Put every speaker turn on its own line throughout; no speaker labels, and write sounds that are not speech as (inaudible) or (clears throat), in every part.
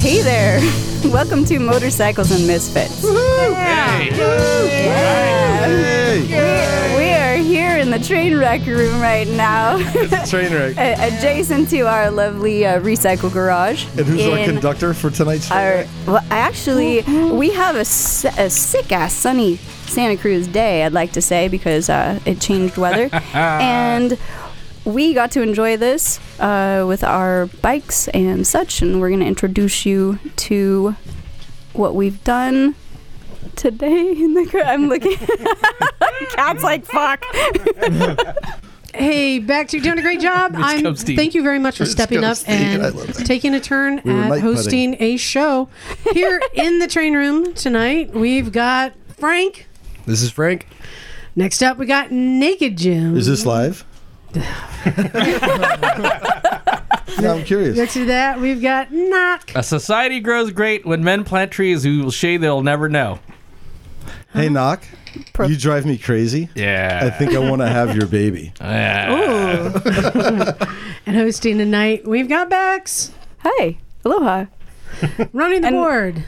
Hey there! (laughs) Welcome to Motorcycles and Misfits. We are here in the train wreck room right now, (laughs)
Train wreck.
a- adjacent to our lovely uh, recycle garage.
(laughs) And who's our
in
conductor for tonight's train
our-
wreck?
well, actually, we have a, sick ass sunny Santa Cruz day, I'd like to say, because uh, it changed weather.
Ah.
and we got to enjoy this uh, with our bikes and such, and we're going to introduce you to what we've done today in the car. I'm looking. (laughs) Cat's like, fuck.
Hey, Bex, you're doing a great job. I'm,
Cubstein.
thank you very much for stepping up
Cubstein, I
and
love that.
taking a turn
We were
at
night
hosting a show here in the train room tonight. We've got Frank.
This is Frank.
Next up, we got Naked Jim.
Is this live? yeah, I'm curious.
Next to that, we've got
(laughs)
Knock.
A society grows great when men plant trees who will shade they'll never know.
Hey, Knock.
Pro-
You drive me crazy.
Yeah.
I think I want to have (laughs)
(laughs)
your baby.
And hosting tonight, we've got Bex.
Hi. Aloha.
Running the
And-
board,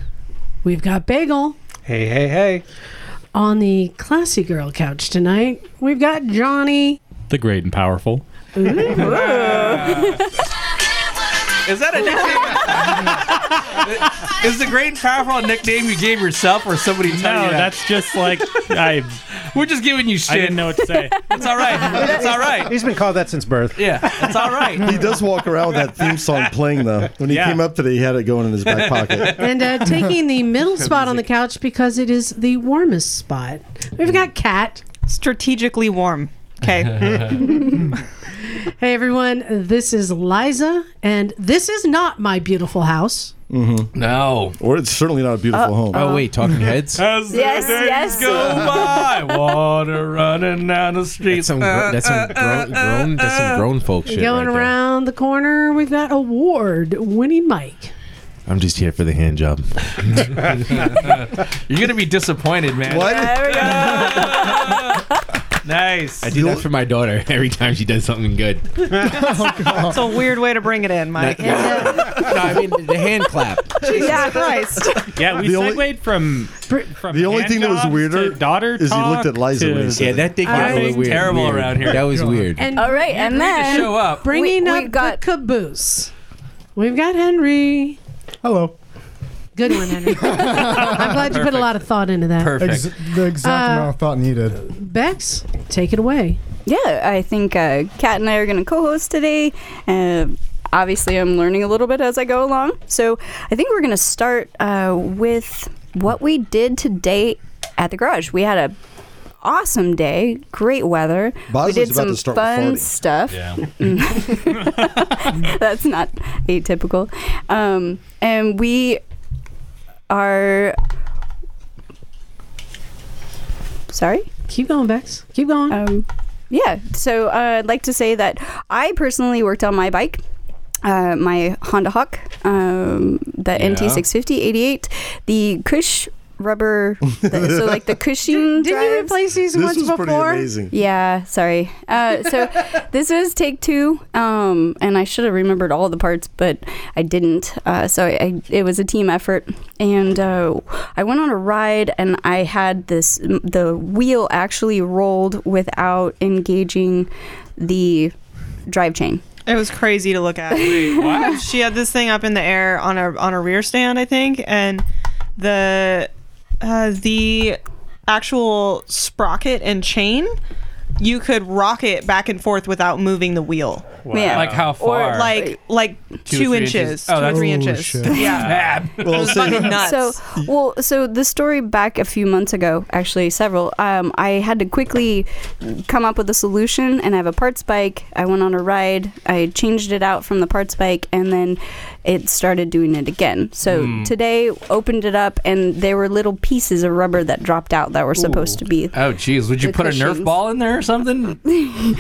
we've got Bagel.
Hey, hey, hey.
On the classy girl couch tonight, we've got Johnny.
The great and powerful.
Is that a
(laughs)
nickname? is the great and powerful a nickname you gave yourself or somebody told
No,
you that?
that's just like I.
(laughs) We're just giving you shit.
I didn't know what to say.
(laughs) It's all right. It's all right.
He's been called that since birth.
Yeah, it's all right.
He does walk around with that theme song playing, though. When he
Yeah.
came up today, he had it going in his back pocket.
and uh, taking the middle spot on the couch because it is the warmest spot. We've got Kat.
strategically warm. Okay.
(laughs) Hey everyone, this is Liza, and this is not my beautiful house.
No.
Mm-hmm. Or it's certainly not a beautiful home.
Oh wait, Talking Heads.
As the
Yes,
days
yes.
go by, water (laughs) running down the street.
That's some gro- that's some grown, grown that's some grown folk shit.
Going
right there.
around the corner, we've got award-winning Mike.
I'm just here for the hand job.
(laughs) You're gonna be disappointed, man.
Why did-
There we go.
(laughs) Nice.
I do that for my daughter (laughs) every time she does something good. no,
(laughs) That's a weird way to bring it in, Mike.
I mean the hand
(laughs)
clap.
(laughs) Jesus Christ.
Yeah, we
The only-
segued from, from
the only
hand
thing that was
jobs
weirder
to daughter
is he looked
talk
at Liza
to-
when he said-
Yeah, that thing
I
got really
think
weird.
terrible
weird.
around here.
That was weird.
And
All right, and then
Show up.
bringing
we-
up
we got-
the caboose, we've got Henry.
Hello.
Good one, Henry. I'm glad you put a lot of thought into that.
Perfect.
Ex- the exact
Uh,
amount of thought needed.
Bex, take it away.
Yeah, I think uh, Kat and I are going to co-host today. Uh, obviously, I'm learning a little bit as I go along. So I think we're going to start uh, with what we did today at the garage. We had a awesome day, great weather.
Bosley's
we did
about
some
to start with
fun
farting.
stuff. Yeah. (laughs) That's not atypical. Um, and we are. Sorry?
Keep going, Bex. Keep going.
um, yeah so uh, i'd like to say that i personally worked on my bike uh, my honda hawk um, the nt650 88 the cush rubber the, so like the
(laughs)
cushion
Didn't you
drives.
replace these
This
ones
was pretty
before?
amazing.
yeah sorry uh, so this is take two um, and i should have remembered all the parts but i didn't uh, so I, I, it was a team effort and uh, i went on a ride and i had this the wheel actually rolled without engaging the drive chain
It was crazy to look at. She had this thing up in the air on a on a rear stand, I think, and the uh, the actual sprocket and chain you could rock it back and forth without moving the wheel.
yeah
Like how far?
Or,
Like like two,
three
inches,
inches.
two
Oh,
or
that's-
three
Oh,
inches.
shit.
(laughs)
(laughs)
Yeah.
Bad.
Well, I'll say- (laughs)
Fucking nuts.
So, well, so the story back a few months ago, actually several. Um, I had to quickly come up with a solution, and I have a parts bike. I went on a ride. I changed it out from the parts bike, and then it started doing it again. So
Hmm.
today, opened it up, and there were little pieces of rubber that dropped out that were supposed to be.
Oh, jeez. Would you
The
put a
cushions.
Nerf ball in there or something?
(laughs)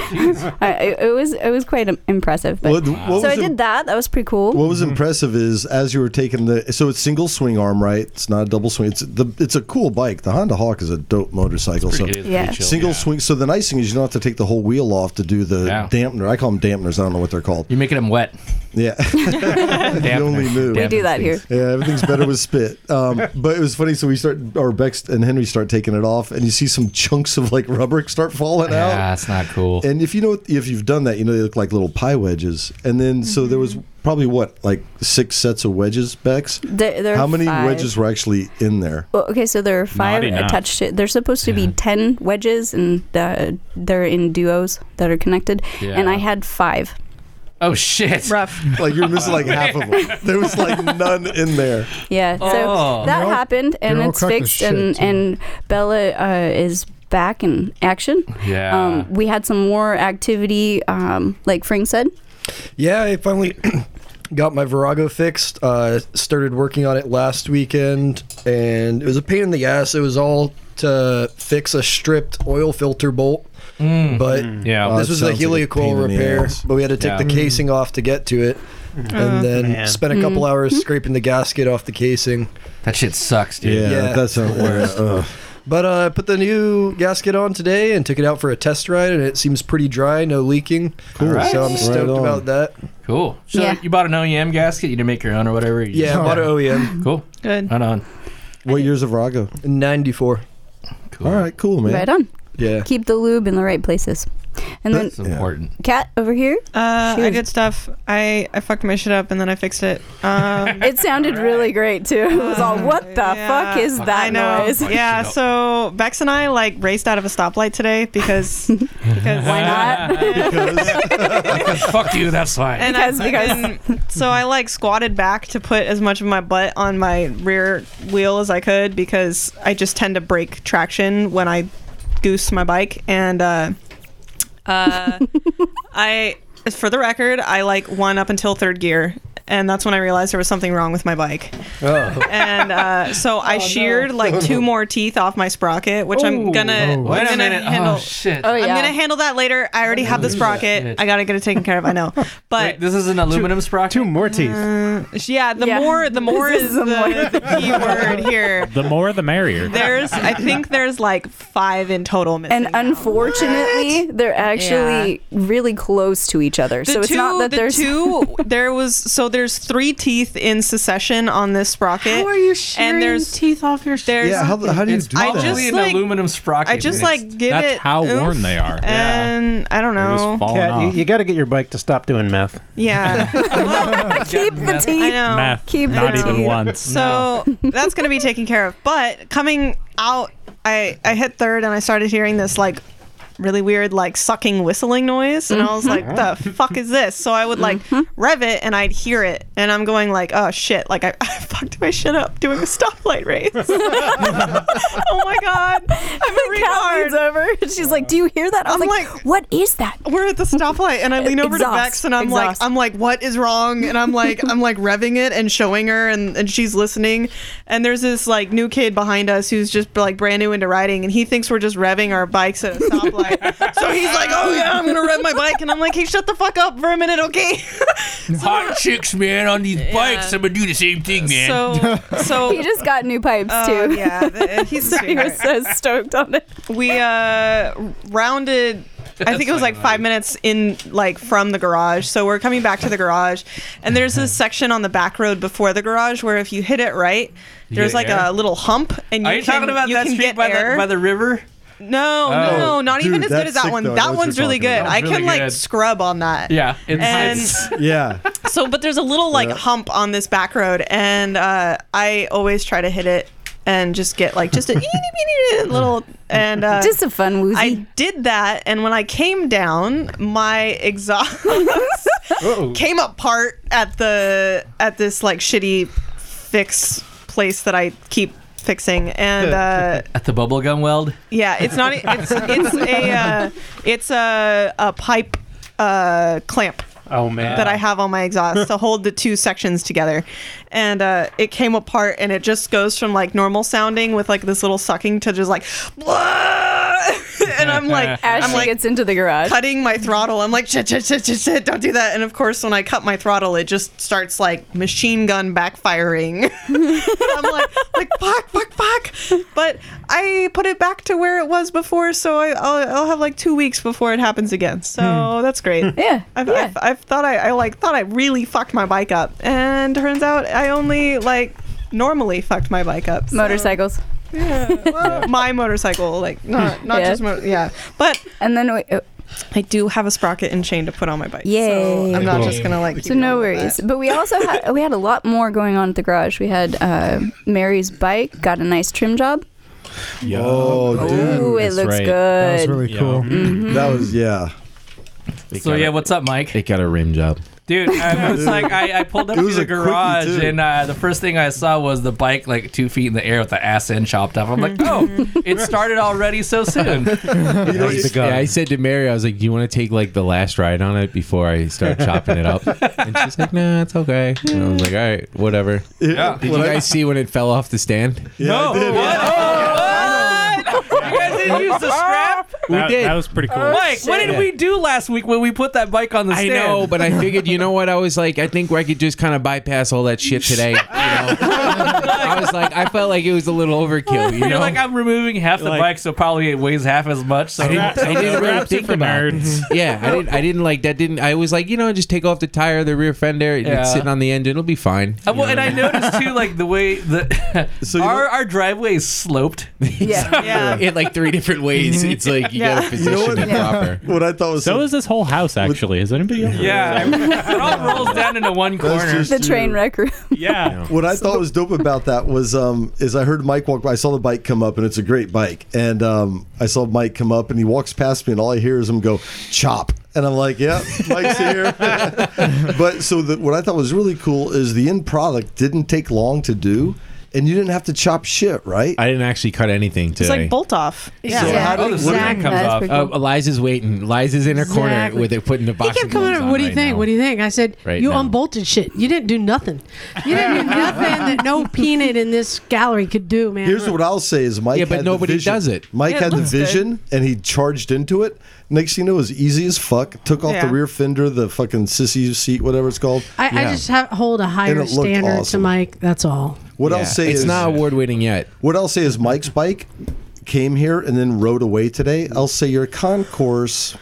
I, it- it was it was quite im- impressive. But
What- what was
so I
it-
did that. That was pretty cool.
What was impressive is as you were taking the so it's single swing arm, right? It's not a double swing. It's the it's a cool bike. The Honda Hawk is a dope motorcycle.
It's
So
pretty- it is
Yeah.
pretty chill,
single
yeah.
swing. So the nice thing is you don't have to take the whole wheel off to do the
Yeah.
dampener. I call them dampeners. I don't know what they're called.
You're making them wet. (laughs)
Yeah,
Dampeners.
only move.
we do that
things.
here.
yeah. Everything's better with
(laughs)
spit. Um, but it was funny. So we start, or Bex and Henry start taking it off, and you see some chunks of like rubber start falling out.
Yeah, it's not cool.
And if you know if you've done that, you know they look like little pie wedges. And then so there was probably what like six sets of wedges, Bex.
There, there are
How many
five.
wedges were actually in there?
Well, okay, so there are five
Not enough.
attached. to There's supposed to be ten wedges, and uh, they're in duos that are connected. And I
Yeah.
had five.
Oh shit!
Rough.
Like you're missing like half of them. There was like none in there.
Yeah.
Oh.
So that
You're all-
happened, and
you're all
it's
cracked as
fixed,
shit,
and
too.
and Bella uh, is back in action.
Yeah.
Um, we had some more activity, um, like Frank said.
Yeah, I finally (clears throat) got my Virago fixed. Uh, started working on it last weekend, and it was a pain in the ass. It was all to fix a stripped oil filter bolt, but
Yeah.
this was
that
a
sounds like a
helicoil
pain in the
repair.
ass.
But we had to take
Yeah.
the casing off to get to it, and then spent a
Mm.
couple hours scraping the gasket off the casing.
that shit sucks, dude.
Yeah,
Yeah.
that's
(laughs)
not where. Ugh.
But uh, I put the new gasket on today and took it out for a test ride, and it seems pretty dry, no leaking. Cool. So I'm
Right
stoked
on.
about that.
Cool. So
Yeah.
you bought an OEM gasket. You didn't make your own or whatever. You
Yeah, I bought an E OEM
just- Cool.
Good.
Right on.
What years of Virago?
in '94.
Cool.
All right, cool, man.
Right on.
Oh, Yeah.
Keep the lube in the right places. And then
That's important.
Cat over here.
Uh,
She
I
was-
did stuff. I, I fucked my shit up and then I fixed it. Um,
(laughs) It sounded really great too. It was all, what the
Yeah.
fuck is that
I know.
noise?
Yeah.
Fuck it
So Bex and I like raced out of a stoplight today because
(laughs)
because
Why
(laughs)
not?
Fuck you. That's fine.
And
Because-
I fucking- so I like squatted back to put as much of my butt on my rear wheel as I could because I just tend to break traction when I goose my bike and uh,
(laughs)
uh, I for the record I like won up until third gear and that's when I realized there was something wrong with my bike
Oh.
and
(laughs)
uh, so
Oh,
I sheared like two more teeth off my sprocket which I'm gonna
Wait
I'm
a
gonna
minute.
handle
Oh shit.
Oh,
I'm
yeah.
gonna handle that later. I already have the sprocket.
shit.
I gotta get it taken care of.
(laughs)
I know, but Mm,
Wait, this is an aluminum sprocket.
Two more teeth.
yeah, the
Yeah.
more the more
This
is,
is
the,
a more-
the key word here.
The more, the merrier.
There's I think there's like five in total missing.
And
now.
unfortunately, they're actually really close to each other.
The
so it's
two,
not that
the
there's
two. There was so there's three teeth in succession on this sprocket.
How are you shearing
And there's
teeth off your?
there's
Yeah, how, the- how do you
It's
do
I
that?
probably
just,
an
like-
aluminum sprocket.
I just
It's-
like give
That's
it
how
oomph,
worn they are.
And I don't
They're just
know.
falling
Cat, you,
off.
you got to get your bike to stop doing meth.
(laughs) Yeah,
(laughs)
keep the
I
teeth.
know.
Math,
keep
not
the
even
teeth.
once.
So (laughs) that's going to be taken care of. But coming out, I I hit third and I started hearing this like really weird like sucking whistling noise and I was like the
Mm-hmm.
fuck is this so I would like rev it and I'd hear it and I'm going like oh shit like I, (laughs) I fucked my shit up doing a stoplight race
(laughs)
oh my god I'm a retard
Cat leans over. She's like, "Do you hear that?" I was
I'm
like,
like-
"What is that?"
we're at the stoplight and I lean over
Exhaust.
to Bex and I'm
Exhaust.
like I'm like what is wrong and I'm like I'm like revving it and showing her and, and she's listening and there's this like new kid behind us who's just like brand new into riding and he thinks we're just revving our bikes at a stoplight so he's like oh yeah I'm gonna rev my bike and I'm like hey shut the fuck up for a minute okay
hot chicks, man, on these bikes.
Yeah.
I'm gonna do the same thing, man. (laughs)
so so
He just got new pipes
uh,
too.
yeah
(laughs)
th- he's a
he
sweetheart.
was so stoked on it.
we uh rounded I think it was like five minutes in, like from the garage. So we're coming back to the garage, and there's
(laughs)
this section on the back road before the garage where if you hit it right, there's
get
like
air?
a little hump, and you
Are you
can,
talking about
you
that
can
street
get
by
air.
the, by the river?
no,
Oh,
no, no, not
dude,
even as
that's
good as that
sick,
one.
though. I know
That
what
one's
you're
really
talking
good.
about.
I
That
can
was really
like
good.
scrub on that.
Yeah, it's,
And-
it's
Yeah,
So, but there's a little like hump on this back road, and uh, I always try to hit it and just get like just a eeny, beeny little and uh,
Just a fun woozy.
I did that, and when I came down, my exhaust came apart at the at this like shitty fix place that I keep fixing, and uh,
at the bubblegum weld.
yeah, it's not e-, it's it's a uh, it's a a pipe uh, clamp
Oh man.
that I have on my exhaust to hold the two sections together. And uh, it came apart and it just goes from like normal sounding with like this little sucking to just like, "Blah!" and I'm (laughs) like,
As
I'm
she
like
gets into the garage,
cutting my throttle. I'm like, shit, shit, shit, shit, shit, don't do that. And of course, when I cut my throttle, it just starts like machine gun backfiring. (laughs) I'm like, like fuck, fuck, fuck. But I put it back to where it was before, so I, I'll, I'll have like two weeks before it happens again. So that's great.
Hmm. Yeah,
I've, I've, I've thought I, I like thought I really fucked my bike up, and turns out I only like normally fucked my bike up. so-
motorcycles.
Yeah,
(laughs)
well, my motorcycle, like not not
Yeah.
just mo- yeah, but
and then we,
uh, I do have a sprocket and chain to put on my bike. so I'm not just gonna like. keep
So no
going with
worries.
that.
But we also had we had a lot more going on at the garage. We had uh, Mary's bike got a nice trim job.
Oh, dude.
Ooh, it looks good.
Mm-hmm.
Mm-hmm.
That was yeah.
So yeah, what's up, Mike?
It got a rim job.
Dude,
(laughs)
I was like, I, I pulled up to the garage,
too.
and uh, the first thing I saw was the bike like two feet in the air with the ass end chopped off. I'm like, (laughs)
(laughs)
oh, it started already so
(laughs)
soon.
I, yeah, I said to Mary, I was like, "Do you want to take like the last ride on it before I start chopping
(laughs)
it up?" And she's like, "Nah, it's okay." And I was like, "All right, whatever."
Yeah.
Did you
When I-
guys see when it fell off the stand?
no.
you guys
(laughs)
(laughs)
Oh,
didn't use the strap.
Ah,
Oh,
We did.
That was pretty cool.
Mike, what did
(laughs)
we do last week when we put that bike on the
I
stand?
know, but I figured, you know what? I was like, I think I could just kind of bypass all that shit today.
(laughs)
You know? I was like, I felt like it was a little overkill. You
You're
know,
like, I'm removing half the
Like-
bike, so probably it weighs half as much. So
I didn't, I didn't really think about it. (laughs) Yeah, I didn't. I didn't like that. Didn't I? Was like, you know, just take off the tire, the rear fender, and
Yeah.
it's sitting on the engine. It'll be fine.
Uh, well, and I noticed too, like the way
(laughs)
the our our driveway is sloped. (laughs)
Yeah,
yeah.
In like three different ways, it's like you
Yeah.
got to position
You know
it (laughs) proper.
What I thought was
so, is this whole house actually. Is anybody else?
Yeah, (laughs) it all rolls down into one corner.
the train wreck room.
Oh.
Yeah.
What I thought was dope about that was um, is I heard Mike walk by. I saw the bike come up, and it's a great bike. And um, I saw Mike come up, and he walks past me, and all I hear is him go chop, and I'm like, yeah, Mike's here. (laughs) but so the, what I thought was really cool is the end product didn't take long to do, and you didn't have to chop shit, right?
I didn't actually cut anything
It's
today.
like bolt off.
So
Yeah.
how did
exactly. comes That's off. pretty
Uh, Eliza's waiting. Eliza's in her corner
Exactly.
with it putting the
He
box.
kept
of
coming
glues
up.
on
What do you
right
think?
now."
What do you think? I said,
Right
you
now.
unbolted shit. You didn't do nothing. You didn't
(laughs)
do nothing that no peanut in this gallery could do, man.
Here's what I'll say is Mike
Yeah, but
had the
nobody
vision.
does it.
Mike
Yeah, it
had the
looks good.
vision and he charged into it. Next thing you know, it was easy as fuck. Took off
Yeah.
the rear fender, the fucking sissy seat, whatever it's called.
I, I just have, hold a higher
looked
standard to
awesome.
Mike. That's all.
What
Yeah,
I'll say
it's
is
not award winning yet.
what I'll say is Mike's bike came here and then rode away today. I'll say your concourse.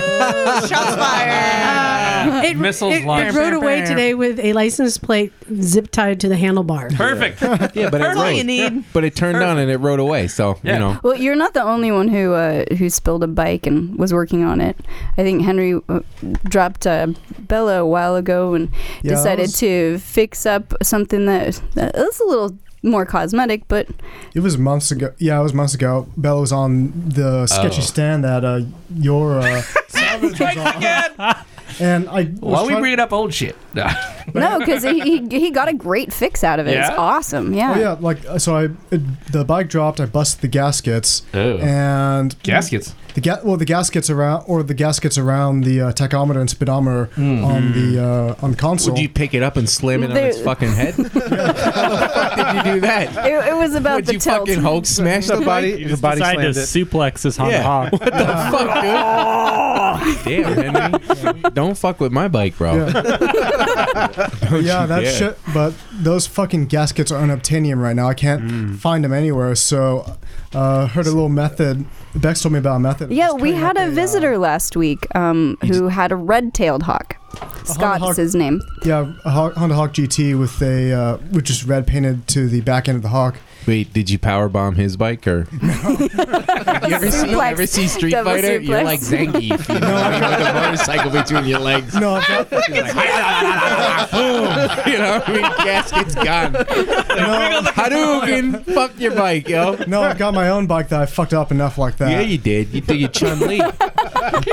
Shots fired.
It,
Missiles
it, it
launched.
rode away today with a license plate zip tied to the handlebar.
Perfect.
(laughs) Yeah, but it
That's all you
rode.
need.
But it turned on and it rode away. So
Yeah.
you know,
Well, you're not the only one who uh, who spilled a bike and was working on it. I think Henry uh, dropped uh, Bella a while ago and
Yeah, I
decided
was-
to fix up something that that is a little more cosmetic,
(laughs)
but
It was months ago. Yeah, it was months ago. Bella was on the sketchy
Oh.
stand that uh, your uh, salvage was on, and I was
Why we
trying-
bringing up old shit? (laughs) No.
no, because he, he he got a great fix out of it.
Yeah?
It's awesome. Yeah.
Oh yeah, like uh, so I it, the bike dropped. I busted the gaskets
Oh.
and
Gaskets.
The ga- well, the gaskets around or the gaskets around the uh, tachometer and speedometer
Hmm.
on the uh, on the console.
would you pick it up and slam it on
There-
its fucking (laughs) head? How the fuck did you do (laughs) that?
It, it was about
Would
the
you
tilt.
fucking Hulk smash the body?
You
The
just
body
decide to
slammed it.
suplex this Honda
Yeah.
Hawk.
What the (laughs) fuck, dude? Damn, Henry. Don't fuck with my bike, bro.
Yeah, yeah,
(laughs) you
that
dare.
shit. But those fucking gaskets are unobtainium right now. I can't
Hmm.
find them anywhere. So, uh, heard a little method. Bex told me about a method. of
Yeah,
just
we
cutting
had
up uh,
a visitor last week um, who had a red-tailed hawk. Scott is
hawk.
his name.
Uh, yeah, a Haw- Honda Hawk GT with a uh, which is red painted to the back end of the Hawk.
Wait, did you power bomb his bike or? you ever see, you
Suplex.
ever see Street
Double
Fighter? You're
suplex.
like Zangief, you know, (laughs) with a motorcycle between your legs.
No, I've got,
(laughs) Boom! (laughs) You know, what I mean, gasket's (laughs) gone. Hadouken, fuck your bike, yo.
no, I've got my own bike that I fucked up enough like that.
Yeah, you did. You did your Chun Li.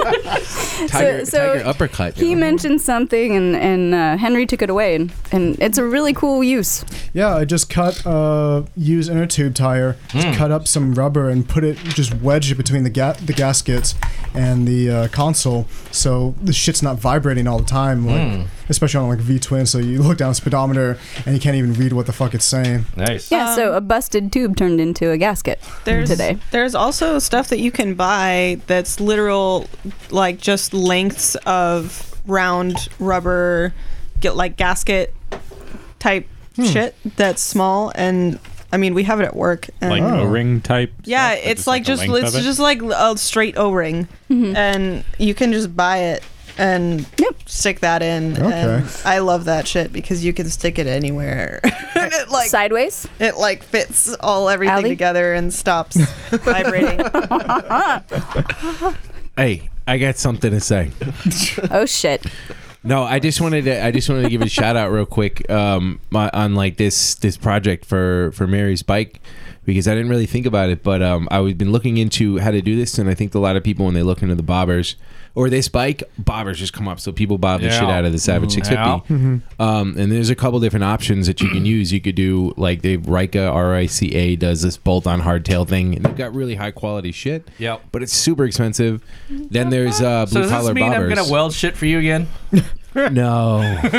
tiger,
so
tiger uppercut.
He
you know.
mentioned something, and and uh, Henry took it away, and, and it's a really cool use.
Yeah, I just cut uh, used inner tube tire, just
Mm.
cut up some rubber and put it just wedged it between the ga- the gaskets and the uh, console, so the shit's not vibrating all the time, like,
Mm.
especially on like V twin. So you look down the speedometer and you can't even read what the fuck it's saying.
Nice.
Yeah, so
Um,
a busted tube turned into a gasket
There's
today.
there's also stuff that you can buy that's literal, like just lengths of round rubber, get like gasket type
Hmm.
shit that's small. And I mean, we have it at work. And
Like
Oh.
a ring type.
Yeah,
stuff, but
it's like
the
just
length
it's
of it?
just like a straight O ring,
Mm-hmm.
and you can just buy it and stick that in.
Okay.
And I love that shit because you can stick it anywhere. (laughs) and (laughs) it like
sideways.
It like fits all everything together and
(laughs)
stops vibrating.
Hey, I got something to say.
(laughs) oh shit.
No, I just wanted to. I just wanted to give a shout out real quick um, my, on like this this project for for Mary's bike because I didn't really think about it, but um, I've been looking into how to do this, and I think a lot of people when they look into the bobbers or this bike, bobbers just come up. So people bob the
Yeah.
shit out of the Savage
Mhm.
650. Um, and there's a couple different options that you can use. You could do like the Rika R I C A does this bolt on hardtail thing, and they've got really high quality shit.
Yep.
But it's super expensive. Then there's uh,
So
blue
does
collar
this mean I'm
bobbers.
gonna weld shit for you again?
(laughs) no.
no, he's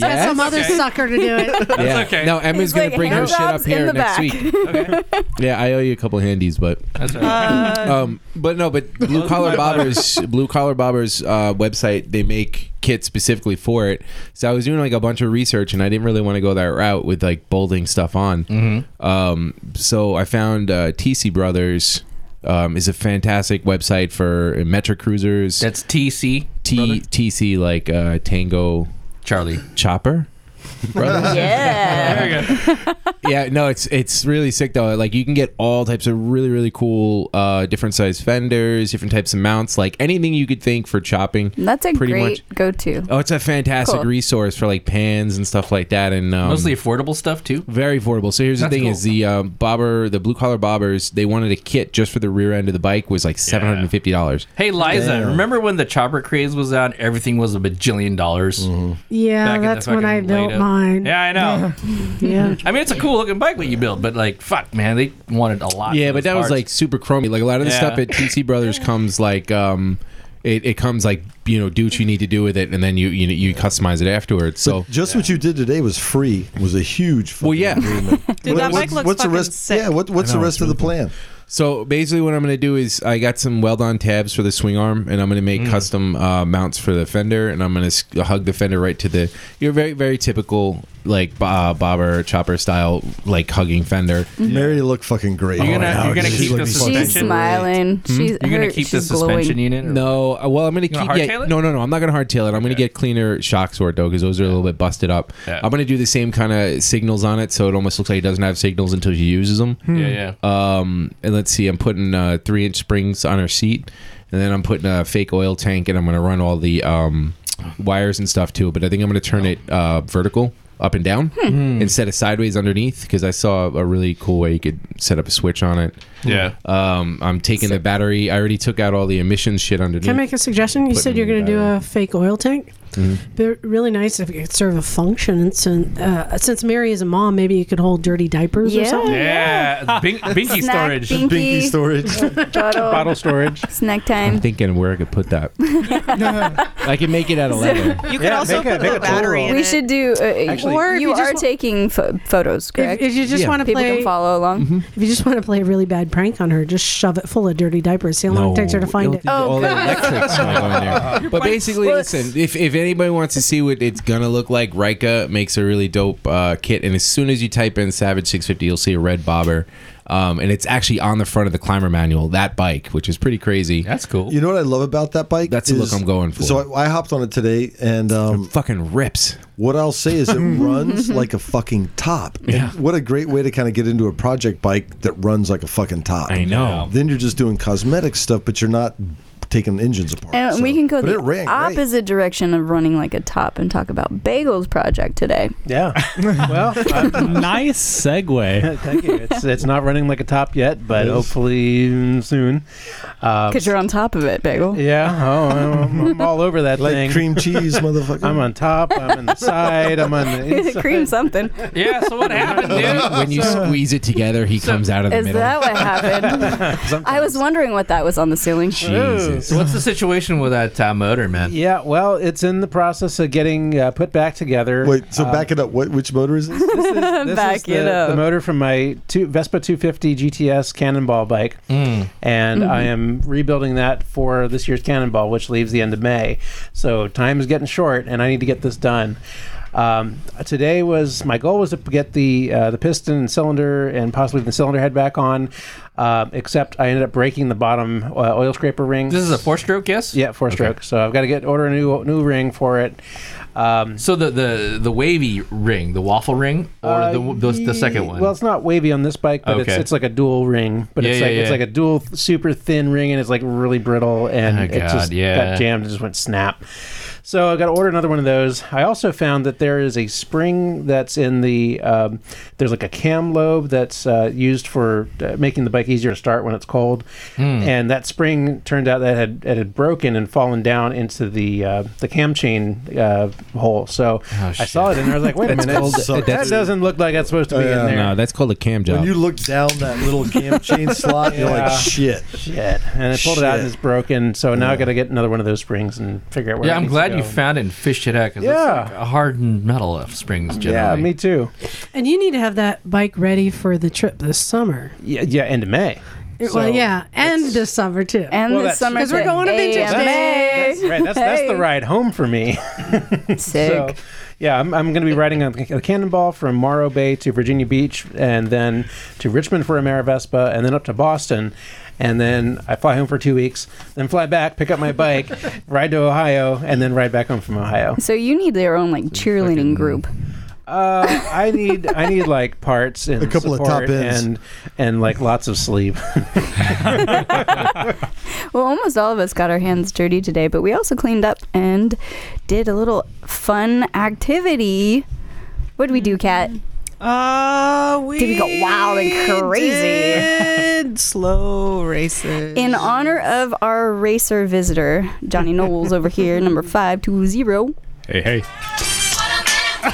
got some
Yes.
other
Okay.
sucker to do
(laughs)
it.
yeah. okay. No, Emma's
He's
gonna
like,
bring her
hand
shit up
jobs
here
in the
next
back.
week. yeah, I owe you a couple handies, but
that's
right. Uh,
um, but no, but blue collar
(laughs)
bobbers, blue collar bobbers uh, website, they make kits specifically for it. So I was doing like a bunch of research, and I didn't really want to go that route with like bolding stuff on.
Mm-hmm.
Um, so I found uh, TC Brothers. Um, is a fantastic website for metro cruisers.
That's TC.
T TC like uh, Tango
Charlie
Chopper. Brothers? yeah, no, it's it's really sick though. Like you can get all types of really really cool, uh, different size fenders, different types of mounts, like anything you could think for chopping.
That's a
pretty
great go to.
Oh, it's a fantastic
Cool.
resource for like pans and stuff like that, and um,
Mostly affordable stuff too.
Very affordable. So here's
That's
the thing:
cool.
is the um, bobber, the blue collar bobbers, they wanted a kit just for the rear end of the bike was like seven hundred and fifty dollars.
Hey Liza,
Damn.
remember when the chopper craze was on? Everything was a bajillion dollars.
Mm-hmm.
Yeah,
Back in the
that's when
fucking
I built
late-
mine.
Yeah, I know.
(laughs) yeah.
(laughs) I mean, it's a cool looking bike what you built, but like, fuck, man, they wanted a lot.
Yeah,
for
but
those
that was
parts.
like super chromey. Like a lot of the
Yeah.
stuff at TC Brothers comes like um, it, it comes like you know do what you need to do with it, and then you you, you customize it afterwards. So
just what you did today was free. Was a huge. Well,
yeah. (laughs)
Dude, that bike looks what's the fucking rest- sick. yeah, what- what's the rest of the plan?
So basically, what I'm going to do is I got some weld-on tabs for the swing arm, and I'm going to
Mm.
make custom uh, mounts for the fender, and I'm going to hug the fender right to the your very very typical like bo- uh, bobber chopper style like hugging fender.
Mary look fucking great. Oh,
You're
gonna- you're gonna keep the
She's smiling.
Hmm?
She's her- she's glowing.
unit?
No, uh, well, I'm going to
gonna
keep. Yeah,
hardtail
no, no, no. I'm not going to hardtail it. I'm going to get cleaner shock sort though, because those are a little bit busted up. I'm going to do the same kind of signals on it, so it almost looks like it doesn't have signals until she uses them.
Hmm. Yeah,
yeah. Um, and let's see. I'm putting uh, three inch springs on her seat, and then I'm putting a fake oil tank, and I'm going to run all the um, wires and stuff to it. But I think I'm going to turn it uh, vertical. Up and down
Hmm.
instead of sideways underneath because I saw a really cool way you could set up a switch on it.
Yeah.
Um, I'm taking the battery. I already took out all the emissions shit underneath.
Can I make a suggestion? You
Put
said
in
you're going to do
battery.
a fake oil tank.
Mhm.
Be really nice if it could serve a function. And since, uh, since Mary is a mom, maybe you could hold dirty diapers or
Yeah.
something.
Yeah, Bink, binky
Snack
storage.
binky. Binky (laughs)
storage.
Bottle.
storage.
Snack
I'm
time.
thinking where I could
(laughs)
put that. (laughs) I can make it out of leather.
You could also put the battery in
We
it.
should do. Uh,
Actually- Or
or
if
you,
you just
are
wa-
taking pho- photos, correct?
If you just Yeah. wanna
people
play-
can follow along.
If you just want to play a really bad prank on her, just shove it full of dirty diapers. See how long it takes her to find it.
Oh.
all the electrics might go
(laughs)
in there. But basically, listen, if, if anybody wants to see what it's going to look like, Rika makes a really dope uh, kit. And as soon as you type in Savage 650, you'll see a red bobber. Um, and it's actually on the front of the climber manual, that bike, which is pretty crazy. That's cool.
You know what I love about that bike?
That's the look
is-
I'm going for.
So I, I hopped on it today, and um,
fucking rips.
What I'll say (laughs) is, it runs like a fucking top. Yeah. what a great way to kind of get into a project bike that runs like a fucking top. I
know.
Then you're just doing cosmetic stuff, but you're not taking engines apart.
And we
so-
can go
but
the
it ran great.
opposite direction of running like a top and talk about Bagel's project today.
Yeah. well, nice segue. (laughs) Thank you. It's, it's not running like a top yet, but
It is.
hopefully soon. Uh,
Because you're on top of it, Bagel.
Yeah, oh, I'm, I'm all over that
Like
thing.
cream
(laughs)
cheese, motherfucker.
I'm on top. I'm on the side. I'm on
(laughs)
the inside.
Cream something.
Yeah, so what happened, dude?
when you squeeze it together, he comes out of the
Is
middle.
that what
(laughs)
happened? I was wondering what that was on the ceiling.
So what's the situation with that uh, motor, man?
Yeah, well, it's in the process of getting uh, put back together. Um,
Wait, so back it up. What which motor is this?
(laughs)
This is
Back it
the,
up.
the motor from my two, Vespa 250 GTS Cannonball bike,
Hmm.
and
Mhm.
I am rebuilding that for this year's Cannonball, which leaves the end of May. So time is getting short, and I need to get this done. Um, today was my goal was to get the uh, the piston and cylinder and possibly the cylinder head back on, uh, except I ended up breaking the bottom uh, oil scraper ring.
This is a four-stroke, yes?
Yeah, four stroke. So I've got to get order a new new ring for it. Um,
so the, the the wavy ring, the waffle ring, or
Uh,
the, the the second one?
Well, it's not wavy on this bike, but it's
Okay.
it's like a dual ring. But it's
Yeah,
like
yeah,
it's
yeah.
like a dual th- super thin ring, and it's like really brittle, and
Oh,
it just
God, yeah.
got jammed and just went snap. So I got to order another one of those. I also found that there is a spring that's in the um, there's like a cam lobe that's uh, used for uh, making the bike easier to start when it's cold,
Hmm.
and that spring turned out that had it had broken and fallen down into the uh, the cam chain uh, hole. So
Oh,
I saw it and I was like, wait a
Oh, That's
minute,
called-
that
that's-
doesn't look like it's supposed to be in there.
No, that's called a cam job.
When you look down that little cam
(laughs)
chain slot, you're like,
Yeah.
shit.
(laughs) Shit. And I pulled it out and it's broken. So now I got to get another one of those springs and figure out where.
yeah,
it
I'm
needs to
glad you
go.
found it and fished it out because
um, Yeah.
it's like a hardened metal of springs
Yeah,
generally.
me too.
And you need to have that bike ready for the trip this summer.
Yeah, yeah end of May.
well,
So-
yeah, and this summer too.
And Well, this that's- summer
because we're
to
going to Vintage Day.
AMA. That's-
Right, that's that's the ride home for me. (laughs)
Sick.
So, yeah, I'm, I'm going to be riding on the Cannonball from Morrow Bay to Virginia Beach, and then to Richmond for Amerivespa, and then up to Boston, and then I fly home for two weeks, then fly back, pick up
(laughs)
my bike, ride to Ohio, and then ride back home from Ohio.
So you need their own like cheerleading group.
Uh, I need I need like parts and
A couple of
support
top ends.
and and like lots of sleep.
Well, almost all of us got our hands dirty today, but we also cleaned up and did a little fun activity. What did we do, Kat?
Uh, we
Did we go wild and crazy? (laughs)
Did slow races.
In honor of our racer visitor, Johnny Knowles over here, number 520.
Hey, hey.
(laughs)
we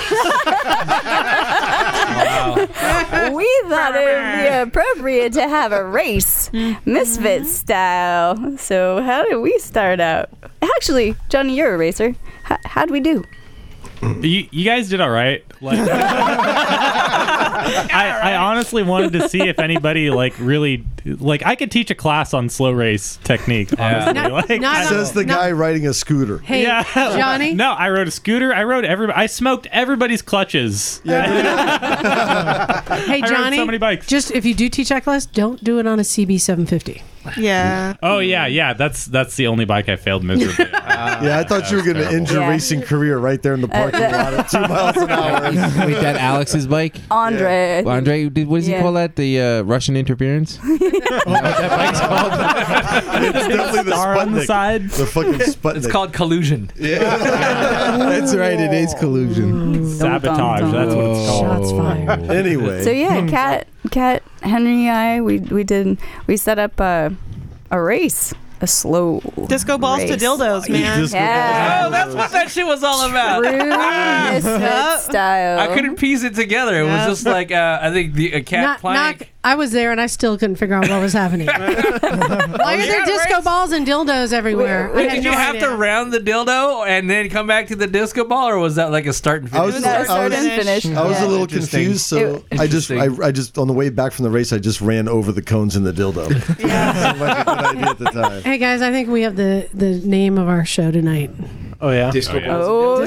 thought it would be appropriate to have a race,
Mm-hmm.
misfit style. So, how did we start out? Actually, Johnny, you're a racer. How, how'd we do?
You, you guys did all right.
(laughs)
Like, I, I honestly wanted to see if anybody like really like I could teach a class on slow race technique. (laughs) Honestly, like, I-
says the guy riding a scooter.
yeah. No, I rode a scooter. I rode every. I smoked everybody's clutches.
Hey,
I rode
Johnny.
so many bikes.
Just if you do teach that class, don't do it on a CB 750.
Yeah.
Oh yeah, yeah. That's that's the only bike I failed miserably.
(laughs)
yeah, I thought you were going to end your
Yeah.
racing career right there in the parking lot at two miles an hour.
Wait, that Alex's bike?
Andre.
Well, Andre, did, what does
Yeah.
he call that? The uh, Russian interference?
It's definitely the
Star
Sputnik.
on the side.
The (laughs) fucking Sputnik.
It's called collusion.
That's right. It is collusion.
Sabotage. That's what it's called.
Shots fired.
Oh. anyway. Hmm.
So
Hmm.
yeah, Kat, Kat, Henry, and I, we we did we set up a a race, a slow
Disco balls to
race.
dildos, man.
Yeah.
Oh, that's what that shit was all about.
True
(laughs)
misfit style.
I couldn't piece it together. It was
Yeah.
just like uh, I think the a cat
Knock,
plank.
(laughs) knock. I was there and I still couldn't figure out what was happening. Why are there disco balls and dildos everywhere? I
Wait,
had
did
no
you have
idea.
to round the dildo and then come back to the disco ball, or was that like a start and finish?
I was, I was, I was a little confused, so I just, I, I just on the way back from the race, I just ran over the cones in the dildo. Seemed (laughs) like a good idea at the time.
Hey guys, I think we have the, the name of our show tonight.
Oh yeah.
Disco
(laughs)
Oh,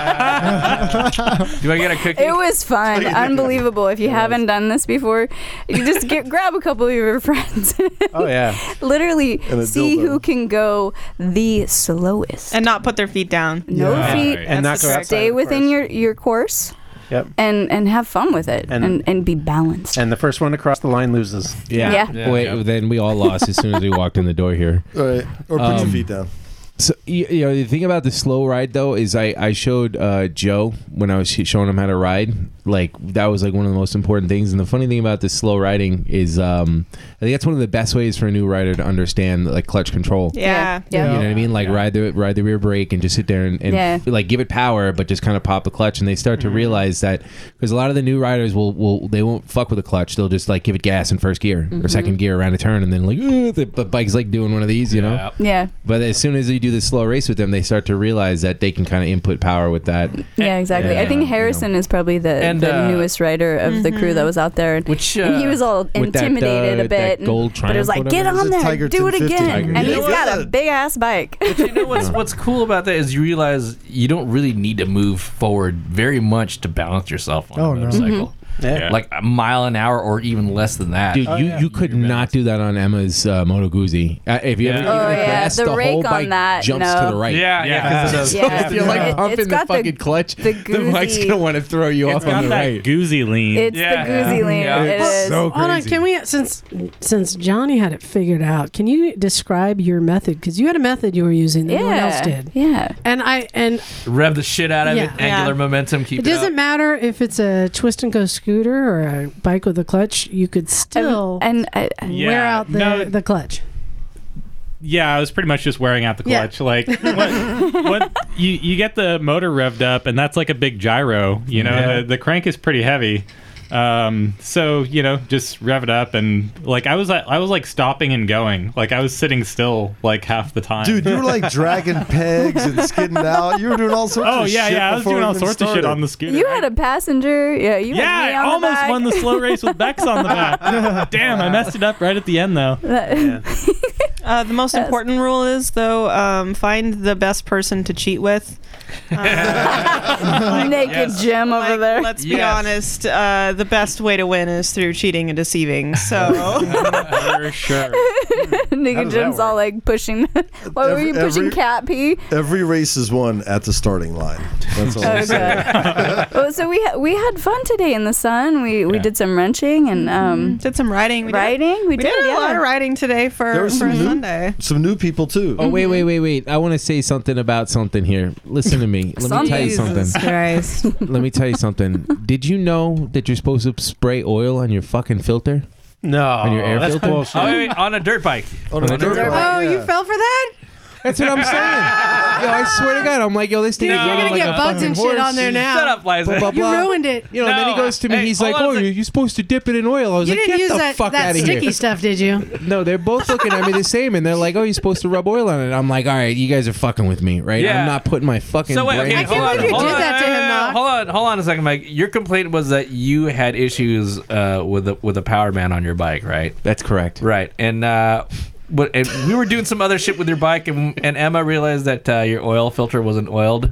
Do I get a cookie?
It was fun, unbelievable. If you haven't done this before, you just get, grab a couple of your friends.
Oh yeah.
(laughs) Literally,
And a
see
dildo.
who can go the slowest.
And not put their feet down.
No feet.
and not go outside.
Stay
of
within
course.
your your course.
Yep.
and and have fun with it and
And-
and, be balanced.
And the first one to cross the line loses.
Yeah. Yeah. Yeah.
Wait, then we all lost as soon as we walked in the
(laughs)
door here.
All right. Or put your
Um,
feet down.
So you, you know the thing about the slow ride though is I I showed uh, Joe when I was sh- showing him how to ride like that was like one of the most important things and the funny thing about this slow riding is um I think that's one of the best ways for a new rider to understand like clutch control
Yeah.
you know what I mean like ride the ride the rear brake and just sit there and, and
Yeah.
like give it power but just kind of pop the clutch and they start to realize that because a lot of the new riders will will they won't fuck with the clutch they'll just like give it gas in first gear
Mm-hmm.
or
Mhm.
second gear around a turn and then like "Ooh," the, the bike's like doing one of these you know
yeah,
but as soon as you do the slow race with them, they start to realize that they can kind of input power with that.
yeah, exactly. I
Yeah,
think
you
Harrison is probably the,
And,
the
uh,
newest writer of the
Mm-hmm.
crew that was out there, and,
Which,
and he
uh,
was all
with that,
intimidated
uh,
a
that
bit. and-
gold
but it was
Triumph,
like, get
whatever it
on
is,
there,
a Tiger
do it
1050.
again,
Tiger,
and
yeah.
he's got a big ass bike.
You know what's what's cool about that is you realize you don't really need to move forward very much to balance yourself on
Oh,
a
(laughs)
no.
motorcycle.
Yeah.
Like a mile an hour or even less than that.
Oh,
Dude, you, you could not do that on Emma's uh, Moto Guzzi. Uh, if you
Yeah.
ever
Oh,
even
yeah,
grasp,
the
the,
rake
whole
on
bike
that,
jumps
no.
to the right.
Yeah, yeah, 'cause
So
of the-
if (laughs)
(laughs)
you're
Yeah.
like
It's
pumping the
got the-
fucking clutch,
the
the, bike's
Guzzi-
gonna want to throw you off on
got
the
that
right.
Goozy
Mm.
lean.
It's the Guzzi lean. It is.
so
Hold on,
crazy.
can we since since Johnny had it figured out, can you describe your method? Because you had a method you were using that no one else
Yeah.
did.
Yeah.
And I and
Uh, rev the shit out of
Yeah.
it, angular
Yeah.
momentum, keep
it
it,
doesn't
up.
matter if it's a twist and go scooter or a bike with a clutch, you could still
and, uh,
wear
Yeah,
out the,
no.
the clutch.
Yeah, I was pretty much just wearing out the
Yeah.
clutch. Like,
(laughs)
what, what you you get the motor revved up, and that's like a big gyro. You know,
Yeah.
the, the crank is pretty heavy. Um, so you know, just rev it up, and like I was, I was like stopping and going. Like I was sitting still like half the time.
Dude, you were
(laughs)
like dragging pegs and skidding out. You were doing all sorts
Oh
of
yeah,
shit.
yeah, I was
before
doing
we
all
even
sorts of shit
started.
on the scooter.
You had a passenger. Yeah, you
yeah,
had me
I
on
almost
the back.
won
(laughs)
the slow race with Bex on the back. Damn, I messed it up right at the end though.
Uh, the
(laughs)
most important rule is though, um, find the best person to cheat with.
(laughs) (laughs) Naked Jim over there.
Let's be honest. Uh, the best way to win is through cheating and deceiving. So
(laughs)
(laughs)
For sure.
How
Nigga
does that
Jim's all like pushing. (laughs) Why were
Every-
you pushing
every-
cat
(laughs)
pee?
Every race is won at the starting line. That's all. I'm saying.
Oh, so we ha- we had fun today in the sun. We we did some wrenching and um
did some riding. We did-
riding. we,
we did,
did
a lot
yeah.
of riding today for,
There
for
was some new-
(laughs)
Sunday. (laughs)
Some new people too.
Oh wait, wait, wait, wait! I want to say something about something here. Listen to me. Let me tell you something.
Jesus Christ.
Let me tell
(laughs)
you something. Did you know that you're supposed to spray oil on your fucking filter?
No,
On your air
that's
filter?
bullshit.
Oh, wait, wait, on a dirt bike.
On a dirt bike.
Oh, you
yeah.
fell for that?
That's what I'm saying. yo, I swear to God, I'm like, yo, this thing.
Dude,
is
you're
running
gonna
get
like a
bugs
fucking
and shit
horse.
on there now.
Shut up, Liza.
Blah, blah,
You
blah.
ruined it.
You know, and then he
No,
goes to me.
hey,
he's
hold
like,
on a
"Oh,
sec-
you're, you're supposed to dip it in oil." I was
You
like,
didn't
"Get
use
the
that,
fuck
that
out of
sticky
here!"
stuff, did
(laughs)
you?
No, they're both looking at me the same, and they're like, "Oh, you're supposed to rub oil on it." I'm like, "All right, you guys are fucking with me, right?
Yeah.
I'm not putting my fucking."
So wait,
brain
okay,
into
hold
can't
on,
believe you
hold
did
on,
that to him, Nog.
hold on, hold on a second, Mike. Your complaint was that you had issues uh, with a, with a power man on your bike, right?
That's correct.
Right, and uh, what? And we were doing some other shit with your bike, and and Emma realized that uh, your oil filter wasn't oiled.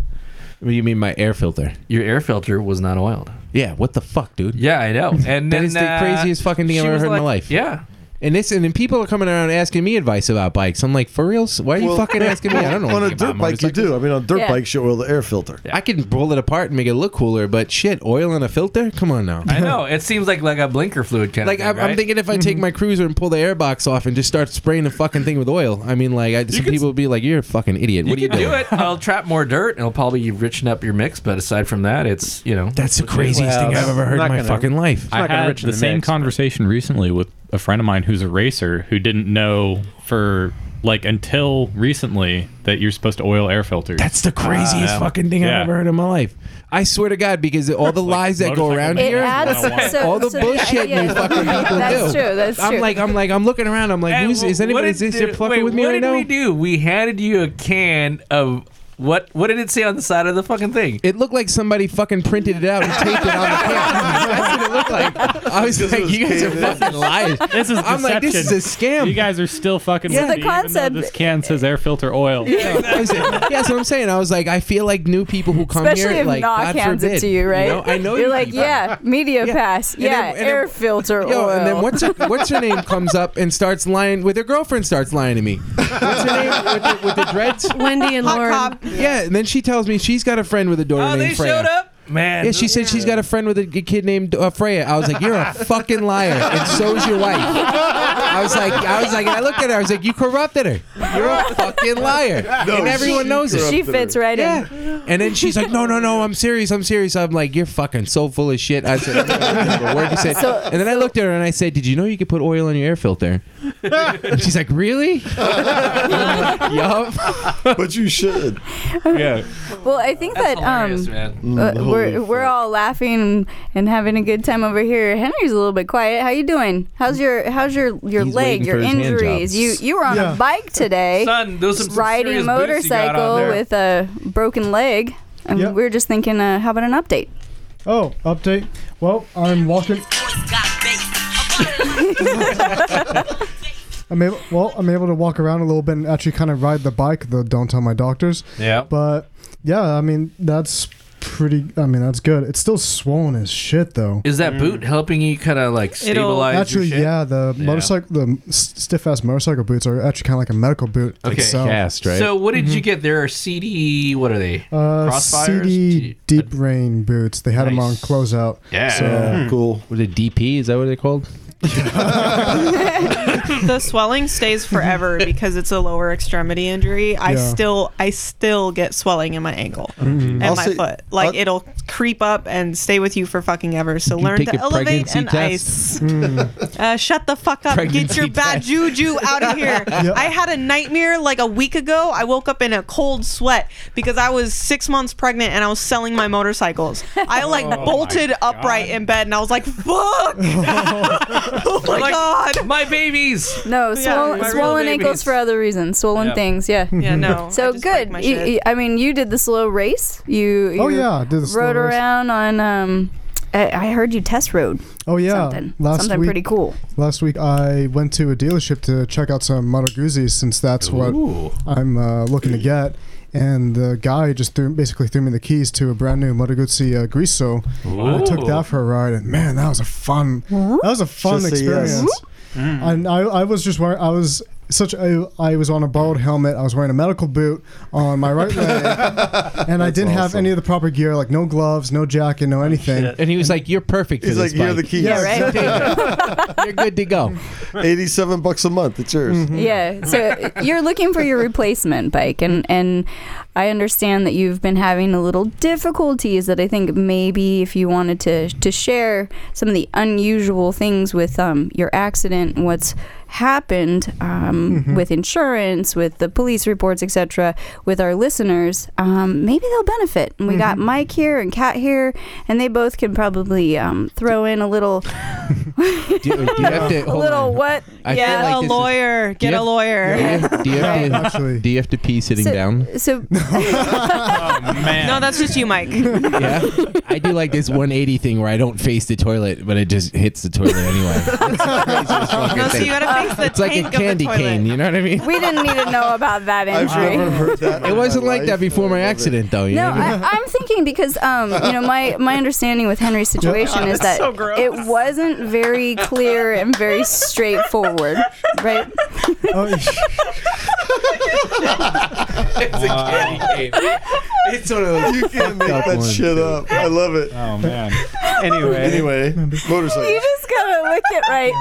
What do you mean, my air filter?
Your air filter was not oiled.
Yeah, what the fuck, dude?
Yeah, I
(laughs)
know. And
That
then,
is the
uh,
craziest fucking thing I've
she
ever
was
heard in my
like-
life.
Yeah,
And this, and then people are coming around asking me advice about bikes. I'm like, for real? Why are you
Well,
fucking asking me?
(laughs)
I don't know.
On a
anything about
dirt bike, you
motorcycles."
do. I mean, on dirt
Yeah.
bikes, you oil the air filter.
I can roll it apart and make it look cooler, but shit, oil on a filter? Come on (laughs) now.
I know. It seems like like a blinker fluid kind
Like
of. thing,
I'm,
right? Mm-hmm.
I'm thinking, if I
(laughs)
take my cruiser and pull the airbox off and just start spraying the fucking thing with oil, I mean, like I, some
can
people would be like, "You're a fucking idiot. What are you
you can
doing?"
do it. I'll trap more dirt, and it'll probably richen up your mix. But aside from that, it's you know.
That's the craziest
Well,
thing I've ever heard in
not
my
gonna-
fucking life.
not
I
gonna
had
enrich
the,
the
same
mix, but-
conversation recently with a friend of mine who's a racer who didn't know for like until recently that you're supposed to oil air filters.
That's the
Ah,
craziest
Uh,
fucking thing
Yeah.
I've ever heard in my life. I swear to God, because all
(laughs)
the lies that go
motorcycle
around
It
here,
adds so,
all the
so-
bullshit
yeah,
you fucking people
That's
do.
true. That's
I'm
true.
like, I'm like, I'm looking around. I'm like,
And
who's is
what
anybody?
did-
Is this you're fucking
wait,
with me
what
right
did
now?
we do? We handed you a can of what? What did it say on the side of the fucking thing?
It looked like somebody fucking printed it out and taped
(laughs)
it on the can. That's what it looked like. (laughs) I was
Because it
like,
was
you guys are
caved in.
fucking
(laughs)
liars.
(laughs) This is
I'm like, this is a
deception. You
scam.
guys are still fucking.
So the
with me, even though
concept-
This can says air
(laughs)
filter oil.
(laughs) Yeah, I was- yeah, that's what I'm saying. I was like, I feel like new people who come
Especially
here,
if
like,
knock
God
hands
forbid,
it to you, right?
know? I know
you're
you
like,
people.
yeah, media
Yeah.
pass,
And
yeah,
then- and
air
then-
filter
Yo,
oil.
and then what's her, what's her name comes up and starts lying with her girlfriend starts lying to me. What's her name with the, with the dreads?
Wendy and
Hot
Lauren.
cop.
Yeah, and then she tells me she's got a friend with a daughter
Oh,
named
they
Freya.
showed up. Man.
Yeah, she said she's got a friend with a g- kid named uh, Freya. I was like,
(laughs)
you're a fucking liar, and so is your wife. I was like, I was like, and I looked at her. I was like, you corrupted her. You're a
(laughs)
fucking liar,
No,
and everyone
she
knows it.
She fits right
yeah.
in.
And then she's like, no, no, no, I'm serious, I'm serious. I'm like, you're fucking so full of shit. I said, (laughs) "I don't remember a word you said.
So-
and then I looked at her and I said, did you know you could put oil in your air filter?
(laughs)
and she's like, really? (laughs) yup.
But you should.
Yeah.
Well, I think that um,
Mm,
uh,
holy
we're we're all laughing and having a good time over here. Henry's a little bit quiet. How you doing? How's your how's your your
He's
leg?
waiting
Your
for his hand
injuries?
jobs.
You you were on
Yeah.
a bike today,
Son, those are some
riding
serious boots you got on
motorcycle
there.
with a broken leg, and we were just thinking, uh, how about an update?
Oh, update. Well, I'm walking. (laughs)
(laughs)
I'm able, well, I'm able to walk around a little bit and actually kind of ride the bike, though don't tell my doctors.
Yeah.
But yeah, I mean, that's pretty, I mean, that's good. It's still swollen as shit, though.
Is that
Mm.
boot helping you kind of like stabilize? your
actually,
shit?
yeah, the
Yeah.
motorcycle, the stiff ass motorcycle boots are actually kind of like a medical boot. itself.
So what did
Mm-hmm.
you get? There are CD. What are they?
Uh,
Crossfires?
CD Deep Rain boots. They had them on closeout.
Yeah. Hmm.
cool.
Were they DP? Is that what they're called?
the swelling stays
(laughs)
forever because it's a lower extremity injury. I
Yeah. Mm-hmm.
still I still get swelling in my ankle and
I'll
my
say-
foot. Like it'll creep up and stay with you for fucking ever. So
Did you
learn
take
to
a
elevate
pregnancy
and
test? Mm.
ice. Uh, shut the fuck up. (laughs) Get
Pregnancy
your bad
test.
juju out
(laughs)
of
(laughs)
here.
Yep.
I had a nightmare like a week ago. I woke up in a cold sweat because I was six months pregnant and I was selling my motorcycles.
(laughs)
I like
Oh my
bolted upright in bed and I was like,
(laughs)
fuck. (laughs) oh my
Like,
god.
My babies.
No,
Yeah,
swollen,
my real
swollen
babies.
ankles for other reasons. Swollen
Yeah. Mm-hmm.
things, yeah.
Yeah, no,
So good.
my
You-
shit.
you- I mean, you did the slow race. You,
Oh,
you
yeah, I did the slow
rode
race.
around on. Um, I, I heard you test rode.
Oh yeah,
something,
last
something
week,
pretty cool.
Last week I went to a dealership to check out some Moto Guzzi's since that's
Ooh.
what I'm uh, looking to get, and the guy just threw basically threw me the keys to a brand new Moto Guzzi uh, Griso. I took
Ooh.
that for a ride, and man, that was a fun that was a fun
Just say yes.
experience.
Mm.
And I, I was just wearing I was such a, I was on a borrowed helmet. I was wearing a medical boot on my right leg, and I didn't have any of the proper gear, like no gloves, no jacket, no anything.
And he was like, "You're perfect."
He's
for
like,
this
"Here are
bike."
the keys." Yeah, right.
You're good to go.
Eighty-seven bucks a month. It's yours.
Yeah. So uh, you're looking for your replacement bike, and and I understand that you've been having a little difficulties. That I think maybe if you wanted to to share some of the unusual things with um your accident, and what's happened um, with insurance, with the police reports, etc., with our listeners, um, maybe they'll benefit. And we got Mike here and Kat here, and they both can probably um, throw in a
(laughs)
little
Do, do you have to
a
hold
little
on.
what?
I feel
Get
like
a
this is-
lawyer.
Do
Get
you
a
have-
lawyer.
Do you have, do you have to, do you have to pee sitting
So-
down? (laughs)
(laughs)
So
Oh,
No, that's just you, Mike.
Yeah, I do like this 180 thing where I don't face the toilet, but it just hits the
(laughs)
toilet anyway.
no, so you
Uh,
gotta face the
it's like a
tank
candy
of the toilet.
cane. You know what I mean?
we didn't need to know about that injury.
(laughs) It wasn't like that before my accident, though. You
(laughs) No,
know what I mean?
I, I'm thinking because um, you know my my understanding with Henry's situation is
(laughs) That's
that
so gross.
it wasn't very clear and very straightforward,
(laughs)
right?
Oh,
It's a candy cane.
It's one of those.
You can't make that shit up. I love it.
Oh man.
Anyway, anyway,
(laughs)
motorcycle.
You just gotta lick it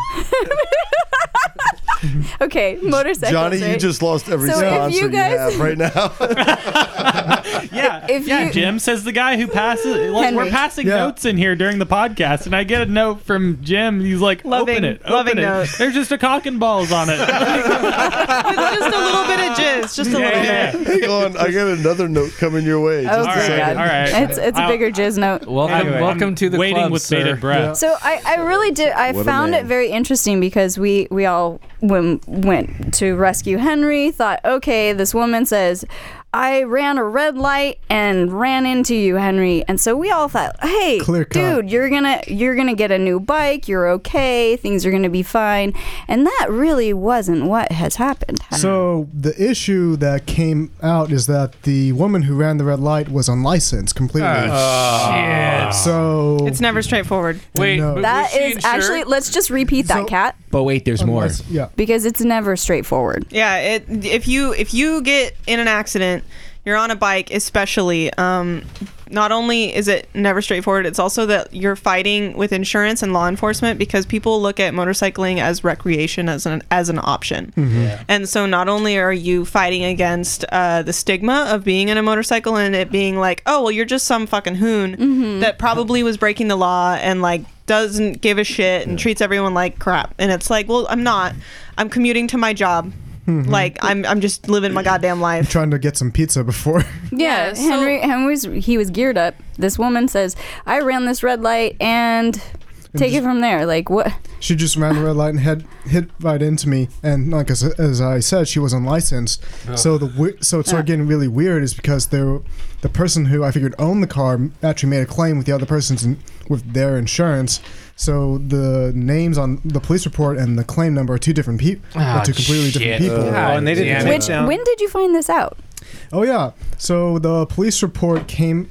right. (laughs) okay, motorcycle.
Johnny, you
right?
just lost every
So if
sponsor
you
you,
guys-
have (laughs) right now.
(laughs) Yeah.
If
yeah,
you-
Jim says the guy who passes. Like,
Henry.
we're passing
Yeah.
notes in here during the podcast, and I get a note from Jim. He's like,
Loving-
"Open it, open
loving
it."
note.
There's just a cock and balls on
(laughs)
(laughs)
it.
just a little bit of jizz. Just a little
Yeah,
bit.
Hang on, I got another note coming your way.
Oh,
Just a
good
second.
God. It's, it's a
I'll-
bigger jizz note.
Welcome,
Anyway,
welcome
I'm
to the
waiting
club,
with
sir.
bated breath.
So I, I really did. I
What a
found it
man.
very interesting because we we all when went to rescue Henry. Thought, okay, this woman says. I ran a red light and ran into you, Henry. And so we all thought, "Hey,
Clear cut.
dude, you're going to you're going to get a new bike. You're okay. Things are going to be fine." And that really wasn't what has happened.
So the issue that came out is that the woman who ran the red light was unlicensed completely.
shit.
So
It's never straightforward.
Wait, but
that
was she
is
insured?
actually let's just repeat that, cat,
But wait, there's more.
yeah.
because it's never straightforward.
Yeah, it, if you if you get in an accident, you're on a bike, especially, um, not only is it never straightforward, it's also that you're fighting with insurance and law enforcement because people look at motorcycling as recreation as an as an option.
Mhm.
Mm-hmm.
Yeah.
And so not only are you fighting against uh, the stigma of being in a motorcycle and it being like, oh, well, you're just some fucking hoon
Mm-hmm.
that probably was breaking the law and like doesn't give a shit and treats everyone like crap. And it's like, well, I'm not. I'm commuting to my job.
Mhm.
Like I'm, I'm just living my goddamn life.
I'm trying to get some pizza before.
Yeah, Henry Henry's he was geared up. This woman says, "I ran this red light and take it from there." Like what?
She just ran the red light and had hit right into me, and like as, as I said, she was unlicensed. So the we- so it started getting really weird is because they were, the person who I figured owned the car actually made a claim with the other person's in, with their insurance. So the names on the police report and the claim number are two different people,
Ah,
are two completely
shit.
different people.
Oh, and they didn't Damn it.
Which, when did you find this out?
Oh yeah. So the police report came.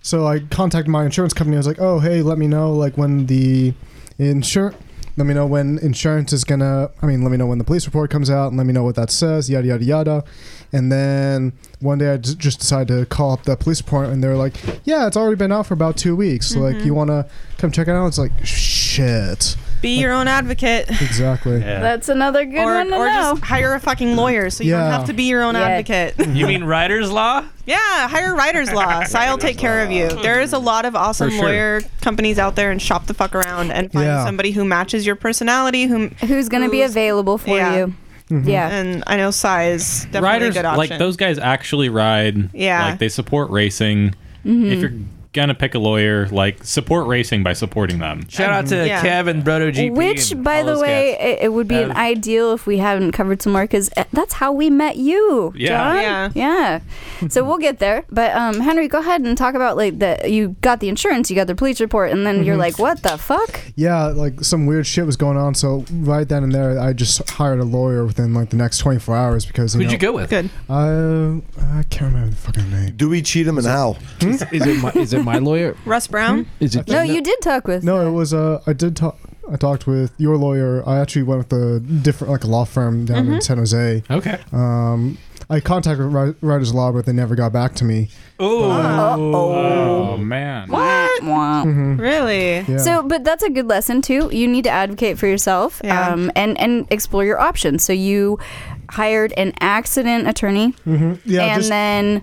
So I contacted my insurance company. I was like, "Oh hey, let me know like when the insur Let me know when insurance is gonna. I mean, let me know when the police report comes out, and let me know what that says. Yada yada yada. And then one day I j- just decided to call up the police report, and they're like, "Yeah, it's already been out for about two weeks. Like,
Mhm.
you wanna come check it out?" It's like, "Shit."
Be your own advocate.
Exactly.
That's another good
or,
one to
or
know.
just hire a fucking lawyer so you don't
Yeah.
have to be your own
Yeah.
advocate.
You mean Ryder's Law?
Yeah, hire writer's law. Si'll take care of you. There is a lot of awesome
For sure.
lawyer companies out there, and shop the fuck around and find
Yeah.
somebody who matches your personality, who
who's going to be available for you. Yeah.
and I know Sai is definitely
Riders
a good option.
like those guys actually ride.
Yeah.
like they support racing.
Mhm.
If you're gonna pick a lawyer, like support racing by supporting them.
Shout out to
Yeah.
Kevin Brodo GP.
Which,
and
by
all
the
those
way,
guys.
it, it would be an
Um,
ideal if we haven't covered some more because that's how we met you,
Yeah.
John.
Yeah.
Yeah. So we'll get there. But um, Henry, go ahead and talk about like the you got the insurance, you got the police report, and then
Mm-hmm.
you're
Mhm.
like, what the fuck?
Yeah, like some weird shit was going on. So right then and there, I just hired a lawyer within like the next 24 hours because. You
Who'd
know,
you go with?
Good.
Uh, I can't remember the fucking name.
Do we cheat him and how?
Is,
it my, is it my lawyer?
Russ
Mm-hmm.
Brown.
Is
(laughs)
it?
No, you did talk with.
No, it was. Uh, I did talk. I talked with your lawyer. I actually went with a different, like a law firm down in
Mhm.
San Jose.
Okay.
Um, I contacted Ri- Writers Law, but they never got back to me.
Oh, man.
What?
Mhm.
Really?
Yeah.
So, but that's a good lesson too. You need to advocate for yourself um, and and explore your options. So you hired an accident attorney,
Mhm. Yeah,
and
just-
then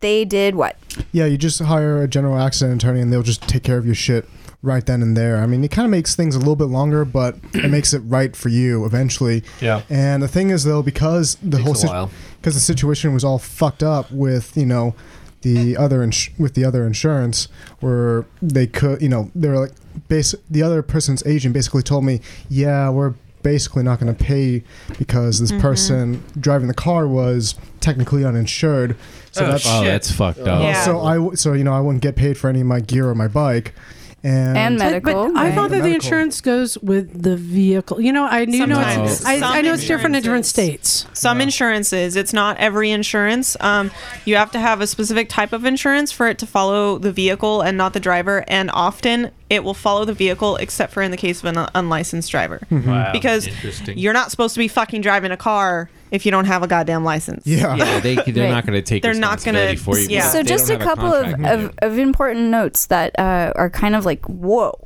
they did what?
Yeah, you just hire a general accident attorney and they'll just take care of your shit right then and there. I mean, it kind of makes things a little bit longer, but it makes it right for you eventually.
Yeah.
And the thing is though because the whole
a
situation
while.
because the situation was all fucked up with, you know, the other ins- with the other insurance where they could, you know, they were like base the other person's agent basically told me, "Yeah, we're basically not going to pay because this
Mhm.
person driving the car was technically uninsured." So
Oh,
that's
shit. Oh, that's fucked up. Yeah.
So I w- so you know I wouldn't get paid for any of my gear or my bike, and
But, but I thought that the insurance goes with the vehicle. You know, I you know it's,
Sometimes.
I,
Some
I know it's different in different states.
Some insurances, it's not every insurance. Um, you have to have a specific type of insurance for it to follow the vehicle and not the driver. And often it will follow the vehicle, except for in the case of an unlicensed driver,
Mhm. Wow,
because
interesting.
you're not supposed to be fucking driving a car if you, don't have a goddamn license. Yeah.
yeah they, they're
Right.
not going to take
They're not gonna-
responsibility for you.
yeah.
because
So
they
just a
don't have
couple of,
contract.
of, of important notes that uh, are kind of like, whoa.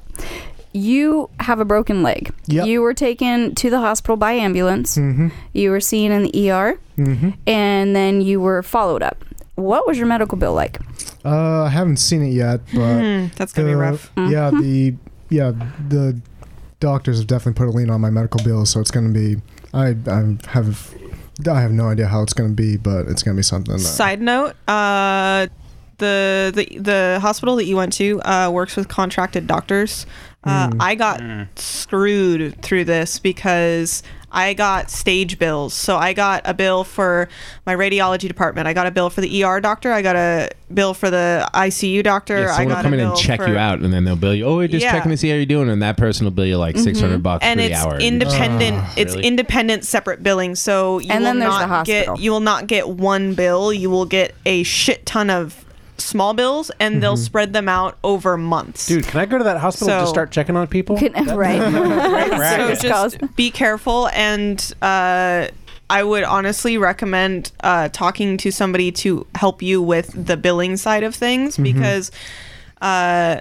You have a broken leg.
Yep.
You were taken to the hospital by ambulance.
Mhm.
You were seen in the ER,
Mm-hmm.
and then you were followed up. What was your medical bill like?
Uh, I haven't seen it yet, but
Hmm, that's gonna be
the-
rough.
Yeah, the yeah the doctors have definitely put a lien on my medical bill, so it's going to be. I I have I have no idea how it's going to be, but it's going to be something. That,
Side note, uh, the, the the hospital that you went to uh, works with contracted doctors. Uh,
Hmm.
Mm.
I got screwed through this because I got stage bills. So I got a bill for my radiology department. I got a bill for the ER doctor. I got a bill for the ICU doctor.
Yeah,
I
someone
got
will
a
come in and
bill
check
for-
you out, and then they'll bill you. Oh, we're just
Yeah.
checking to see how you're doing, and that person will bill you like six hundred
Mhm.
bucks
and
for
it's
the hour. Ah,
independent it's
Oh, Really?
independent separate billing so you
And
will
then there's the
not get
hospital.
you will not get one bill you will get a shit ton of small bills and they'll
Mhm.
spread them out over months
Dude, can I go to that hospital and just
So-
start checking (laughs) on people?
Can-
That-
right.
Great
so
racket.
just be careful and uh I would honestly recommend uh, talking to somebody to help you with the billing side of things
Mhm.
because uh,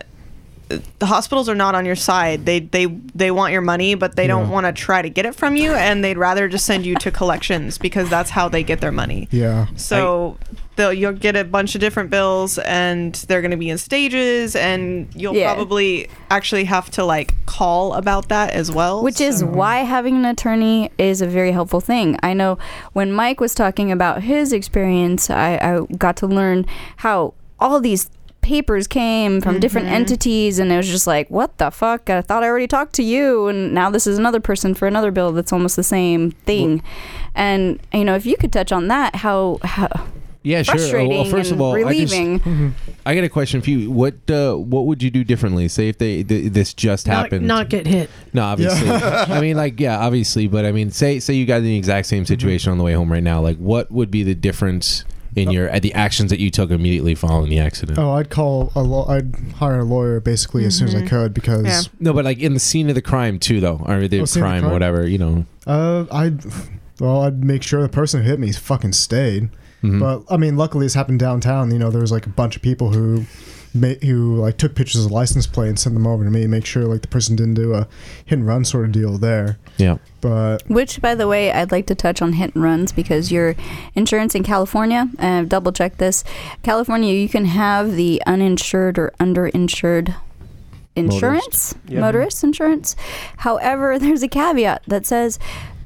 the hospitals are not on your side. They they they want your money, but they don't
Yeah.
want to try to get it from you, and they'd rather just send you to collections because that's how they get their money.
Yeah.
So they'll, you'll get a bunch of different bills, and they're going to be in stages, and you'll
Yeah.
probably actually have to like call about that as well.
Which is why having an attorney is a very helpful thing. I know when Mike was talking about his experience, I, I got to learn how all these papers came from different
Mm-hmm.
entities, and it was just like, what the fuck? I thought I already talked to you, and now this is another person for another bill that's almost the same thing. and, you know, if you could touch on that, how. how
Yeah, sure. Oh, Well,
frustrating
first
and
of all,
relieving.
I just, Mm-hmm. I got a question for you. What uh, what would you do differently? Say if they th- this just
Not,
happened.
not get hit.
No, obviously.
Yeah.
I mean, like, yeah, obviously. But I mean, say say you got in the exact
Mm-hmm.
same situation on the way home right now. Like, what would be the difference in your at the actions that you took immediately following the accident?
Oh, I'd call a law. I'd hire a lawyer basically as soon as I
Mm-hmm.
Mhm.
could because
No, but like in the scene of the crime too, though, or the
Oh, scene of the
crime,
crime?
whatever. You know.
Uh, I, well, I'd make sure the person who hit me fucking stayed.
Mhm.
But I mean, luckily this happened downtown. You know, there was like a bunch of people who, ma- who like took pictures of the license plate and sent them over to me, make sure like the person didn't do a hit and run sort of deal there.
Yeah.
But
Which, by the way, I'd like to touch on hit and runs because your insurance in California, and I've double checked this, California, you can have the uninsured or underinsured insurance,
Motorist. Yeah.
motorist insurance. However, (laughs) there's a caveat that says,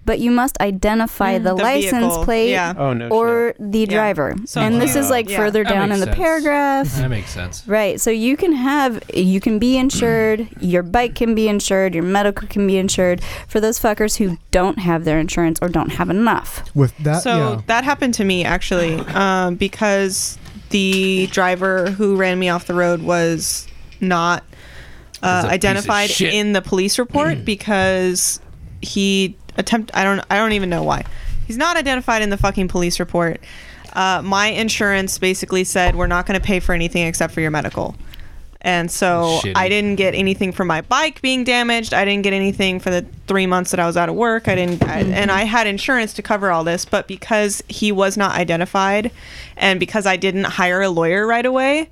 but you must identify the,
the
license
vehicle,
plate
yeah.
Oh, no
or the driver.
So
and this
cute.
is like
Yeah.
further
That
down in
makes
the
sense.
paragraph.
That makes sense.
Right. So you can have, you can be insured, your bike can be insured, your medical can be insured for those fuckers who don't have their insurance or don't have enough.
with that,
so
yeah.
that happened to me actually um, because the driver who ran me off the road was not
He's a piece
uh,
of
identified
shit.
in the police report because he attempt I don't I don't even know why he's not identified in the fucking police report. Uh, my insurance basically said we're not going to pay for anything except for your medical. And so
Shitty.
I didn't get anything for my bike being damaged. I didn't get anything for the three months that I was out of work. I didn't, I, and I had insurance to cover all this. But because he was not identified, and because I didn't hire a lawyer right away,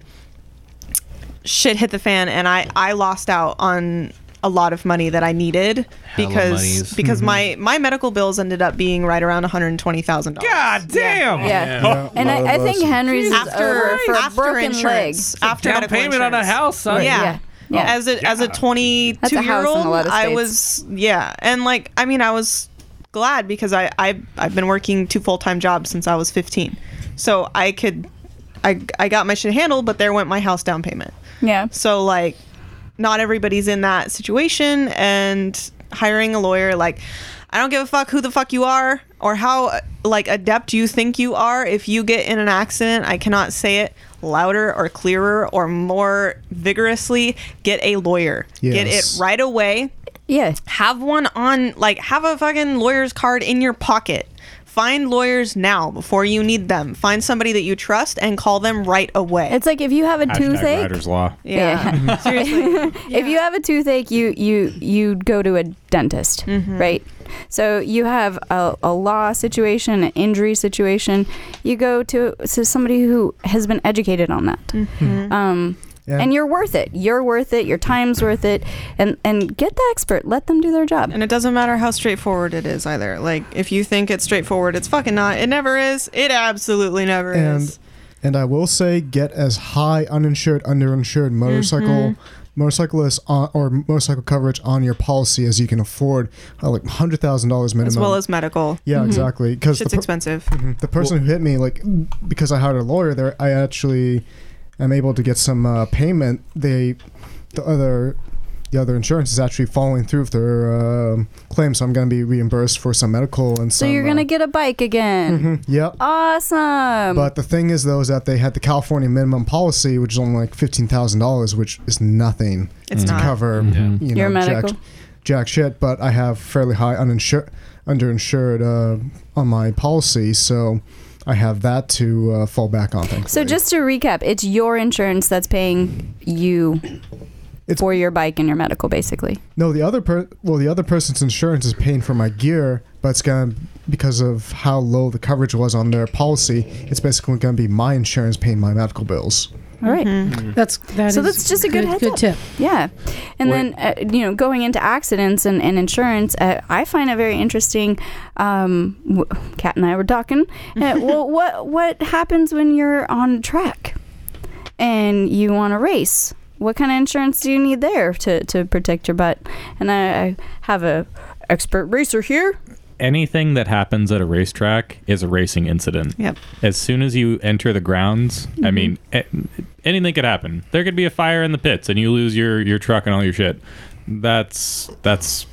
shit hit the fan, and I I lost out on a lot of money that I needed
Hella
because
monies.
because
Mhm.
Mm-hmm.
my my medical bills ended up being right around one hundred twenty thousand dollars. God
damn!
Yeah. Oh, And I, I think Henry's is over for a
after
broken leg.
insurance, after
down
medical
payment on a
insurance.
house, son.
Yeah.
Yeah.
Yeah.
As a as a
That's a
twenty-two
house
year
in a lot
old,
of
I
states.
was yeah, and like I mean, I was glad because I I I've been working two full time jobs since I was fifteen, so I could I I got my shit handled, but there went my house down payment.
Yeah.
So like, not everybody's in that situation, and hiring a lawyer like. I don't give a fuck who the fuck you are or how like adept you think you are. If you get in an accident, I cannot say it louder or clearer or more vigorously. Get a lawyer. Get
Yes.
it right away.
Yeah.
Have one on like have a fucking lawyer's card in your pocket. Find lawyers now before you need them. Find somebody that you trust and call them right away.
It's like if you have a
Hashtag
toothache.
Rider's law.
(laughs)
Yeah. (laughs) if you have a toothache, you you you go to a dentist,
Mm-hmm.
right? So you have a, a law situation, an injury situation. You go to to somebody who has been educated on that,
Hmm.
Mm-hmm.
um,
Yeah.
and you're worth it. You're worth it. Your time's worth it, and and get the expert. Let them do their job.
And it doesn't matter how straightforward it is either. Like if you think it's straightforward, it's fucking not. It never is. It absolutely never
and
is.
and I will say, get as high uninsured, underinsured motorcycle.
Mhm.
Motorcyclist on, or motorcycle coverage on your policy as you can afford, uh, like hundred thousand dollars minimum,
As well as medical.
Yeah,
Mm-hmm.
Mhm.
exactly. Because
Shit's expensive.
(clears throat) The person who hit me, like, because I hired a lawyer, there I actually am able to get some uh, payment. They, the other, the other insurance is actually following through with their um, claim, so I'm going to be reimbursed for some medical and
So
some.
you're
uh,
gonna get a bike again.
mhm, Yep.
Awesome.
But the thing is, though, is that they had the California minimum policy, which is only like fifteen thousand dollars, which is nothing
It's
to
not.
cover you know
Your medical.
jack, jack shit. But I have fairly high uninsured, underinsured uh, on my policy, so I have that to uh, fall back on. Thankfully.
so just to recap, it's your insurance that's paying you for your bike and your medical, basically.
No, the other per well, the other person's insurance is paying for my gear, but it's gonna because of how low the coverage was on their policy. It's basically gonna be my insurance paying my medical bills.
All right.
Mm-hmm.
That's that
Mm-hmm. so
is
that's just a good
good-
heads
good
up.
tip.
Yeah, and then uh, you know going into accidents and, and insurance, uh, I find it very interesting. Um, w- Kat and I were talking.
(laughs)
Uh, well, what what happens when you're on track and you want to race? What kind of insurance do you need there to, to protect your butt? And I, I have a expert racer here.
anything that happens at a racetrack is a racing incident.
Yep.
As soon as you enter the grounds, I
Mhm.
Mm-hmm.
mean, a- anything could happen. There could be a fire in the pits, and you lose your your truck and all your shit. That's that's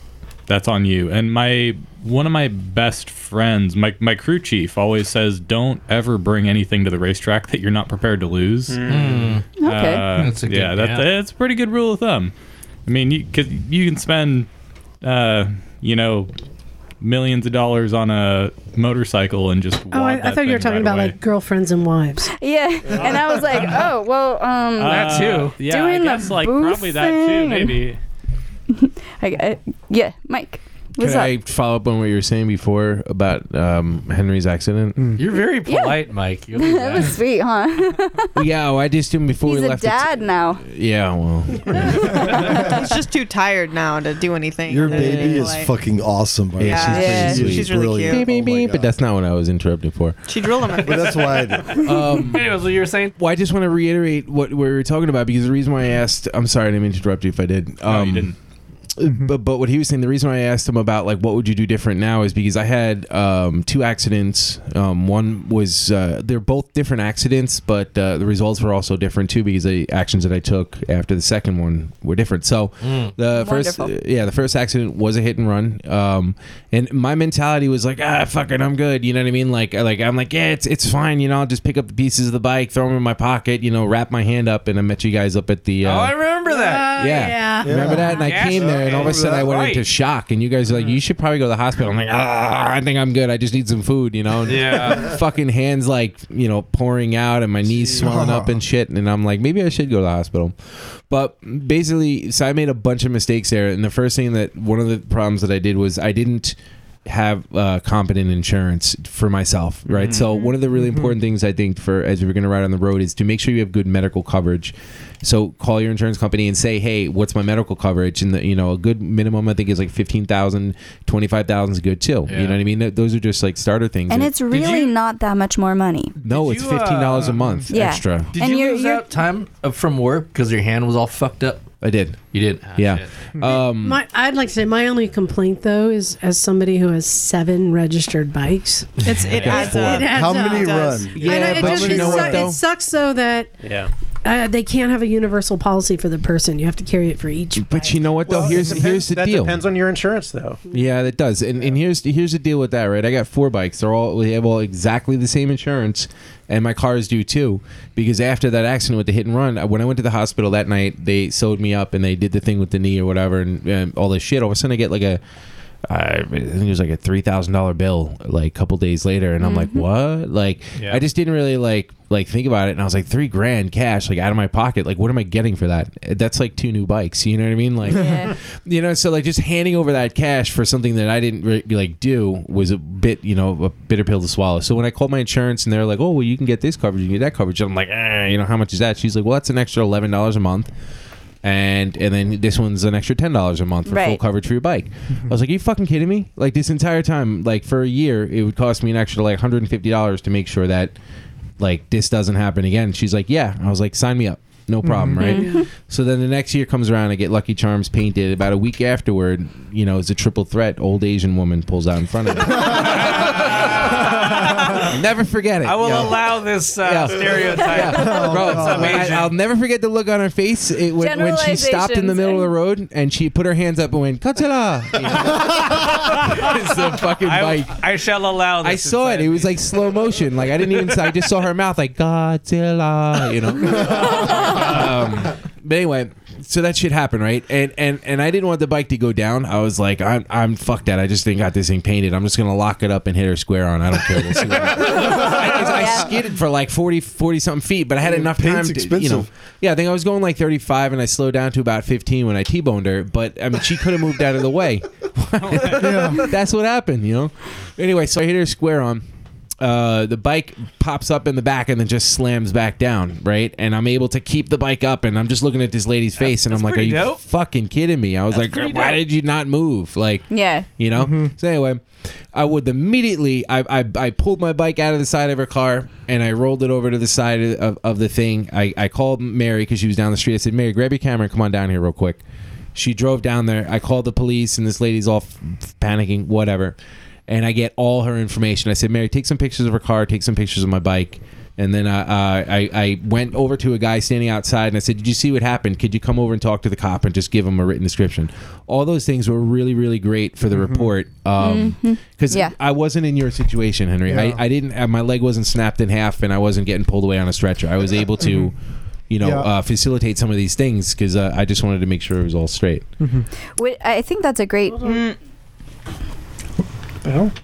that's on you. And my one of my best friends, my my crew chief, always says, "Don't ever bring anything to the racetrack that you're not prepared to lose." Uh,
Mm. Okay. That's a good-
yeah, that's,
yeah.
that's a pretty good rule of thumb. I mean, you cause you can spend, uh, you know, millions of dollars on a motorcycle and just.
Oh, I, I thought you were talking about like girlfriends and wives.
Hmm.
Yeah, and I was
(laughs)
like, oh well, um,
that too. Yeah, I
doing the
guess like
booth
probably that
thing
too.
and-
Maybe.
I, I- yeah, Mike, what's
Could
(laughs) up?
I follow up on what you were saying before about um, Henry's accident?
Mm.
You're very polite, Mike. You look
that was sweet, huh?
(laughs) yeah, well, I just didn't before
He's
we
a
left. the t-
dad now.
yeah, well,
(laughs) He's just too tired now to do anything.
Your
other than
baby
be
is
uh, like-
fucking awesome. By the
Yeah,
way.
she's
Yeah.
pretty sweet.
She's really
Brilliant.
cute.
Beep, beep,
Oh
beep, but that's not what I was interrupting for.
She drilled him. I
But
think. (laughs)
that's why I did.
Um,
Anyways, what you were saying?
well, I just want to reiterate what we were talking about because the reason why I asked, I'm sorry, I didn't mean to interrupt you if I did. Um,
No, you didn't.
Mm-hmm.
but but what he was saying, the reason why I asked him about like what would you do different now is because I had um, two accidents. Um, one was uh, they're both different accidents, but uh, the results were also different too because the actions that I took after the second one were different. So the first
Wonderful.
Uh, yeah, the first accident was a hit and run. Um, and my mentality was like, ah, fucking, I'm good. You know what I mean? Like, like I'm like, yeah, it's it's fine. You know, I'll just pick up the pieces of the bike, throw them in my pocket. You know, wrap my hand up, and I met you guys up at the. Uh,
Oh, I remember that.
Oh,
yeah. Remember that? And I
Yes,
came there, and all of a
okay.
sudden I went
Right.
into shock. And you guys are like, "You should probably go to the hospital." I'm like, "Ah, I think I'm good. I just need some food," you know. And (laughs)
Yeah.
fucking hands like you know pouring out, and my knees swelling up
(laughs)
and shit. And I'm like, maybe I should go to the hospital. But basically, so I made a bunch of mistakes there. And the first thing that one of the problems that I did was I didn't have uh, competent insurance for myself, right? So one of the really important things I think for as we're going to ride on the road is to make sure you have good medical coverage. So call your insurance company and say, "Hey, what's my medical coverage?" And the, you know, a good minimum I think is like 15,000, 25,000 is good too.
Yeah.
You know what I mean? Th- Those are just like starter things.
And it's really
you-
not that much more money.
no,
Did
it's
you,
$15 a
uh,
month
Yeah.
extra.
Did
And
you
you're-
lose
you're-
out time uh, from work because your hand was all fucked up?
I did.
You did. Ah,
Yeah. Um
shit.
Mm-hmm.
My, I'd like to say my only complaint though is as somebody who has seven registered
(laughs)
bikes.
It's it adds
It
up.
adds
How
up.
many
It does.
run?
Yeah,
I know, it
but
just-
you
it
know what,
su-
though?
It sucks though that
Yeah.
uh, they can't have a universal policy for the person. You have to carry it for each.
but you know what though?
Well, it
here's
(laughs)
depends-
here's the
that
deal.
depends on your insurance, though.
Yeah, that does. And, and here's here's the deal with that, right? I got four bikes. They're all they have all exactly the same insurance, and my cars do too. Because after that accident with the hit and run, I- when I went to the hospital that night, they sewed me up and they did the thing with the knee or whatever and, and all this shit. All of a sudden, I get like a. I think it was like a three thousand dollar bill, like a couple days later, and I'm like, "What?" Like,
Yeah.
I just didn't really like like think about it, and I was like, three grand cash, like out of my pocket. Like, what am I getting for that? That's like two new bikes. You know what I mean? Like,
Yeah.
(laughs) you know so like just handing over that cash for something that i didn't re- like do was a bit you know a bitter pill to swallow so when i called my insurance and they're like oh well you can get this coverage you can get that coverage i'm like eh, you know how much is that she's like well that's an extra $11 a month and and then this one's an extra ten dollars a month for full
Right. Mm-hmm.
coverage for your bike. I was like, Are you fucking kidding me? Like this entire time, like for a year, it would cost me an extra like hundred and fifty dollars to make sure that like this doesn't happen again. She's like, Yeah. I was like, Sign me up. No problem,
Mm-hmm.
right? So then the next year comes around, I get Lucky Charms painted. About a week afterward, you know, it's a triple threat. Old Asian woman pulls out in front of me. I'll never forget it.
I will
yo.
allow this uh,
Yeah.
stereotype. (laughs)
Yeah. Bro, I, I'll never forget the look on her face it, when, when she stopped in the middle of the road and she put her hands up and went, Katala! You know? (laughs) it's a fucking
I,
bike.
I shall allow this.
I saw it. It was like slow motion. Like I didn't even. I just saw her mouth like Godzilla. You know. um, but anyway, so that shit happened, right? And and and I didn't want the bike to go down. I was like, I'm I'm fuck that. I just ain't got this thing painted. I'm just gonna lock it up and hit her square on. I don't care. We'll see what happens. I, I skidded for like 40, 40 something feet, but I had enough time.
paint's
To, you know,
expensive.
yeah, I think
(laughs)
I was going like thirty five, and I slowed down to about fifteen when I t-boned her. But I mean, she could have moved out of the way. That's what happened, you know. Anyway, so I hit her square on. Uh, the bike pops up in the back and then just slams back down, right? And I'm able to keep the bike up, and I'm just looking at this lady's face, and I'm like, "Are
pretty
you
dope.
fucking kidding me?" I was
pretty
like, "Why
dope.
did you not move?" Like,
Yeah.
you know. So anyway, I would immediately I, I I pulled my bike out of the side of her car and I rolled it over to the side of, of the thing. I, I called Mary because she was down the street. I said, Mary, grab your camera and come on down here real quick. She drove down there. I called the police and this lady's all f- f- panicking, whatever. And I get all her information. I said, Mary, take some pictures of her car, take some pictures of my bike. And then I, uh, I I went over to a guy standing outside and I said, "Did you see what happened? Could you come over and talk to the cop and just give him a written description?" All those things were really really great for the
Mm-hmm.
report because
Yeah.
I wasn't in your situation, Henry.
Yeah.
I, I didn't. Uh, my leg wasn't snapped in half and I wasn't getting pulled away on a stretcher. I was able to. You know,
Mm-hmm. Yeah.
uh, facilitate some of these things because uh, I just wanted to make sure it was all straight.
Wait, I think that's a great.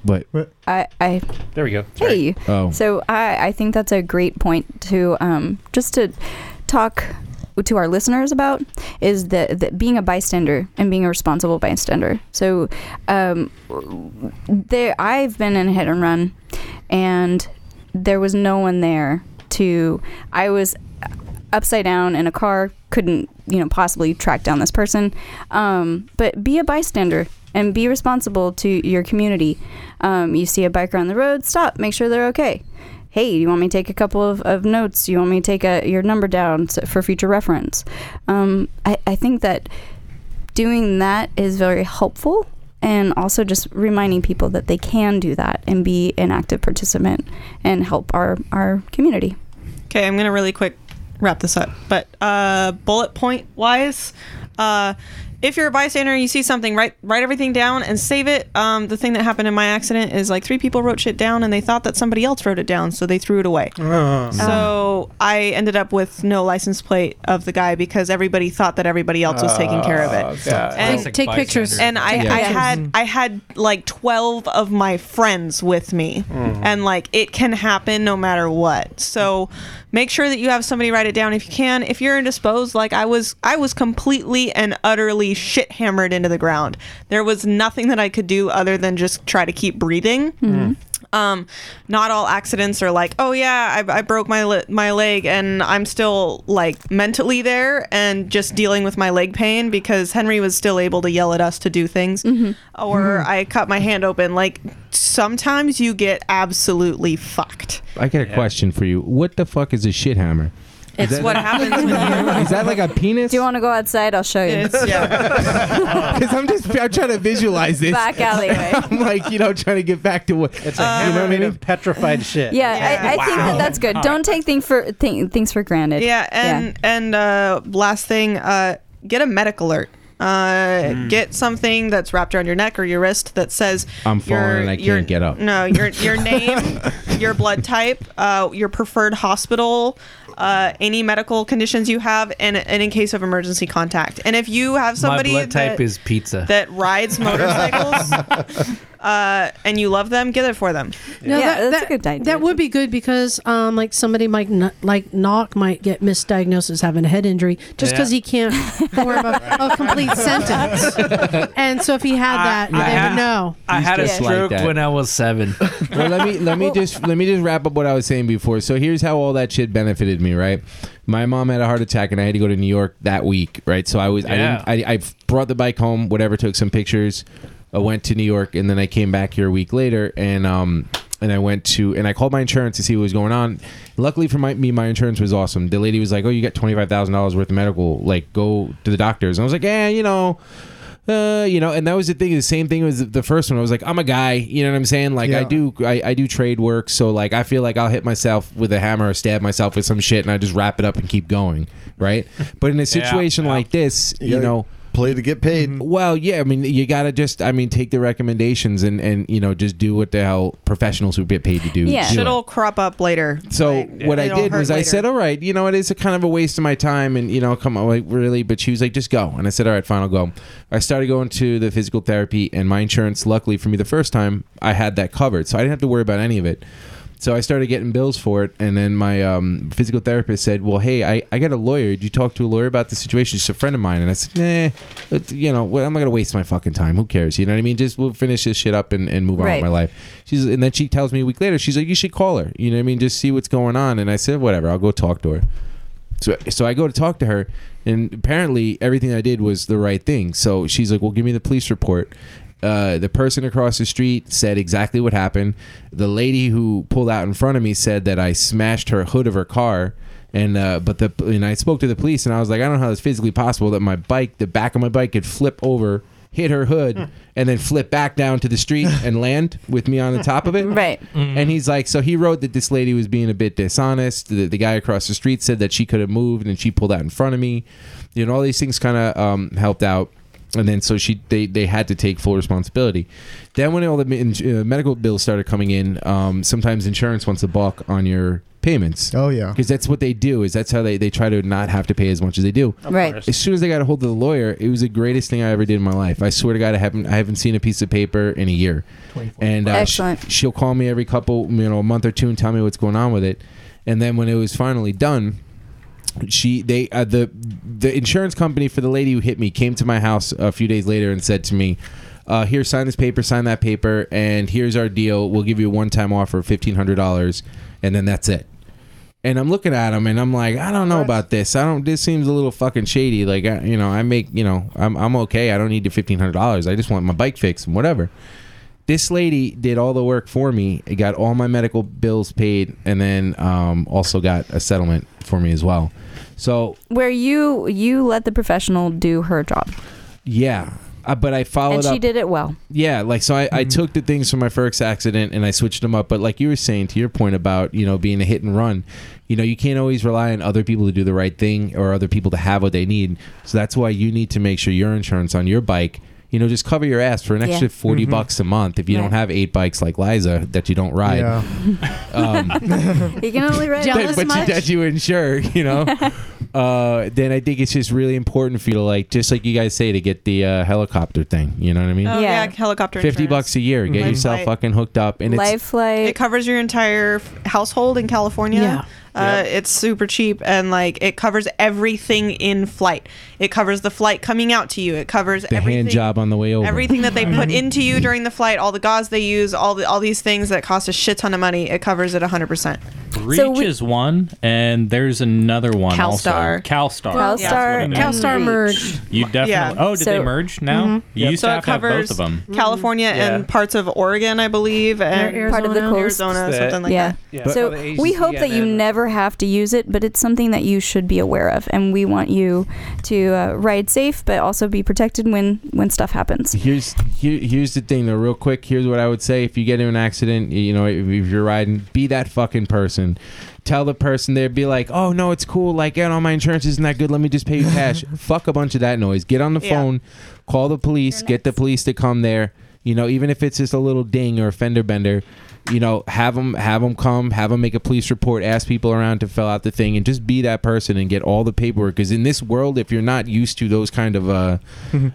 But
I, I
There we go.
hey.
oh,
So I, I think that's a great point to um, just to talk to our listeners about is that, that being a bystander and being a responsible bystander. So um, there, I've been in a hit and run, and there was no one there to. I was upside down in a car, couldn't you know possibly track down this person. Um, but be a bystander and be responsible to your community. Um, you see a biker on the road, stop, make sure they're okay. Hey, you want me to take a couple of, of notes? You want me to take a, your number down so, for future reference? Um, I, I think that doing that is very helpful and also just reminding people that they can do that and be an active participant and help our, our community.
Okay, I'm gonna really quick wrap this up, but uh, bullet point wise, uh, if you're a bystander and you see something, write write everything down and save it. Um, the thing that happened in my accident is like three people wrote shit down and they thought that somebody else wrote it down, so they threw it away.
Uh-huh.
Uh-huh. Um,
So I ended up with no license plate of the guy because everybody thought that everybody else was taking care of it. And
Oh, Classic
Take pictures.
bystander.
and I,
Yeah.
I had I had like twelve of my friends with me, and like it can happen no matter what. So make sure that you have somebody write it down if you can. If you're indisposed, like I was, I was completely and utterly shit hammered into the ground. There was nothing that I could do other than just try to keep breathing. Um, not all accidents are like, oh yeah, I, I broke my le- my leg and I'm still like mentally there and just dealing with my leg pain because Henry was still able to yell at us to do things,
Mm-hmm.
or I cut my hand open. Like sometimes you get absolutely fucked.
I got a question for you. What the fuck is a shit hammer?
It's what happens
(laughs)
when you. (laughs)
Is that like a penis?
Do you want to go outside? I'll show you.
It's, yeah.
(laughs) Because I'm just I'm trying to visualize this.
back alleyway.
(laughs) I'm like, you know, trying to get back to what.
It's a hammer made of petrified shit.
Yeah, I, I
Yeah.
think that that's good. Don't take thing for thing, things for granted.
Yeah, and and uh, last thing, uh, get a medic alert. Uh, Get something that's wrapped around your neck or your wrist that says
I'm falling
your-
and I
your-
can't get up. (laughs)
No, your your name, your blood type, uh, your preferred hospital, uh, any medical conditions you have, and, and in case of emergency contact. And if you have somebody
My blood
that,
type is pizza.
that
(laughs)
rides motorcycles uh, and you love them, get it for them.
No,
Yeah,
that,
that's a
that,
good idea.
That would be good because, um, like somebody might kn- like knock might get misdiagnosed as having a head injury just because
Yeah.
he
(laughs)
can't form a, a complete sentence. And so if he had that,
I
they
had-
would know.
I had a
Just like
stroke
that.
when I was seven.
(laughs) well, let me let me just let me just wrap up what I was saying before. So here's how all that shit benefited me, right? My mom had a heart attack, and I had to go to New York that week, right? So I was
Yeah.
I, didn't, I I brought the bike home, whatever, took some pictures. I went to New York, and then I came back here a week later, and um and I went to and I called my insurance to see what was going on. Luckily for my, me, my insurance was awesome. The lady was like, "Oh, you got twenty five thousand dollars worth of medical. Like, go to the doctors." And I was like, "Yeah, you know." uh, you know, and that was the thing. The same thing was the first one. I was like, I'm a guy, you know what I'm saying? Like, I
Yeah.
do, I, I do trade work, so like, I feel like I'll hit myself with a hammer or stab myself with some shit, and I just wrap it up and keep going, right? But in a situation
(laughs) yeah.
like this, you
gotta
know, Mm-hmm.
play to get paid.
well, yeah, I mean, you gotta just, I mean, take the recommendations and and you know, just do what the hell professionals who get paid to do.
Yeah.
do it.
Shit'll crop up later.
So
Like,
what I
it'll
did
hurt
was I
later.
said, "All right, you know, it is a kind of a waste of my time, and you know, come on, like really." But she was like, "Just go," and I said, "All right, fine, I'll go." I started going to the physical therapy, and my insurance, luckily for me, the first time I had that covered, so I didn't have to worry about any of it. So I started getting bills for it, and then my um, physical therapist said, "Well, hey, I, I got a lawyer. Did you talk to a lawyer about the situation? She's a friend of mine." And I said, "Nah, it- you know, well, I'm not gonna waste my fucking time. Who cares? You know what I mean? Just we'll finish this shit up and, and move on
Right.
with my life." She's and then she tells me a week later, she's like, "You should call her. You know what I mean? Just see what's going on." And I said, "Whatever. I'll go talk to her." So, so I go to talk to her, and apparently everything I did was the right thing. So she's like, "Well, give me the police report." Uh, the person across the street said exactly what happened. The lady who pulled out in front of me said that I smashed her hood of her car, and uh, but the and I spoke to the police, and I was like, "I don't know how it's physically possible that my bike, the back of my bike, could flip over." Hit her hood and then flip back down to the street and land with me on the top of it.
Right.
And he's like, so he wrote that this lady was being a bit dishonest. The, the guy across the street said that she could have moved, and she pulled out in front of me. You know, all these things kind of um, helped out. And then so she they, they had to take full responsibility. Then when all the me- uh, medical bills started coming in, um, sometimes insurance wants a balk on your payments
Oh yeah.
because that's what they do. Is that's how they they try to not have to pay as much as they do
Right.
as soon as I got a hold of the lawyer, it was the greatest thing I ever did in my life. I swear to God, I haven't I haven't seen a piece of paper in a year. And uh, sh-
Excellent.
she'll call me every couple, you know, a month or two and tell me what's going on with it. And then when it was finally done, she they uh, the the insurance company for the lady who hit me came to my house a few days later and said to me uh, here sign this paper sign that paper and here's our deal we'll give you a one-time offer of $1500 and then that's it and i'm looking at him and i'm like i don't know about this i don't this seems a little fucking shady like I, you know i make you know I'm, I'm okay i don't need the $1500 i just want my bike fixed and whatever this lady did all the work for me It got all my medical bills paid and then um, also got a settlement for me as well so
Where you you let the professional do her job,
yeah uh, but i followed
and she
up
did it well.
yeah like so I, I took the things from my first accident and i switched them up but like you were saying to your point about you know being a hit and run you know you can't always rely on other people to do the right thing or other people to have what they need so that's why you need to make sure your insurance on your bike you know just cover your ass for an
Yeah.
extra 40 bucks a month if you don't
Right.
have eight bikes like liza that you don't ride
Yeah.
(laughs)
(laughs)
um,
You can only write
Jealous
that, but you, that you insure,
(laughs)
you know. uh, then I think it's just really important for you to like, just like you guys say, to get the uh, helicopter thing. You know what I mean?
Oh,
Yeah.
yeah. helicopter.
Fifty
insurance.
bucks a year, get
Life
yourself
flight.
fucking hooked up, and
life
It
flight.
covers your entire f- household in California.
Yeah.
Uh, It's super cheap and like it covers everything in flight. It covers the flight coming out to you. It covers
it's the
everything.
hand job on the way over.
Everything that they
Mm-hmm.
put into you during the flight, all the gauze they use, all the all these things that cost a shit ton of money, it covers it 100%.
Reach
So we-
is one, and there's another one
CalStar.
also. CalStar.
Calstar,
That's what it
Calstar
is.
CalStar
Reach.
merge.
You definitely.
Yeah.
Oh, did they
So- mm-hmm.
merge now? You used
So
to
it
have to have
covers
both of them.
California
Yeah.
and parts of Oregon, I believe, and
Arizona.
Part of the coast.
Arizona,
That-
something like
yeah.
that.
Yeah.
So we hope that you never have to use it, but it's something that you should be aware of, and we want you to uh, ride safe, but also be protected when when stuff happens.
Here's here, here's the thing though, real quick. Here's what I would say: if you get in an accident, you know, if, if you're riding, be that fucking person. Tell the person there, be like, "Oh no, it's cool. Like, you know, my insurance isn't that good. Let me just
(laughs)
pay you cash." Fuck a bunch of that noise. Get on the
Yeah.
phone, call the police, get the police to come there. You know, even if it's just a little ding or a fender bender, you know, have them have them come, have them make a police report, ask people around to fill out the thing, and just be that person and get all the paperwork. Because in this world, if you're not used to those
(laughs)
kind of uh, uh,
Oh,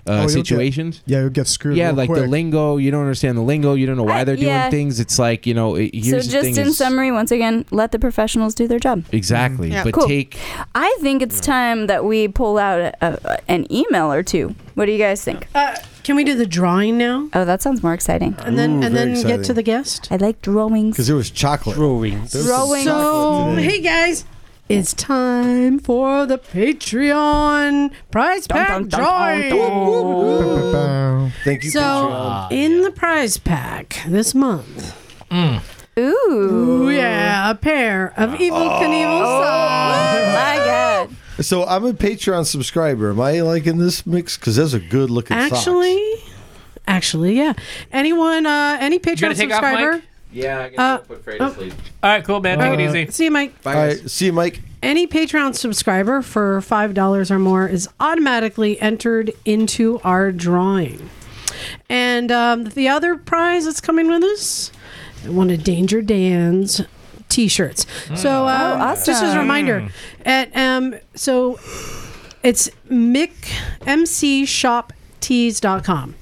Oh,
you'll get-
situations.
Yeah, you'll get screwed.
Yeah,
real
like the
quick.
lingo. You don't understand the lingo. You don't know why
I-
they're doing
Uh, yeah.
things. It's like you know. It, here's
so,
the thing
just in
is-
summary, once again, let the professionals do their job.
exactly.
Yeah.
But
Cool.
take
I think it's time that we pull out a, a, an email or two. What do you guys think?
Uh, can we do the drawing now?
Oh, that sounds more exciting.
And then
Ooh,
and
very
then get to
exciting.
the guest.
I like drawings.
because it was chocolate.
drawings.
There was some
Throwing-
So
chocolate today.
hey guys, it's time for the Patreon prize
Dun,
pack
dun, dun,
drawing.
dun,
Bow.
Thank you,
So
Patreon.
in the prize pack this month,
Ooh.
ooh yeah, a pair of Evil
Oh.
Knievel socks.
My God.
So I'm a Patreon subscriber. Am I liking this mix? Because that's a good looking
Actually, actually yeah. Anyone, uh, any Patreon
gonna take off,
subscriber?
Mike?
yeah,
gotta Uh,
put Frey
to oh. Uh,
sleep.
All right, cool, man. Take it easy.
See you, Mike.
All right, see you, Mike.
Any Patreon subscriber for $5 or more is automatically entered into our drawing. And um, the other prize that's coming with us, one of Danger Dan's t-shirts. So um,
awesome.
just as a reminder, at um, so it's Mick mcshoptees.com.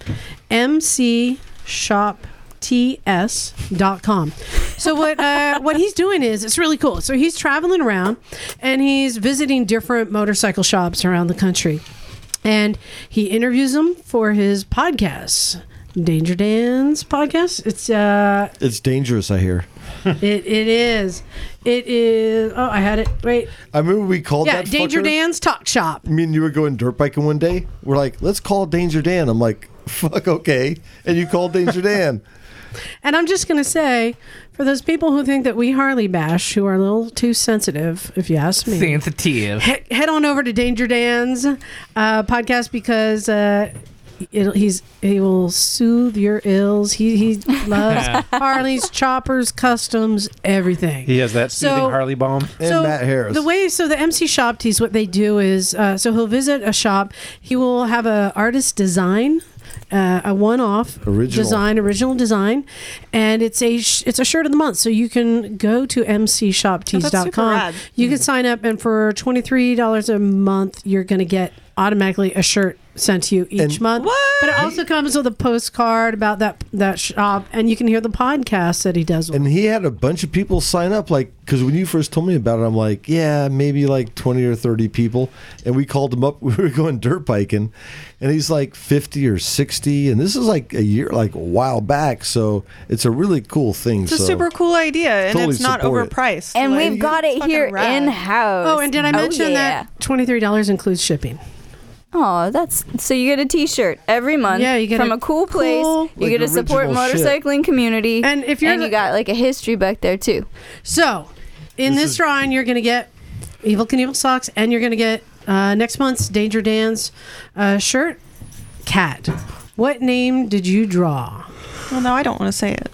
mcshopts.com. So what uh, (laughs) what he's doing is it's really cool. So he's traveling around and he's visiting different motorcycle shops around the country, and he interviews them for his podcast, Danger Dan's podcast. It's uh,
It's dangerous, I hear.
it, it is, it is. Oh, I had it. Wait,
I remember we called
yeah,
that
Danger
fucker-
Dan's talk shop.
Me and you were going dirt biking one day. We're like, let's call Danger Dan. I'm like, fuck, okay. And you called Danger Dan.
And I'm just going to say, for those people who think that we Harley bash, who are a little too sensitive, if you ask me,
Sensitive.
he- head on over to Danger Dan's uh, podcast because uh, it'll, he's he will soothe your ills. He he loves Harleys, choppers, customs, everything.
He has that soothing
Um, So-
Harley bomb.
And Matt Harris.
The way so the MC shop tees what they do is uh, so he'll visit a shop. He will have a artist design. Uh, a one-off
Original.
design, original design, and it's a sh- it's a shirt of the month. So you can go to
Oh, super
mcshoptees.com.
rad.
you
Mm.
can sign up, and for twenty three dollars a month, you're going to get automatically a shirt sent to you each
And-
month. But it also comes with a postcard about that that shop, and you can hear the podcast that he does. With
and he had a bunch of people sign up like because when you first told me about it i'm like yeah maybe like 20 or 30 people and we called him up (laughs) we were going dirt biking and he's like 50 or 60 and this is like a year like a while back so it's a really cool thing
It's a
so
super cool idea, and
Totally
it's not
support it.
overpriced.
And
Like,
we've got it
fucking
here
rad.
in house.
Oh, and did I mention that twenty three dollars includes shipping?
Oh, that's so you get a T-shirt every month.
Yeah, you get
from
a
a cool place.
cool-
you get
Like
to support
original shit.
motorcycling community,
And if you're
and
the-
you got like a history book there too.
So, in
This
this,
is-
drawing, you're going to get Evil Knievel socks, and you're going to get uh, next month's Danger Dan's uh, shirt. Cat, what name did you draw?
Well, no, I don't want to say it.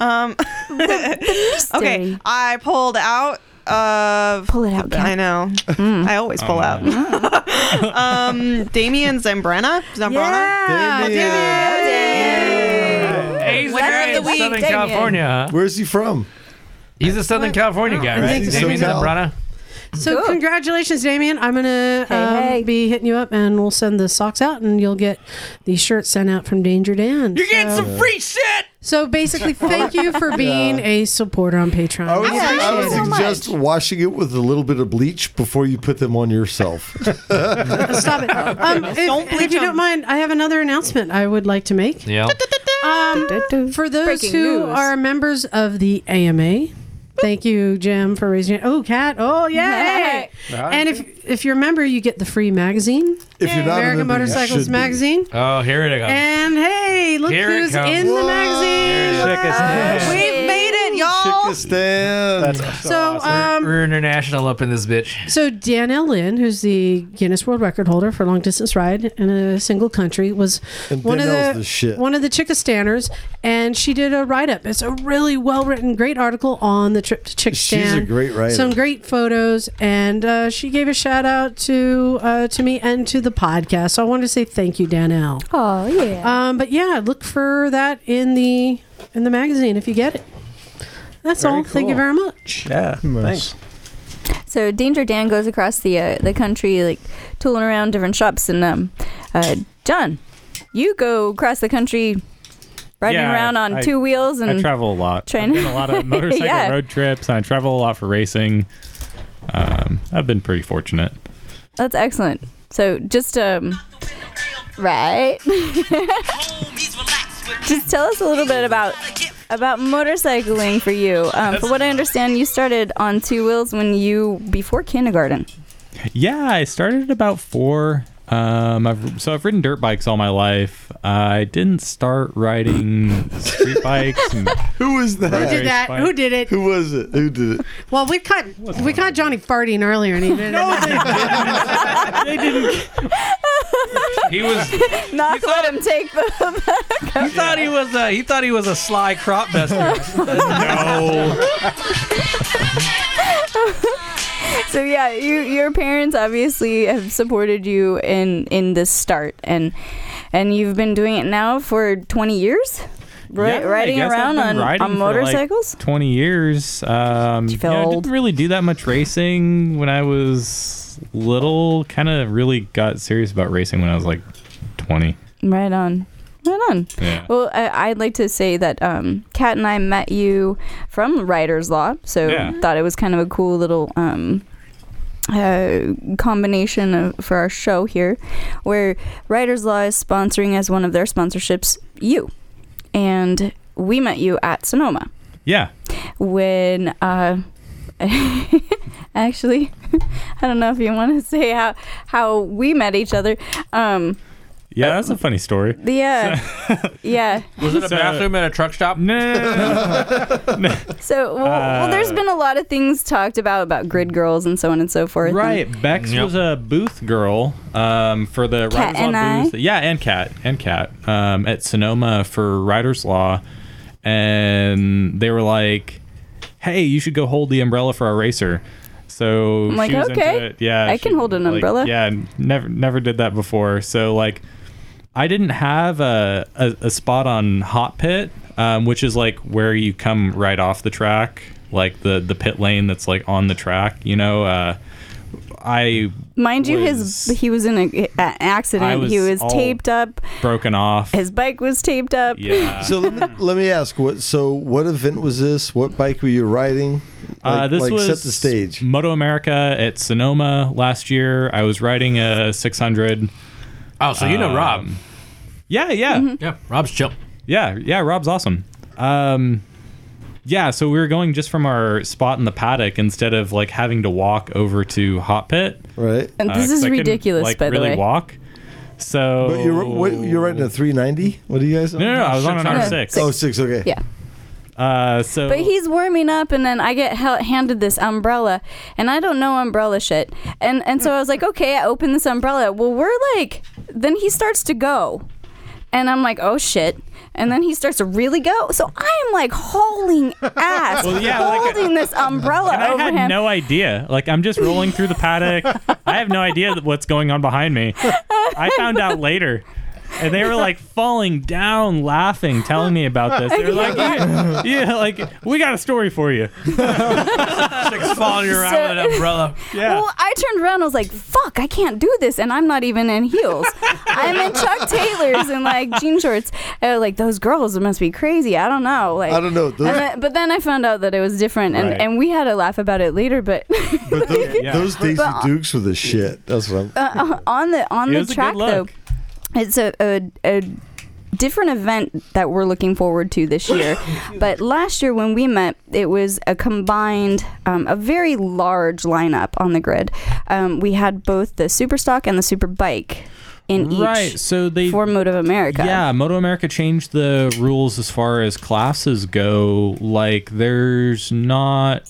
Um, okay, (laughs)
Mystery.
I pulled out of.
Pull it out, Kat.
I know.
Mm.
I always pull out.
Oh,
(laughs) um, Damien Zambrana. Zambrana.
Yeah,
Damien.
He's a
West
guy
of the
in
week,
Southern
Damien.
California. huh?
where's he from
He's a Southern California guy,
I
right?
think so.
Damien
Yeah.
Zambrana.
So
Good.
congratulations, Damien. I'm gonna
Hey,
um,
hey.
be hitting you up, and we'll send the socks out, and you'll get the shirt sent out from Danger Dan.
You're getting some free shit.
(laughs) So basically, thank you for being a supporter on Patreon.
i would,
Yeah,
I
thank
would
you so much.
suggest washing it with a little bit of bleach before you put them on yourself
(laughs) Stop
(laughs) Oh,
it. Um, if,
Don't
if
bleach
you
'em.
don't mind, I have another announcement I would like to make.
Yeah.
Um, for those
Breaking
who
news.
are members of the AMA, thank you, Jim, for raising it. Oh, Cat. Oh, yay. and if if you're a member, you get the free magazine,
if you're not a
American
member, you should
Motorcycles
be.
Magazine.
Oh, here it goes.
And hey, look
Here it
who's
comes.
in the magazine.
Check us out.
We've made it, y'all.
Pakistan.
So, um,
We're international up in this bitch.
So Danielle Lynn, who's the Guinness World Record holder for long distance ride in a single country, was
And
one of
Danielle's
the,
the shit.
one of the Chickastanners, and she did a write up. It's a really well written, great article on the trip to Chickastan.
She's a great writer.
Some great photos, and uh, she gave a shout out to uh, to me and to the podcast. So I wanted to say thank you, Danielle.
Oh yeah.
Um, but yeah, look for that in the in the magazine if you get it. That's all. Thank you
cool.
very much.
Yeah, thanks.
so Danger Dan goes across the uh, the country, like tooling around different shops, and um, uh, John, you go across the country, riding
Yeah,
around on
I-
two wheels and
I travel a lot.
Train-
I've been a
(laughs)
lot of motorcycle
Yeah.
road trips. And I travel a lot for racing. Um, I've been pretty fortunate.
That's excellent. So just um right. (laughs) just tell us a little bit about about motorcycling for you. Um, for what I understand, you started on two wheels when you before kindergarten. (laughs)
Yeah, I started at about four. Um, I've, so I've ridden dirt bikes all my life. I didn't start riding street bikes. and-
(laughs) Who was
Who
that?
did that? Who did it?
Who was it? Who did it?
Well, we caught we caught Johnny farting earlier, and he
(laughs)
did
they didn't.
He was.
Not let him take them.
(laughs) He thought he was. A, he thought he was a sly crop duster. no.
so yeah, you, your parents obviously have supported you in in this start, and and you've been doing it now for 20 years, right?
Yeah, I
riding
guess I've
around
been
on
riding
on
for, like,
motorcycles.
20 years. Um,
You
you
feel
know, I
old?
didn't really do that much racing when I was little. Kind of really got serious about racing when I was like 20.
Right on. Right on.
Yeah.
Well, I, I'd like to say that um, Kat and I met you from Writer's Law, so
Yeah.
thought it was kind of a cool little um, uh, combination of, for our show here, where Writer's Law is sponsoring as one of their sponsorships you, and we met you at Sonoma
Yeah.
when uh, (laughs) actually (laughs) I don't know if you want to say how how we met each other. Um,
Yeah, that's a funny story.
yeah, uh,
(laughs)
yeah.
Was it a
So-
bathroom at a truck stop?
No,
(laughs)
no, no, no, no.
So, well, well,
Uh,
there's been a lot of things talked about about grid girls and so on and so forth.
Right. Bex
Yep.
was a booth girl um, for the
Kat
Riders Law
and I.
booth. Yeah, and Cat and Cat um, at Sonoma for Riders Law, and they were like, "Hey, you should go hold the umbrella for our racer." So
I'm like,
she was
"Okay,
into it. Yeah,
I can hold an
like,
umbrella."
Yeah, n- never never did that before. So like, I didn't have a, a, a spot on Hot Pit, um, which is like where you come right off the track, like the the pit lane that's like on the track. You know, uh, I
Mind you,
Was-
his he was in a, a- an
I
accident.
was
he was
all-
taped up.
broken off.
His bike was taped up.
yeah. Hmm.
So let me, let me ask what. So what event was this? What bike were you riding? Like,
Uh, this
like
was
set the stage.
Moto America at Sonoma last year. I was riding a 600.
Oh, so you know Rob.
Yeah, yeah,
Mm-hmm.
Yeah, Rob's chill.
yeah, yeah. Rob's awesome. Um, yeah, so we were going just from our spot in the paddock instead of like having to walk over to Hot Pit.
Right.
And
uh,
this
'cause
is
I couldn't,
ridiculous,
like,
by the
really
way.
Walk. So. Oh.
But you're what, you're riding a 390. What do you guys?
No, no, no, I was on an
No,
R6.
Oh, six. Okay.
(laughs) Yeah.
Uh, so.
But he's warming up, and then I get hel- handed this umbrella, and I don't know umbrella shit. And and so I was like, okay, I open this umbrella. Well, we're like, then he starts to go, and I'm like, oh shit. And then he starts to really go. So I am like
(laughs)
hauling ass,
yeah, like- uh,
holding this umbrella
I
over
had
him.
no idea. Like I'm just rolling through the paddock. I have no idea that- what's going on behind me. I found out later. And they were like falling down, laughing, telling me about this. They were
(laughs)
like, "Yeah, yeah, like we got a story for you."
Six falling around
So-
with an umbrella.
Yeah,
Well, I turned around. I was like, "Fuck! I can't do this," and I'm not even in
(laughs)
heels. I'm in Chuck Taylors and like jean shorts. And I was like those girls must be crazy. I don't know. Like
I don't know. Those,
And then, but then I found out that it was different, and,
Right.
and we had a laugh about it later. But
but those,
Yeah.
those Daisy
But-
Dukes were the shit. That's what I'm.
uh, on the on
it
the
was a
track
good look.
though, it's a, a, a different event that we're looking forward to
(laughs)
this year. but last year when we met, it was a combined, um, a very large lineup on the grid. Um, we had both the Superstock and the Superbike in
Right.
each
So they
for Motive America.
Yeah, Moto America changed the rules as far as classes go. Like, there's not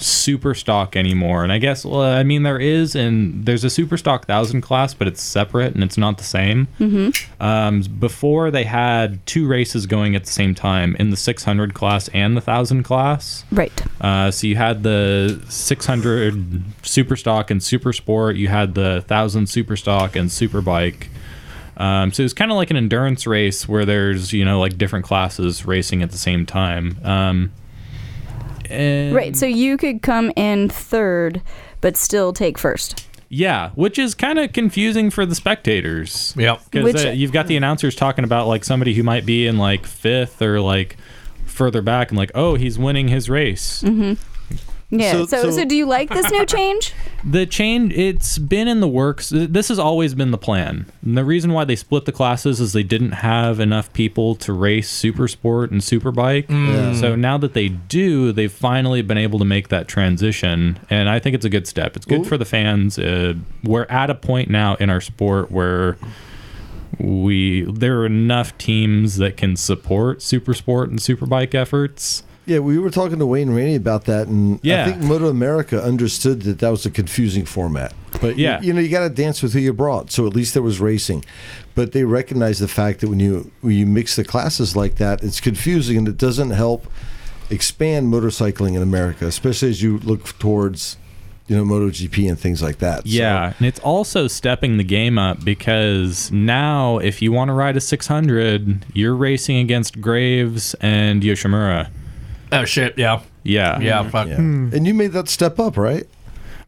super stock anymore. And I guess, well, I mean, there is, and there's a super stock thousand class, but it's separate and it's not the same. Mm-hmm. Um, before, they had two races going at the same time in the 600 class and the thousand class.
Right.
Uh, so you had the 600 super stock and super sport. You had the 1000 super stock and super bike. Um, so it's kind of like an endurance race where there's you know like different classes racing at the same time. Um, and
Right. So you could come in third, but still take first.
yeah, which is kind of confusing for the spectators.
Yep.
Because
Which-
uh, you've got the announcers talking about like somebody who might be in like fifth or like further back and like oh he's winning his race.
Mm-hmm. Yeah.
So-
so,
so-
so do you like this
(laughs)
new change?
The change, it's been in the works. This has always been the plan. And the reason why they split the classes is they didn't have enough people to race super sport and superbike. So now that they do, they've finally been able to make that transition. And I think it's a good step. It's good for the fans. Uh, we're at a point now in our sport where we there are enough teams that can support super sport and superbike efforts.
Yeah, we were talking to Wayne Rainey about that, and
Yeah.
I think Moto America understood that that was a confusing format. But you-
Yeah.
you, know, you got to dance with who you brought, so at least there was racing. But they recognize the fact that when you when you mix the classes like that, it's confusing and it doesn't help expand motorcycling in America, especially as you look towards you know MotoGP and things like that. So-
Yeah, and it's also stepping the game up because now if you want to ride a 600, you're racing against Graves and Yoshimura.
Oh shit, yeah.
Yeah,
Yeah, fuck.
Hmm. Yeah. and you made that step up, right?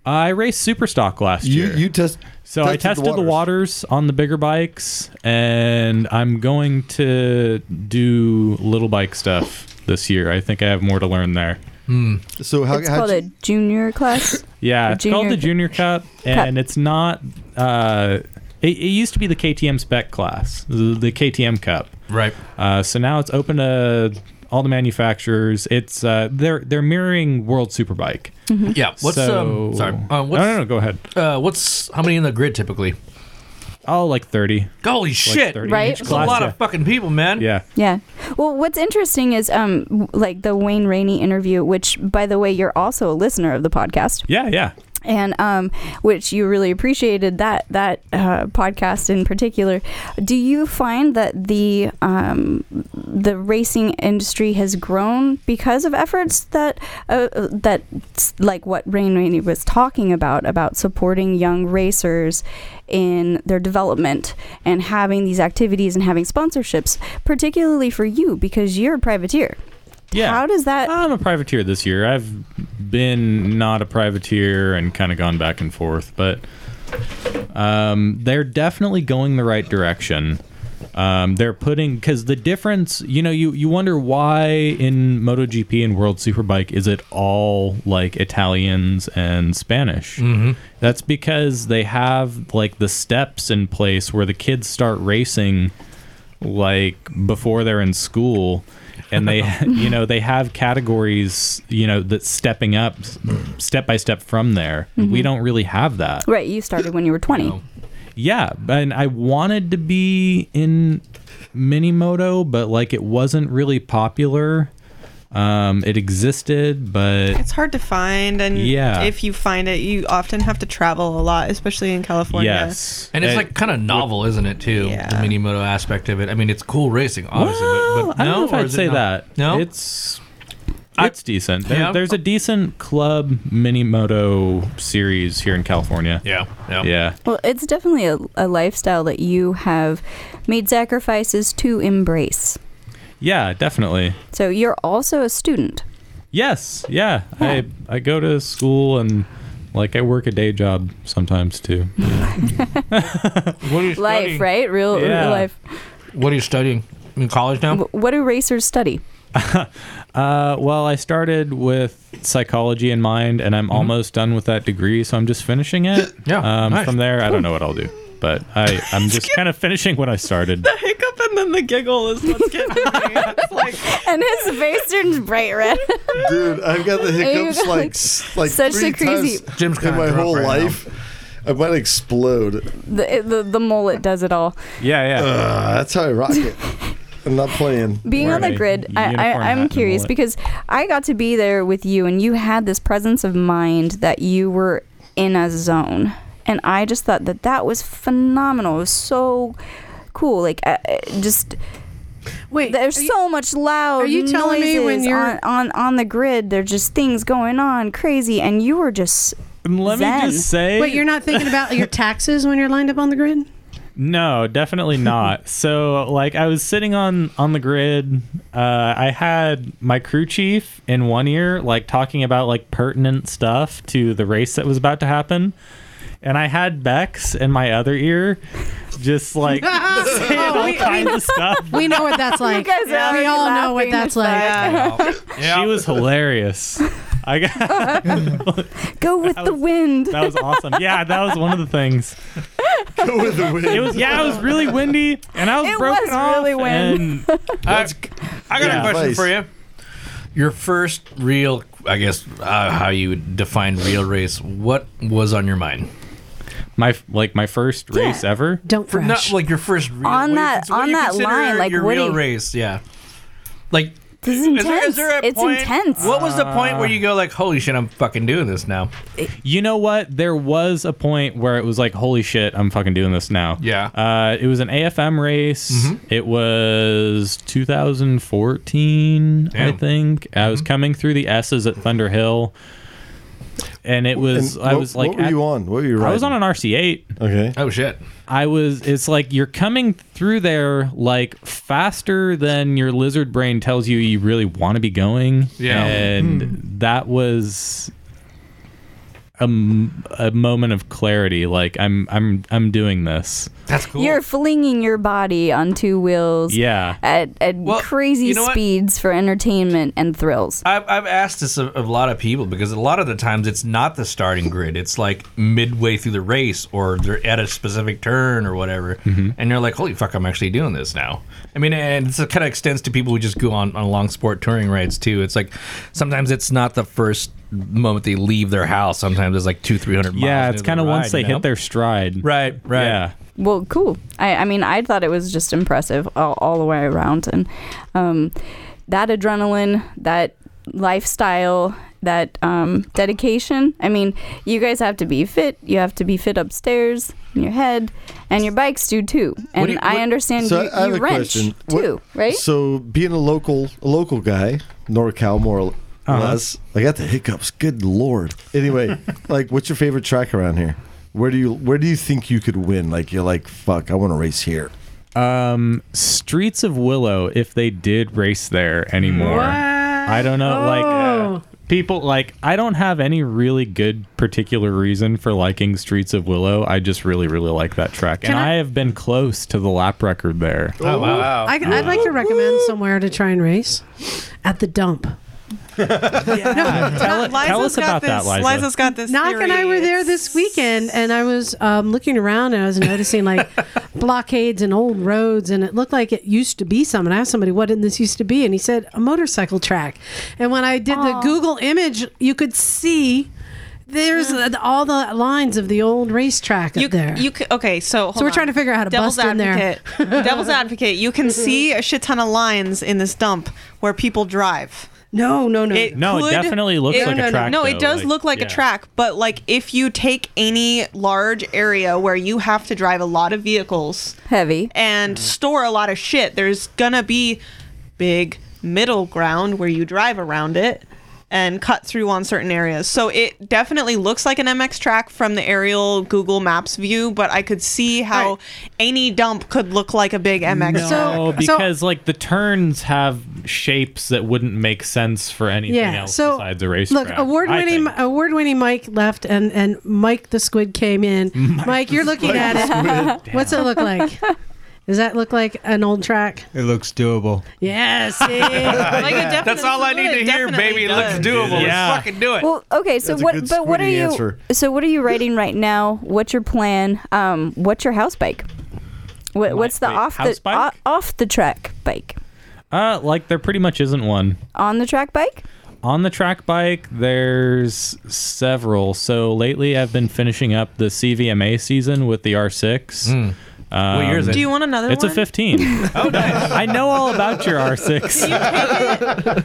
I raced Superstock last
You
year.
you test
So I
Tested
tested
the
the waters on the bigger bikes, and I'm going to do little bike stuff this year. I think I have more to learn there.
Hmm.
So how,
it's
how
called a junior class.
Yeah,
The
it's called the Junior Cup, and it's not. Uh, it, it used to be the KTM spec class, the, the KTM Cup.
Right.
Uh, so now it's open to all the manufacturers. It's uh, they're they're mirroring World Superbike.
Yeah. What's
so,
um? Sorry.
no, no, no.
Uh, what's
Go ahead.
uh? What's how many in the grid typically?
Oh, like thirty.
Holy shit!
30
Right?
That's a lot of fucking people, man.
Yeah.
Yeah. Well, what's interesting is um w- like the Wayne Rainey interview, which by the way, you're also a listener of the podcast.
Yeah. Yeah.
and um, which you really appreciated that that uh, podcast in particular. Do you find that the um, the racing industry has grown because of efforts that uh, uh, that s- like what Rain Rainey was talking about about supporting young racers in their development and having these activities and having sponsorships, particularly for you because you're a privateer.
Yeah.
How does that?
I'm a privateer this year. I've been not a privateer and kind of gone back and forth, but um, they're definitely going the right direction. Um, they're putting because the difference, you know, you you wonder why in MotoGP and World Superbike is it all like Italians and Spanish? That's because they have like the steps in place where the kids start racing like before they're in school and they
Oh.
(laughs) you know they have categories you know that stepping up s- step by step from there
Mm-hmm.
we don't really have that
Right, you started when you were 20.
yeah and i wanted to be in mini moto but like it wasn't really popular um it existed but
It's hard to find, and
Yeah.
if you find it, you often have to travel a lot, especially in California.
yes
And it's
It-
like (laughs) kind of novel, isn't it? Too
Yeah.
the mini moto aspect of it. I mean, it's cool racing, obviously.
Well,
but,
I
but no,
don't know if
or
I'd
is it
say
not?
that.
No,
it's it's decent. There-
Yeah.
There's a decent club mini moto series here in California.
yeah, yeah.
Yeah.
Well, it's definitely a, a lifestyle that you have made sacrifices to embrace.
Yeah, definitely.
So you're also a student.
Yes. Yeah. I I go to school and like I work a day job sometimes too.
What are you
Life,
studying?
right? Real,
Yeah.
real life.
What are you studying in college now?
W- What do racers study?
Uh, well, I started with psychology in mind and I'm almost done with that degree, so I'm just finishing it.
Mm-hmm. (laughs) Yeah,
Um,
nice.
from there I don't know what I'll do. But
(laughs)
I, I'm just kind of finishing what I started.
Hiccup and then the giggle is
(laughs)
what's getting me. It's like
And his face turns bright
(laughs)
red.
dude, I've
(laughs)
got the hiccups
got,
like
like,
s- like
such a
three
crazy-
times
Jim's
in
kinda
my
drunk
whole
right now.
life. I might explode.
the, the the mullet does it all.
Yeah, yeah.
Uh, that's how I rock it.
(laughs)
I'm not playing.
Being on
Wearing
the
a
grid, I,
unicorn
I,
hat
I'm
and
curious
mullet.
because I got to be there with you, and you had this presence of mind that you were in a zone, and I just thought that that was phenomenal. It was so cool, like uh, uh, just
Wait,
There's
are you-
so much loud.
are you telling me when
noises
you're-
on, on on the grid? There's just things going on, crazy, and you were just
And Let
Zen.
me just say
wait, you're not thinking about your taxes when you're lined up on the (laughs) grid?
No, definitely
(laughs)
not. so like I was sitting on on the grid, uh, I had my crew chief in one ear, like talking about like pertinent stuff to the race that was about to happen. And I had Bex in my other ear, just
(laughs)
like
Oh,
(laughs) saying all kinds of stuff.
We know what that's like.
guys are
we
already
all know what
laughing
that's
at
like.
Yeah.
She was hilarious. I got
go with the wind.
that was awesome. Yeah, that was one of the things.
Go with the wind.
It was yeah, it was really windy, and I was
It
broken
was
off.
really windy.
and-
I, I got
Yeah.
a question
Advice.
for you. Your first real, I guess, uh, how you would define real race? What was on your mind?
my like my first race ever.
Don't
For
crash.
not like your first real
On
what do you
that-
cons- what do
on
you
that
consider
line, like,
your
what do
real
you-
race, yeah. Like
This is intense. it's
point-
intense.
What was the point where you
Uh,
go like, holy shit, I'm fucking doing this now?
You know what? There was a point where it was like, holy shit, I'm fucking doing this now.
Yeah. Mm-hmm.
Uh, it was an AFM race. It was 2014,
Damn. Mm-hmm.
I think. I was coming through the S's at Thunder Hill, and it was
And
I
what-
was like,
what were
at-
you on? What were you riding?
I was on an RC8.
Okay.
Oh shit.
I was. It's like you're coming through there like faster than your lizard brain tells you you really want to be going.
Yeah.
and that was. a, m- a moment of clarity. Like I'm I'm I'm doing this.
That's
You're flinging your body on two wheels.
Yeah.
At, at crazy
you know what?
speeds for entertainment and thrills.
I've, I've asked this of, of a lot of people because a lot of the times it's not the starting grid. It's like midway through the race or they're at a specific turn or whatever.
Mm-hmm.
And they're like, holy fuck, I'm actually doing this now. I mean, and this kind of extends to people who just go on, on long sport touring rides too. It's like sometimes it's not the first moment they leave their house. Sometimes it's like two, 300 miles.
Yeah, it's kind of once they hit their
their.
stride.
Right, right.
Yeah.
Well, cool. I, I mean, I thought it was just impressive all, all the way around. And um, that adrenaline, that lifestyle, that um, dedication. I mean, you guys have to be fit. You have to be fit upstairs in your head, and your bikes do too. And
do you-
I understand you,
I have
you
a
wrench
question. What-
too, right?
So being a local, a local guy, NorCal more or less. I got the hiccups. Good lord.
(laughs)
Anyway, like, what's your favorite track around here? Where do you Where do you think you could win? Like, you're like, fuck, I want to race here.
Um, Streets of Willow, if they did race there anymore, I don't know. Like
Oh.
uh, people, like I don't have any really good particular reason for liking Streets of Willow. I just really, really like that track, and I, have been close to the lap record there.
Oh, wow.
I, would like to recommend somewhere to try and race at the dump.
Uh, tell, it- tell
Liza's
us
got
about that,
this.
Liza.
Liza's got this.
Knock and I
theory.
were there this weekend, and I was um, looking around and I was noticing
(laughs)
like blockades and old roads, and it looked like it used to be some. And I asked somebody, "What didn't this used to be?" And he said, "A motorcycle track." And when I did the Google image, you could see there's uh, all the lines of the old racetrack
You,
up there.
you c- okay? So hold
we're
on.
trying to figure out how to
devil's
bust in there. Mm-hmm. (laughs)
advocate. devil's advocate. You can see a shit ton of lines in this dump where people drive.
no, no, no.
It
No, it
could-
definitely looks
it-
like a
no, no,
track,
No,
though,
it does
like,
look like
yeah.
a track, but like if you take any large area where you have to drive a lot of vehicles
Heavy.
Mm-hmm.
and store a lot of shit, there's gonna be big middle ground where you drive around it and cut through on certain areas. So it definitely looks like an MX track from the aerial Google Maps view, but I could see how
Right.
any dump could look like a big MX track.
No,
So- so-
because like the turns have shapes that wouldn't make sense for anything else besides a racetrack.
Look,
I
award-winning,
think.
award-winning Mike left, and and Mike the Squid came
(laughs)
in. Mike, you're looking at it. (laughs) What's it look like? Does that look like an old
(laughs)
track?
It looks doable.
Yes.
(laughs)
Yeah,
Like, it
That's
definitely-
all I need to
it
hear,
definitely
baby. It looks
does.
doable.
Yeah.
Let's fucking do it.
Well, okay. So
That's a
what?
good
But what are
squirty
you?
answer.
So what are you writing right now? What's your plan? Um, what's your house bike? What, what's the
wait,
off the
house bike?
o- off the track bike?
uh, like there pretty much isn't one.
On the track bike?
On the track bike, there's several. So lately, I've been finishing up the CVMA season with the R6. Um,
Hmm. What year is it?
Do you want another
It's
one?
a
(laughs)
15. oh, nice. I know all about
(laughs)
your R6.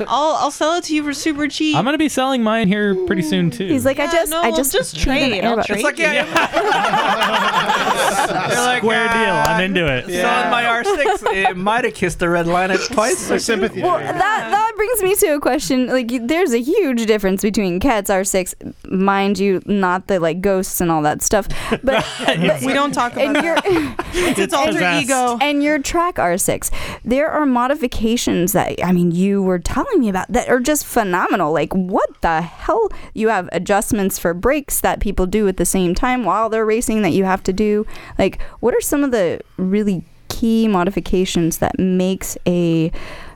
I'll I'll sell it to you for super cheap.
I'm going to be selling mine here pretty soon, too.
He's like, I
Yeah,
just,
no,
(laughs) I
we'll
just,
just
gave an
trade. I'll
airbrush.
trade.
It's like, yeah, They're like,
square
uh,
deal. I'm into it.
Selling my R6. It might have kissed the red
(laughs)
line at twice. or sympathy.
Well, that that brings me to a question. Like, y- there's a huge difference between Cat's R6, mind you, not the like ghosts and all that stuff, but, but
we don't talk about
and your (laughs)
it's, its alter
possessed.
ego.
and your track R6. There are modifications that I mean you were telling me about that are just phenomenal. Like what the hell? You have adjustments for brakes that people do at the same time while they're racing that you have to do. Like what are some of the really key modifications that makes a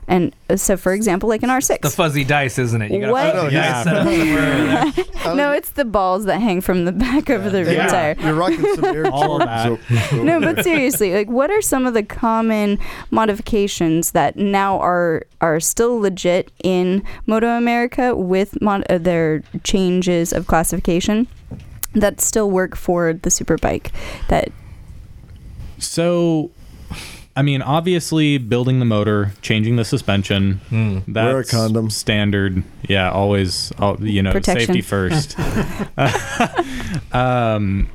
and so for example like an R6.
The fuzzy dice, isn't it? You got
What?
a fuzzy
Yeah.
dice set up somewhere.
(laughs)
(laughs)
no, it's the balls that hang from the back of the rear tire.
You're rocking
(laughs)
some air
All of
(laughs)
Jordans. So-
no, but seriously, like, what are some of the common modifications that now are are still legit in Moto America with mod- uh, their changes of classification that still work for the superbike? That
So, I mean, obviously, building the motor, changing the suspension,
Hmm.
that's
Wear a condom.
standard. Yeah, always, al- you know,
Protection.
safety first. (laughs) um,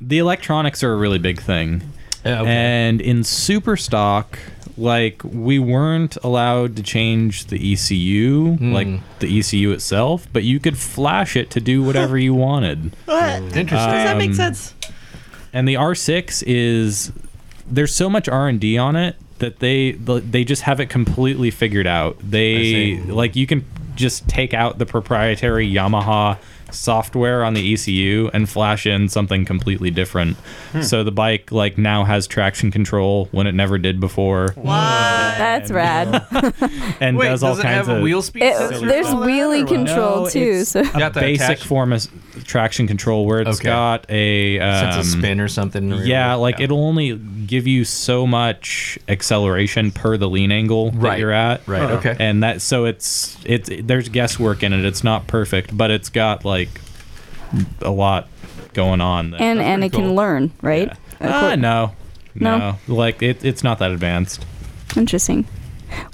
the electronics are a really big thing.
Yeah, okay.
And in super stock, like we weren't allowed to change the ECU,
Hmm.
like the ECU itself, but you could flash it to do whatever you wanted.
Interesting.
Does that
um,
make sense?
and the R6 is there's so much R and D on it that they they just have it completely figured out. They
I see.
like you can just take out the proprietary Yamaha software on the ECU and flash in something completely different.
Hmm.
So the bike like now has traction control when it never did before,
That's rad.
(laughs) and
Wait,
does all
does it
kinds
have a
of
wheel speed
It-
sensor?
there's
and all that, or
wheelie
what?
control too.
it's
So
a
have to
basic
attach-
form of s- traction control where it's
Okay.
got a um,
Sense of spin or something. or-
Yeah, like it'll only give you so much acceleration per the lean angle
Right.
that you're at.
Right, Uh-huh. okay.
And that so it's it's there's guesswork in it. It's not perfect, but it's got like a lot going on. There.
and and it
cool.
can learn, right? Of
Ah,
cour-
no,
No?
no, like it, it's not that advanced.
Interesting.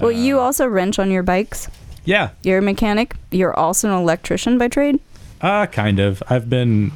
Well,
Uh,
you also wrench on your bikes.
Yeah,
You're a mechanic. You're also an electrician by trade.
Uh, kind of. I've been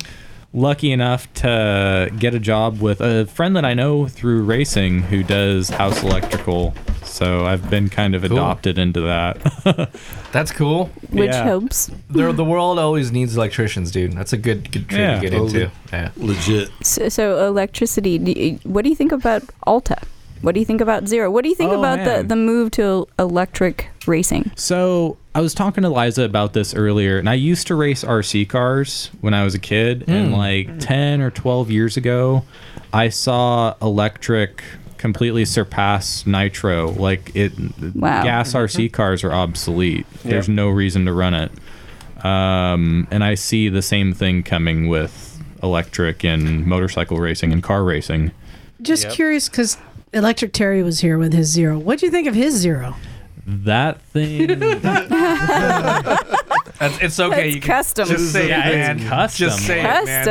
lucky enough to get a job with a friend that I know through racing who does house electrical. So I've been kind of adopted into that.
(laughs) That's cool.
Which
Yeah.
helps.
The, the world always needs electricians, dude. That's a good, good trade
Yeah.
to get
Totally.
into. Yeah.
Legit.
(laughs) So, so electricity. Do you, what do you think about Alta? What do you think about Zero? What do you think
Oh,
about the,
man.
the move to electric racing?
So I was talking to Liza about this earlier, and I used to race RC cars when I was a kid, and like ten or twelve years ago, I saw electric completely surpass nitro. Like it,
Wow.
gas RC cars are obsolete. There's no reason to run it. Um, and I see the same thing coming with electric and motorcycle racing and car racing.
Just curious because Electric Terry was here with his zero. What do you think of his zero?
That thing,
That's, it's okay.
That's
you
custom.
Can just say
Yeah,
it, man.
it's custom.
Just say it, man.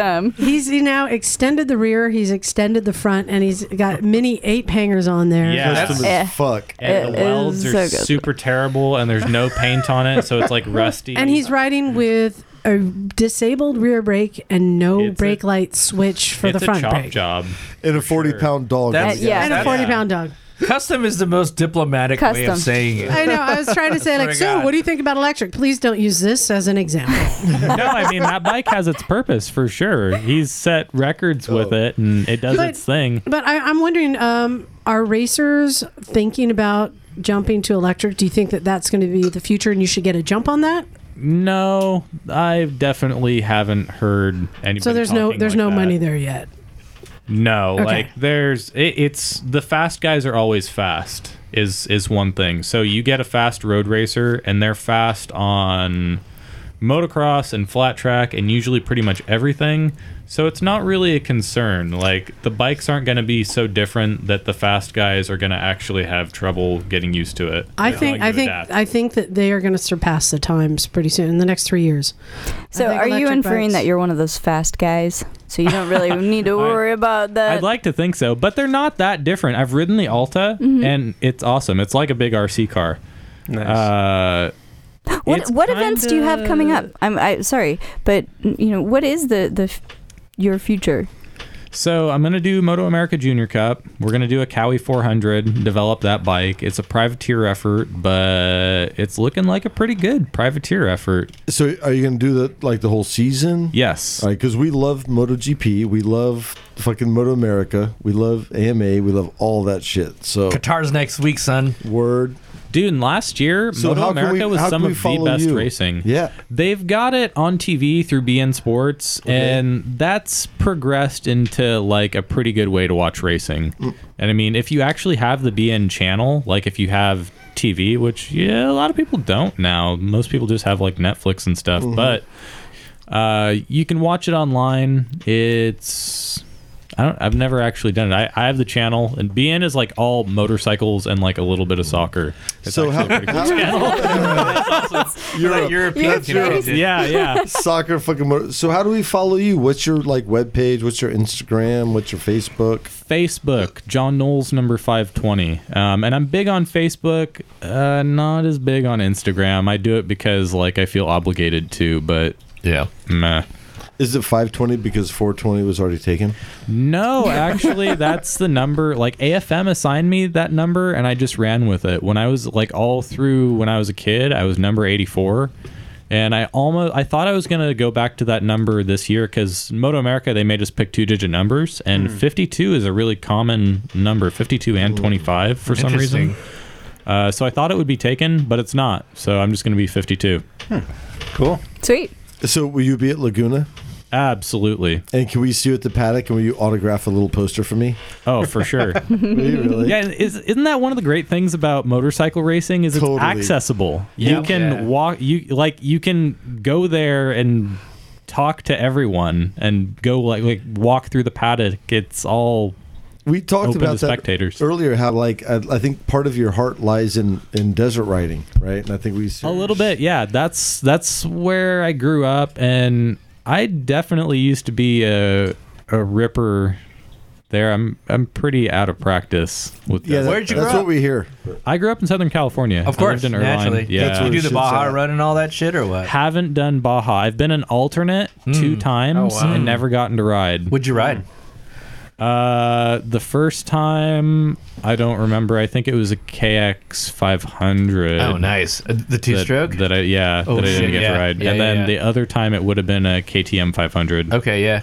(laughs)
Custom.
He's he now extended the rear, he's extended the front, and he's got mini ape hangers on there.
Yeah.
Custom as
Eh.
fuck.
and the
It
welds
is
are
so good.
super terrible, and there's no paint on it, so
(laughs)
it's like rusty.
And he's
Mm-hmm.
riding with a disabled rear brake and no
It's a-
brake light switch for
it's
the front
a chop
brake.
job.
And a 40 pound dog.
That's-
Uh, yeah.
And a 40 pound dog.
Custom is the most diplomatic way
Custom.
of saying it.
I know. I was trying
(laughs)
to say, like,
Swear to
so
God.
what do you think about electric? Please don't use this as an
(laughs)
example.
(laughs) no, I mean that bike has its purpose for sure. He's set records
Oh.
with it, and it does
But-
its thing.
But I, I'm wondering, um, are racers thinking about jumping to electric? Do you think that that's going to be the future, and you should get a jump on that?
No, I definitely haven't heard anybody.
So there's no
talking
there's
like
no
that.
money there yet.
No,
Okay.
like there's it, it's the fast guys are always fast is is one thing. So you get a fast road racer, and they're fast on motocross and flat track and usually pretty much everything. So it's not really a concern. Like the bikes aren't going to be so different that the fast guys are going to actually have trouble getting used to it.
I
They're
think
going
I
to
think
adapt.
I think that they are going to surpass the times pretty soon in the next three years.
So
think
are you
electric
inferring
bikes-
that you're one of those fast guys? So you don't
(laughs)
really need to worry about that.
I'd like to think so, but they're not that different. I've ridden the Alta,
Mm-hmm.
and it's awesome. It's like a big RC car. Uh,
what
it's
what events do you have coming up? I'm I, sorry, but you know what is the the f- your future?
So I'm gonna do Moto America Junior Cup. We're gonna do a Cowie 400. Develop that bike. It's a privateer effort, but it's looking like a pretty good privateer effort.
So are you going to do that like the whole season?
Yes.
All right, because we love MotoGP, we love fucking Moto America, we love AMA, we love all that shit. So
Qatar's next week, son.
word,
Dude, and last year
So
Moto
how can we-
America was
how
some
can we
of the
follow
best
you?
racing.
Yeah.
They've got it on TV through BN Sports, and that's progressed into like a pretty good way to watch racing.
Mm.
And I mean, if you actually have the BN channel, like if you have TV, which yeah, a lot of people don't now. Most people just have like Netflix and stuff,
Mm-hmm.
but uh, you can watch it online. It's I don't. I've never actually done it. I, I have the channel, and BN is like all motorcycles and like a little bit of soccer. It's
So how-
actually pretty cool.
You're (laughs) that European kid
Europe.
I did.
yeah, yeah.
(laughs) soccer fucking. Moto- so how do we follow you? What's your like web page? What's your Instagram? What's your Facebook?
Facebook, John Knowles number five twenty, um, and I'm big on Facebook. Uh, not as big on Instagram. I do it because like I feel obligated to, but
Yeah.
meh.
Is it five twenty because four twenty was already taken?
No, actually, that's the number. Like AFM assigned me that number, and I just ran with it. When I was like all through when I was a kid, I was number eighty-four, and I almost I thought I was gonna go back to that number this year because Moto America they made us pick two-digit numbers, and fifty-two is a really common number, fifty-two and twenty-five for some reason. Uh, so I thought it would be taken, but it's not. So I'm just gonna be fifty-two.
Cool.
Sweet.
So will you be at Laguna?
Absolutely.
And can we see you at the paddock? And will you autograph a little poster for me?
Oh,
(laughs)
for sure.
really?
(laughs) Yeah, and is, isn't that one of the great things about motorcycle racing? Is it's
Totally.
accessible. You
Yeah.
can
Yeah.
walk. You like you can go there and talk to everyone and go like like walk through the paddock. It's all
We talked
Open to
about that
spectators.
earlier. How like I, I think part of your heart lies in in desert riding, right? And I think we
Oh,
a little bit. Yeah, that's that's where I grew up, and I definitely used to be a a ripper. There, I'm I'm pretty out of practice with
Yeah,
that.
that-
Where'd you
that's
grow
what
up?
we hear.
I grew up in Southern California.
Of
I
course,
lived in Irvine.
naturally.
Yeah,
That's where
you do the
shit's
Baja
at.
Run and all that shit, or what?
haven't done Baja. I've been an alternate two times
Hmm. Oh, wow.
and never gotten to ride.
Would you ride?
Uh, the first time I don't remember. I think it was a KX 500.
Oh, nice. Uh, the two
That,
stroke.
that I yeah
Oh,
that I
shit,
didn't get
yeah.
to ride,
Yeah,
and
yeah,
then
yeah.
the other time it would have been a KTM 500.
okay, yeah.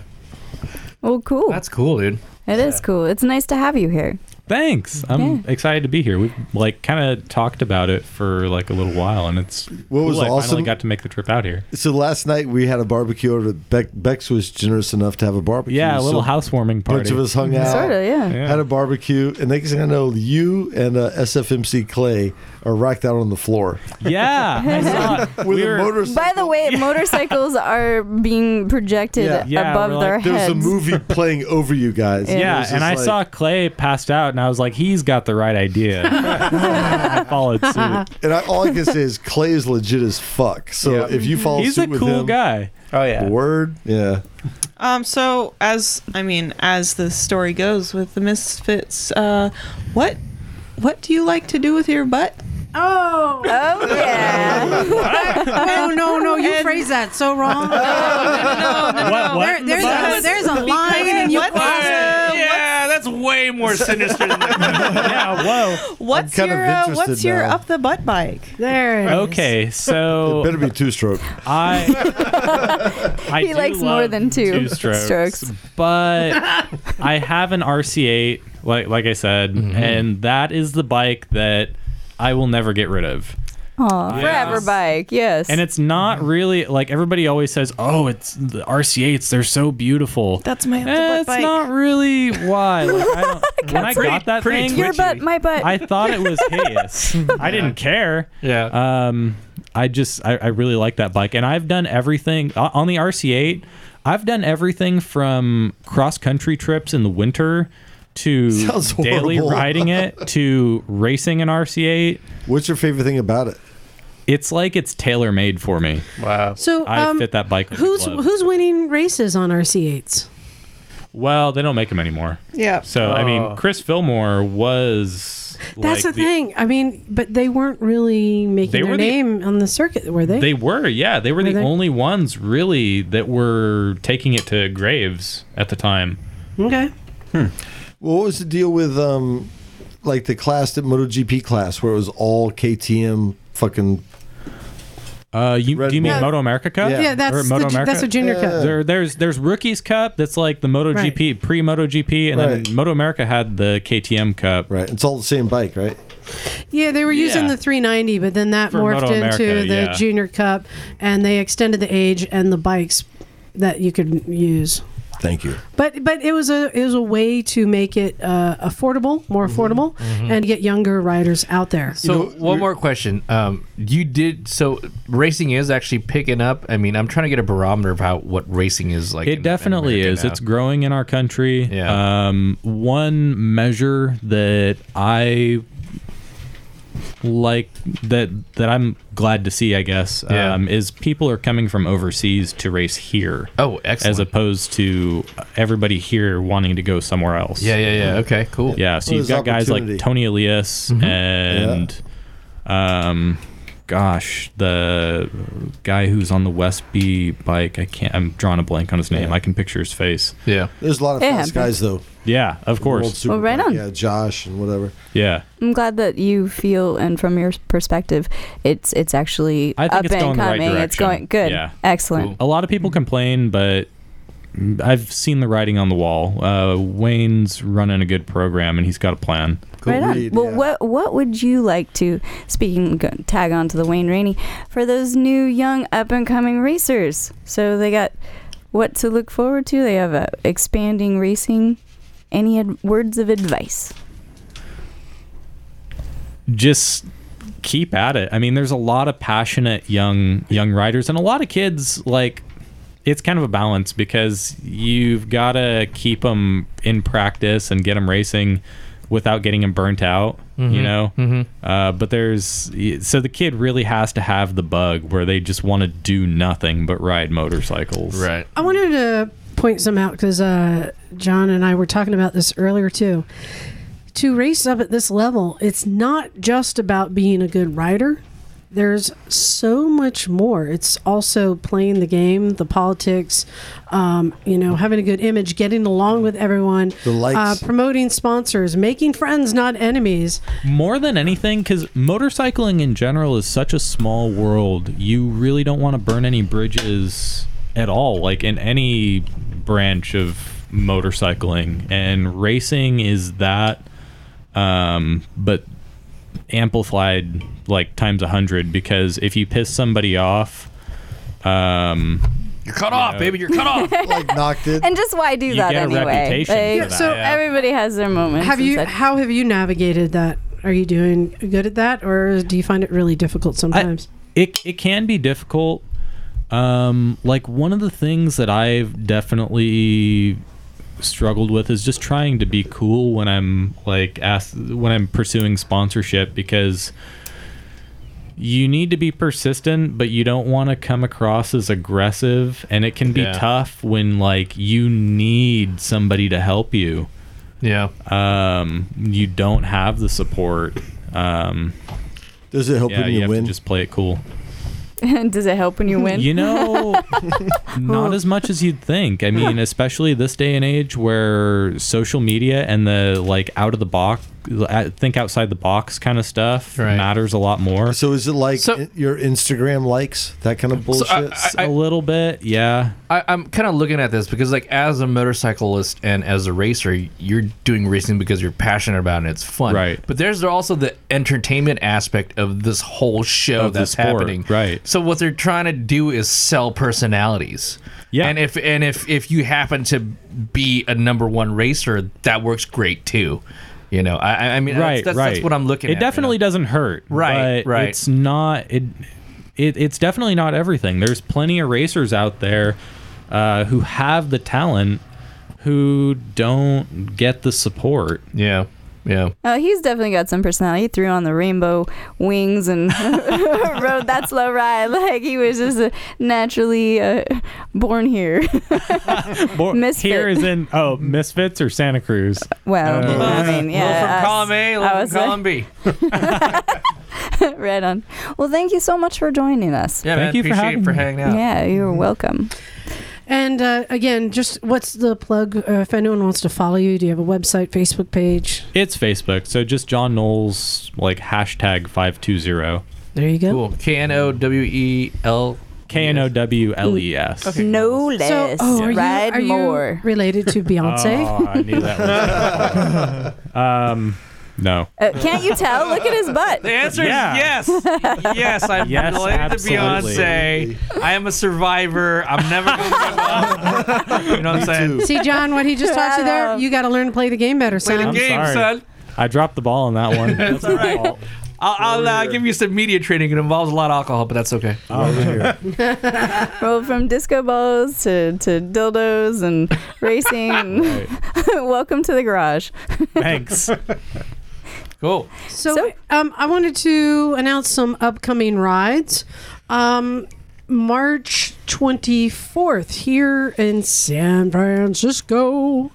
Oh, cool.
That's cool, dude.
It is cool. It's nice to have you here.
Thanks, I'm
Yeah.
excited to be here. We've like kind of talked about it for like a little while, and it's
What was
cool I
awesome-
finally got to make the trip out here.
So last night we had a barbecue. Over Beck, Bex was generous enough to have a barbecue.
Yeah, a little
so
housewarming
A
party.
bunch of us hung out.
Sort of, yeah.
Yeah.
Had a barbecue, and next thing I know, you and uh, SFMC Clay are racked out on the floor
(laughs)
yeah, I saw it.
(laughs) with
We
a
were-
motorcycle.
By the
(laughs)
way, motorcycles are being projected
Yeah.
Yeah,
above
we're like,
their
there
heads.
was a
(laughs)
movie playing over you guys.
Yeah.
it
Yeah,
was
and I
just
saw
like-
Clay passed out, and I was like, he's got the right idea. I (laughs)
(laughs)
followed suit.
And I, all I can say is Clay is legit as fuck. So
Yeah.
if you follow
He's a
suit with
cool
him,
guy.
Oh yeah.
Word, yeah.
Um, so as I mean, as the story goes with the misfits, uh, what what do you like to do with your butt?
(laughs) Oh
oh yeah.
(laughs)
no no no! You phrased that so wrong. There,
What?
there's a, there's (laughs) a line, and you
What?
cross it.
Uh,
(laughs) yeah, that's way more sinister than
yeah, whoa.
(laughs) What's
kind of
your uh,
interested
what's your
now.
up the butt bike?
There. It is.
Okay, so
Better be two stroke.
I, I
He
do
likes more
love
than two
strokes,
strokes.
but I have an RC8, like like I said, and that is the bike that I will never get rid of.
Aw, Forever bike, yes.
And it's not really like everybody always says, "Oh, it's the RC8s; they're so beautiful."
That's my up the
Eh,
butt
it's
bike.
not really why. Like,
(laughs)
I don't, when I got that
pretty
thing,
your butt, my butt.
I thought it was
(laughs)
hideous. I didn't care.
Yeah.
Um, I just I, I really like that bike, and I've done everything o- on the RC8. I've done everything from cross country trips in the winter
(laughs)
to
Sounds
daily
horrible. (laughs)
riding it to racing an RC8.
What's your favorite thing about it?
It's like it's tailor made for me.
Wow.
So
I
um,
fit that bike. like a
who's
glove.
who's winning races on RC8s?
Well, they don't make them anymore.
Yeah.
So I
Oh.
mean, Chris Fillmore was.
That's
like
the thing. I mean, but they weren't really making
They
their
were the-
name on the circuit, were they?
They were, yeah. They were, the
they?
only ones really that were taking it to graves at the time.
okay.
Well, what was the deal with um, like the class, that MotoGP class, where it was all KTM fucking?
Uh, you
Red
do you mean
Bull.
Moto America Cup?
Yeah.
Yeah,
Or
that's
Moto
the, ju- that's
America?
a junior cup.
There, there's there's rookies cup that's like the Moto
Right.
GP pre Moto GP, and
Right.
then Moto America had the KTM Cup.
Right, it's all the same bike, right?
Yeah, they were using
Yeah.
the 390, but then that
For
morphed
Moto
into
America,
the
yeah.
junior cup, and they extended the age and the bikes that you could use.
Thank you.
But but it was a it was a way to make it uh, affordable, more
Mm-hmm.
affordable, and get younger riders out there.
(laughs) So one more question. Um, you did so racing is actually picking up. I mean, I'm trying to get a barometer of how what racing is like. in-
It
in
definitely
America
is.
now.
It's growing in our country.
Yeah.
Um, one measure that I like that that I'm glad to see, I guess,
Yeah.
um, is people are coming from overseas to race here.
oh
As
excellent.
opposed to everybody here wanting to go somewhere else.
yeah, yeah, yeah. Okay, cool.
Yeah, so
Well,
you've
there's
got guys like
opportunity.
Tony Elias and, um, gosh, the guy who's on the West B bike. I can't. I'm drawing a blank on his name. I can picture his face.
yeah.
There's a lot of
It
fast
happens.
guys though.
Yeah, of
World
course.
Super
Well, right
Bike,
on.
Yeah, Josh and whatever.
Yeah,
(laughs) I'm glad that you feel, and from your perspective, it's it's actually
I think
up
it's
and
going the right
coming. it's
direction.
going good,
Yeah.
excellent.
a lot of people complain, but I've seen the writing on the wall. Uh, Wayne's running a good program, and he's got a plan.
right on. well, what what would you like to speaking go- tag on to the Wayne Rainey for those new young up and coming racers? So they got what to look forward to. They have a expanding racing. Any ad- words of advice?
just keep at it. I mean, there's a lot of passionate young young riders and a lot of kids like it's kind of a balance because you've got to keep them in practice and get them racing without getting them burnt out, you
Mhm,
know?
mhm.
Uh, but there's so the kid really has to have the bug where they just want to do nothing but ride motorcycles.
Right.
I wanted to point some out because uh, John and I were talking about this earlier too. To race up at this level, it's not just about being a good rider. There's so much more. It's also playing the game, the politics, um, you know, having a good image, getting along with everyone,
The likes.
Uh, promoting sponsors, making friends, not enemies.
More than anything, because motorcycling in general is such a small world, you really don't want to burn any bridges at all, like in any branch of motorcycling. And racing is that, um, but amplified like times a hundred because if you piss somebody off, um,
you're cut off, baby. You're cut
(laughs)
off.
like knocked it.
And just why do
You
that
get a
anyway?
reputation
Like,
for that. So-
everybody has their moments.
Have
and
you?
such.
How have you navigated that? Are you doing good at that, or do you find it really difficult sometimes?
it it can be difficult. Um, like one of the things that I've definitely struggled with is just trying to be cool when I'm like asked when I'm pursuing sponsorship because you need to be persistent, but you don't want to come across as aggressive, and it can be
Yeah.
tough when like you need somebody to help you
yeah.
um, you don't have the support. Um,
Does it help
yeah,
when you
you have
win?
To just play it cool.
(laughs) Does it help when you win? (laughs)
You know, not as much as you'd think. I mean, especially this day and age where social media and the like out of the box, I think outside the box kind of stuff
Right.
matters a lot more.
So is it like i- your Instagram likes that kind of bullshit?
I-
a little bit, yeah.
I, I'm kind of looking at this because, like, as a motorcyclist and as a racer, you're doing racing because you're passionate about it. and It's fun,
Right.
But there's also the entertainment aspect of this whole show
Of the
that's
sport,
happening,
right.
So what they're trying to do is sell personalities,
Yeah.
And if and if if you happen to be a number one racer, that works great too. You know, I, I- I mean,
right,
that's, that's,
right.
that's what I'm looking
It
at. you know?
definitely doesn't hurt,
Right,
but
right.
It's not it, it. It's definitely not everything. There's plenty of racers out there uh, who have the talent who don't get the support.
Yeah, yeah.
Uh, he's definitely got some personality. He threw on the rainbow wings and (laughs) rode that slow ride. (laughs) Like he was just uh, naturally uh, born here. (laughs)
(laughs)
Bo-
Misfit.
Here is in oh Misfits or Santa Cruz.
well,
Uh,
I mean,
Little
yeah.
from
us.
column A,
I
little from
was, uh,
column B.
(laughs) right on. Well, thank you so much for joining us.
Yeah, man.
you for
appreciate
having
for
me. Mm-hmm.
hanging out.
Yeah, you're welcome.
And uh, again, just what's the plug? Uh, if anyone wants to follow you, do you have a website, Facebook page?
It's Facebook, so just John Knowles like hashtag five two zero
There you go.
Cool. K N O W E L.
K N O W L E S.
Okay.
No
So,
less.
oh, are you,
ride
are you
more.
related to Beyonce?
Oh, I knew
(laughs)
that. um, no.
Uh, can't you tell? Look at his butt.
The answer
Yeah.
is yes. Yes, I'm
Yes,
related
absolutely.
to Beyonce. I am a survivor. I'm never going to give up. You know what I'm saying?
See, John, what he just taught you
(laughs)
there? You got to learn to play the game better,
Play the
son.
game,
sorry.
son.
I dropped the ball on that
(laughs)
one. That's
all right.
fault.
I'll, I'll uh, give you some media training. It involves a lot of alcohol, but that's okay.
Oh,
Rolled from disco balls to, to dildos and racing.
(laughs)
welcome to the garage.
Thanks.
Cool.
So,
So-
um, I wanted to announce some upcoming rides. Um, March 24th here in San Francisco.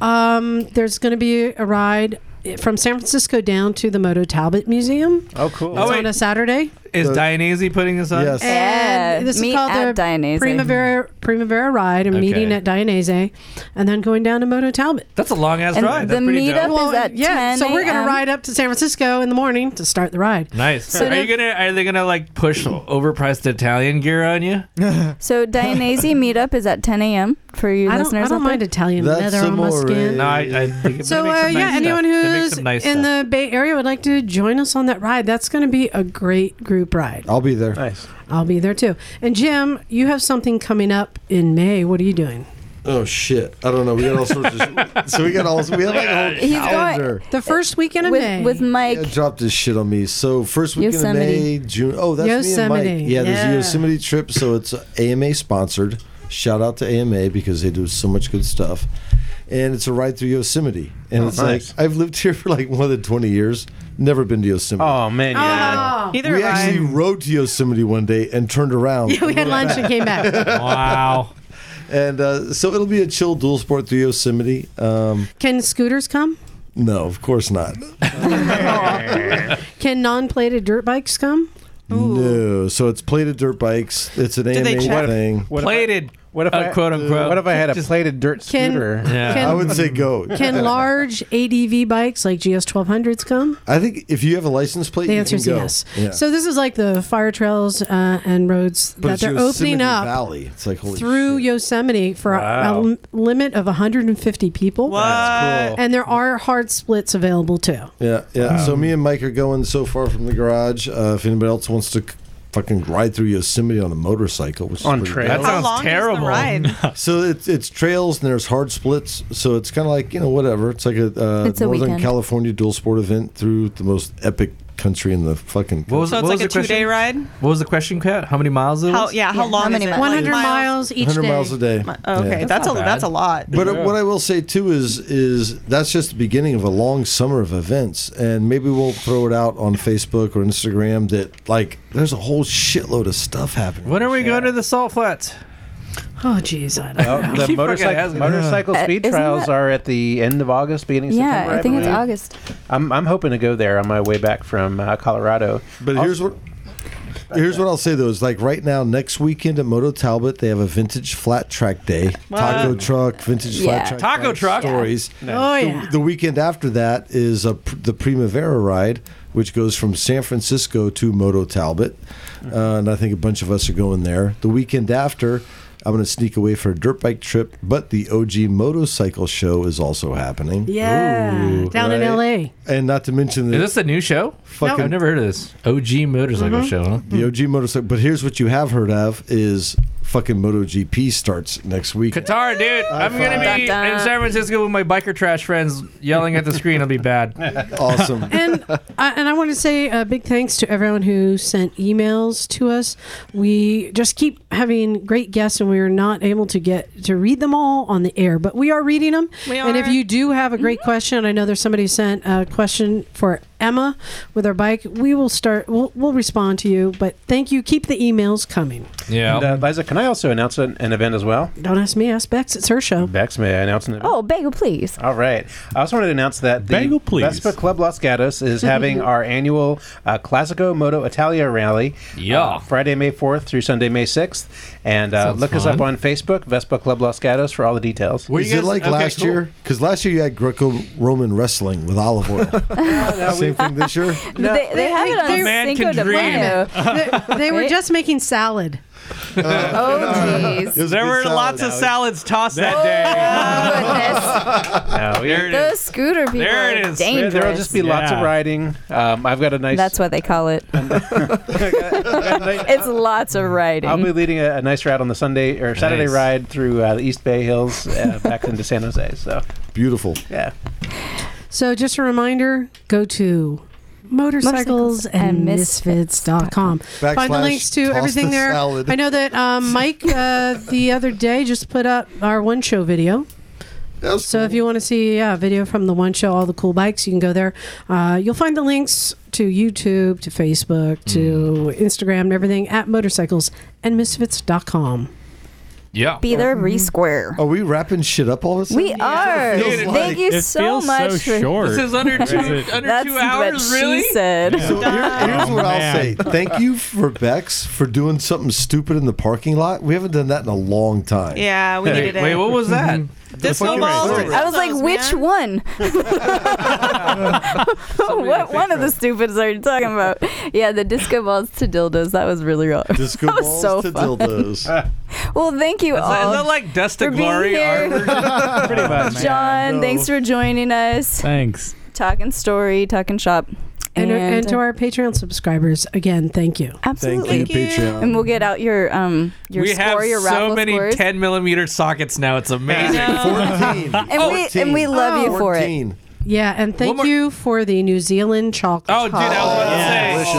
Um, there's going to be a ride from San Francisco down to the Moto Talbot Museum.
Oh, cool.
Oh,
It's
wait.
on a Saturday.
Is Dianese putting this on?
Yes.
Yeah,
And this
meet
is called
at
the
Dianese.
Primavera Primavera Ride. I'm meeting
Okay.
at Dianese, and then going down to Moto Talbot.
That's a long ass
And
ride.
the
That's pretty
meetup
dope.
is at
yeah,
10
so we're gonna
a.m..
ride up to San Francisco in the morning to start the ride.
Nice.
So
are
the-
you gonna? Are they gonna like push overpriced Italian gear on you?
So Dianese meetup is at 10 a.m. for you
I don't,
listeners.
I don't
out there.
mind Italian
That's
leather on my
amore.
skin.
No, I, I think it-
So
they make
uh,
some
yeah,
nice
anyone
stuff. They make
who's
some nice
in
stuff.
the Bay Area would like to join us on that ride. That's going to be a great group ride.
I'll be there.
Nice.
I'll be there too. And Jim, you have something coming up in May. What are you doing?
Oh shit! I don't know. We got all sorts of. so we
(laughs)
got all. We have like a whole
He's going-
calendar.
The first weekend of May.
with, with Mike.
Yeah, dropped his shit on me. So first weekend in
Yosemite.
May, June. Oh, that's me and
Yosemite.
Mike. Yeah, there's
Yeah.
a Yosemite trip, so it's AMA sponsored. Shout out to AMA because they do so much good stuff. And it's a ride through Yosemite, and
Oh,
it's
nice.
like I've lived here for like more than 20 years. Never been to Yosemite.
(laughs) Oh man,
Uh,
yeah.
Neither
we
have I.
actually rode to Yosemite one day and turned
(laughs)
around.
yeah, we had lunch
(laughs)
and came back.
wow.
And uh, so it'll be a chill dual sport through Yosemite. Um,
Can scooters come?
no, of course not.
Can non-plated dirt bikes come?
No. So it's plated dirt bikes. It's an
they
AMA
check?
thing.
What if I-
Plated.
What if
uh,
I
quote unquote?
What if I had a plated dirt
Can
scooter?
Yeah.
can,
I would say go. (laughs)
can large ADV bikes like GS 1200s come?
I think if you have a license plate,
The
you
answer
can
is
go.
yes.
Yeah.
So this is like the fire trails uh, and roads
But
that
it's
they're opening
Yosemite
up
Valley. It's like holy
through
shit.
Yosemite for a- a,
Wow.
lim- limit of 150 people.
What?
And there are hard splits available too.
yeah, yeah. So
Um,
me and Mike are going so far from the garage. Uh, if anybody else wants to. c- Fucking ride through Yosemite on a motorcycle, which
On
is pretty dope.
trail.
That sounds
long is the
terrible.
ride?
(laughs) So it's it's trails and there's hard splits. So it's kind of like you know whatever. It's like a, uh,
It's a
Northern
weekend.
California dual sport event through the most epic country in the fucking.
What was,
So it's
what
like
was
a
the question?
two-day ride.
What was the question, Kat? How many miles it
How
was?
yeah? How
Yeah,
long
how many
is it?
miles?
100 miles each
100
day.
miles a day.
Oh, okay,
Yeah.
that's,
not
a
bad.
that's a lot.
But what I will say too is is that's just the beginning of a long summer of events, and maybe we'll throw it out on Facebook or Instagram that like there's a whole shitload of stuff happening.
When are we going to the Salt Flats?
Oh, geez. I don't know.
Oh, the
She fucking
motorcycle,
has it.
motorcycle
Uh,
speed
isn't
trials
that-
are at the end of August, beginning of
Yeah,
September.
I think it's
believe.
August.
I'm, I'm hoping to go there on my way back from uh, Colorado.
But here's what. Here's what I'll say though is like right now next weekend at Moto Talbot they have a vintage flat track day taco truck vintage
Yeah.
flat track
Taco
bike
truck?
stories
Oh,
The-
yeah.
the, weekend after that is a, pr- the Primavera ride, which goes from San Francisco to Moto Talbot,
Mm-hmm.
uh, and I think a bunch of us are going there. The weekend after, I'm going to sneak away for a dirt bike trip, but the OG motorcycle show is also happening.
Yeah. Down in
right.
LA.
And not to mention
Is
the,
this a new show?
Fucking-
I've never heard of this. OG motorcycle
Mm-hmm.
show. Huh?
the OG motorcycle. But here's what you have heard of is fucking MotoGP starts next week.
Qatar, dude. I'm
five.
gonna be in
Dun, dun.
San Francisco with my biker trash friends yelling at the screen. It'll be bad.
Awesome.
and I, and I want to say a big thanks to everyone who sent emails to us. We just keep having great guests, and we are not able to get to read them all on the air, but we are reading them.
We
And if
are.
you do have a great question, I know there's somebody who sent a question for Emma with her bike. We will start. We'll, we'll respond to you. But thank you. Keep the emails coming.
Yeah.
And, uh, Liza, can I also announce an, an event as well?
Don't ask me. Ask Bex. It's her show.
Bex, may I announce an event?
Oh, bagel, please.
All right. I also wanted to announce that the
Bagel, please.
Vespa Club Los Gatos
(laughs)
is having our annual uh, Classico Moto Italia Rally.
Yeah.
uh, Friday, May 4th through Sunday, May 6th. And uh,
Sounds
look us up
fun.
on Facebook, Vespa Club Los Gatos, for all the details.
Were you
Is
guys-
it like
okay,
last
cool.
(laughs)
year? Because last year you had Greco-Roman wrestling with
(laughs)
olive oil. (laughs) Same thing this year.
They, they have it on
A
man
Cinco
can
de
dream.
Mayo.
they, they were just making salad.
(laughs) (laughs)
(laughs)
Oh, jeez.
It was a
There
good
were
salad.
lots of salads tossed that day.
Oh, goodness.
Now,
(laughs)
we-
There it is.
Those scooter people
There it
are
is.
dangerous.
There will just be lots of
Yeah.
riding. Um, I've got a nice.
That's what they call it. it's lots of riding.
I'll be leading a, a nice route on the Sunday or Saturday
Nice.
ride through uh, the East Bay Hills uh, back into San Jose. So
Beautiful.
yeah,
So just a reminder, go to motorcyclesandmisfits.com. Find the
Backslash
links to
toss
everything
the
there.
salad.
I know that um, Mike uh, the other day just put up our one show video. So if you want to see yeah, a video from the one show, all the cool bikes, you can go there. Uh, you'll find the links to YouTube, to
Mm.
Facebook, to Instagram, and everything at motorcyclesandmisfits.com.
Yeah.
Be there, resquare.
Are we wrapping shit up all of a sudden?
We are.
feels
Thank
like-
you
It
so
feels
much.
so
for- (laughs)
short.
This is under two,
Is it-
under
That's
two hours,
what
really?
she said.
So here- here's
Oh,
what I'll
man.
say. Thank you for Bex for doing something stupid in the parking lot. We haven't done that in a long time.
(laughs) Yeah, we
Wait,
needed it.
wait, what was that?
(laughs) Disco
fucking
balls
race.
and
I was like,
dildos,
which
man.
one? (laughs) what one of the stupids are you talking about? Yeah, the disco balls to dildos. That was really real. (laughs)
Disco
that was so
balls to
fun.
(laughs)
dildos.
Well, thank you
Is that, is that
all.
like Dust
for
to
being
Glory?
here.
Arbor? (laughs)
(laughs)
pretty much.
John,
No.
thanks for joining us.
Thanks.
Talking story, talking shop.
And, and to
uh,
our Patreon subscribers, again, thank you.
Thank,
absolutely.
you, Patreon.
And we'll get out your um your
we
score,
have
your
so
raffle
many
scores.
10 millimeter sockets now. It's
I
amazing.
know.
14.
and we and we love you for it.
Yeah, and
One
thank
more-
you for the New Zealand chocolate.
Oh, dude, I was about to say. Oh.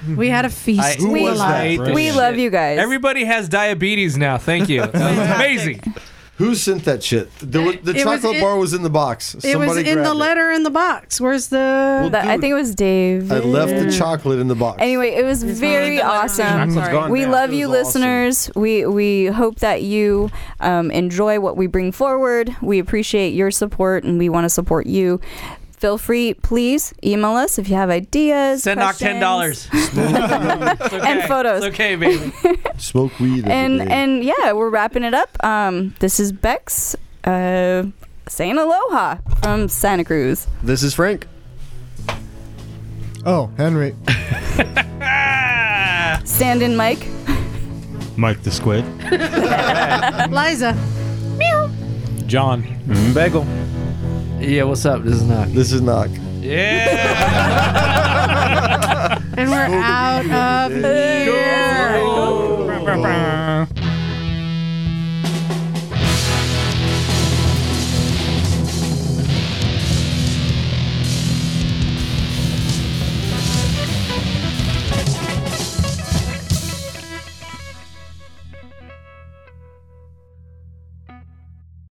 Delicious.
we had a feast.
I-
Who
We-
was that?
ate this
We
shit.
love you guys.
Everybody has diabetes now. Thank
(laughs)
you. That was amazing.
Who sent that shit? The, wa- the
It was
chocolate
in-
bar was in the box.
it was in the letter in the box. Where's the?
That- I think it was Dave.
I left the chocolate in the box.
Anyway, it was very awesome.
Chocolate's gone
We
now.
love
It
you,
was awesome.
listeners. We we hope that you um, enjoy what we bring forward. We appreciate your support, and we want to support you. Feel free, please email us if you have ideas.
Send knock ten
questions, (laughs)
dollars and
photos.
It's okay, baby.
Smoke weed. every
And
day.
and yeah, we're wrapping it up. Um, this is Bex uh, saying aloha from Santa Cruz.
This is Frank.
Oh, Henry.
Stand in, Mike. (laughs)
Mike the Squid.
Liza.
John.
Bagel.
Yeah, what's up? This is not.
this is knock.
Yeah.
And we're out of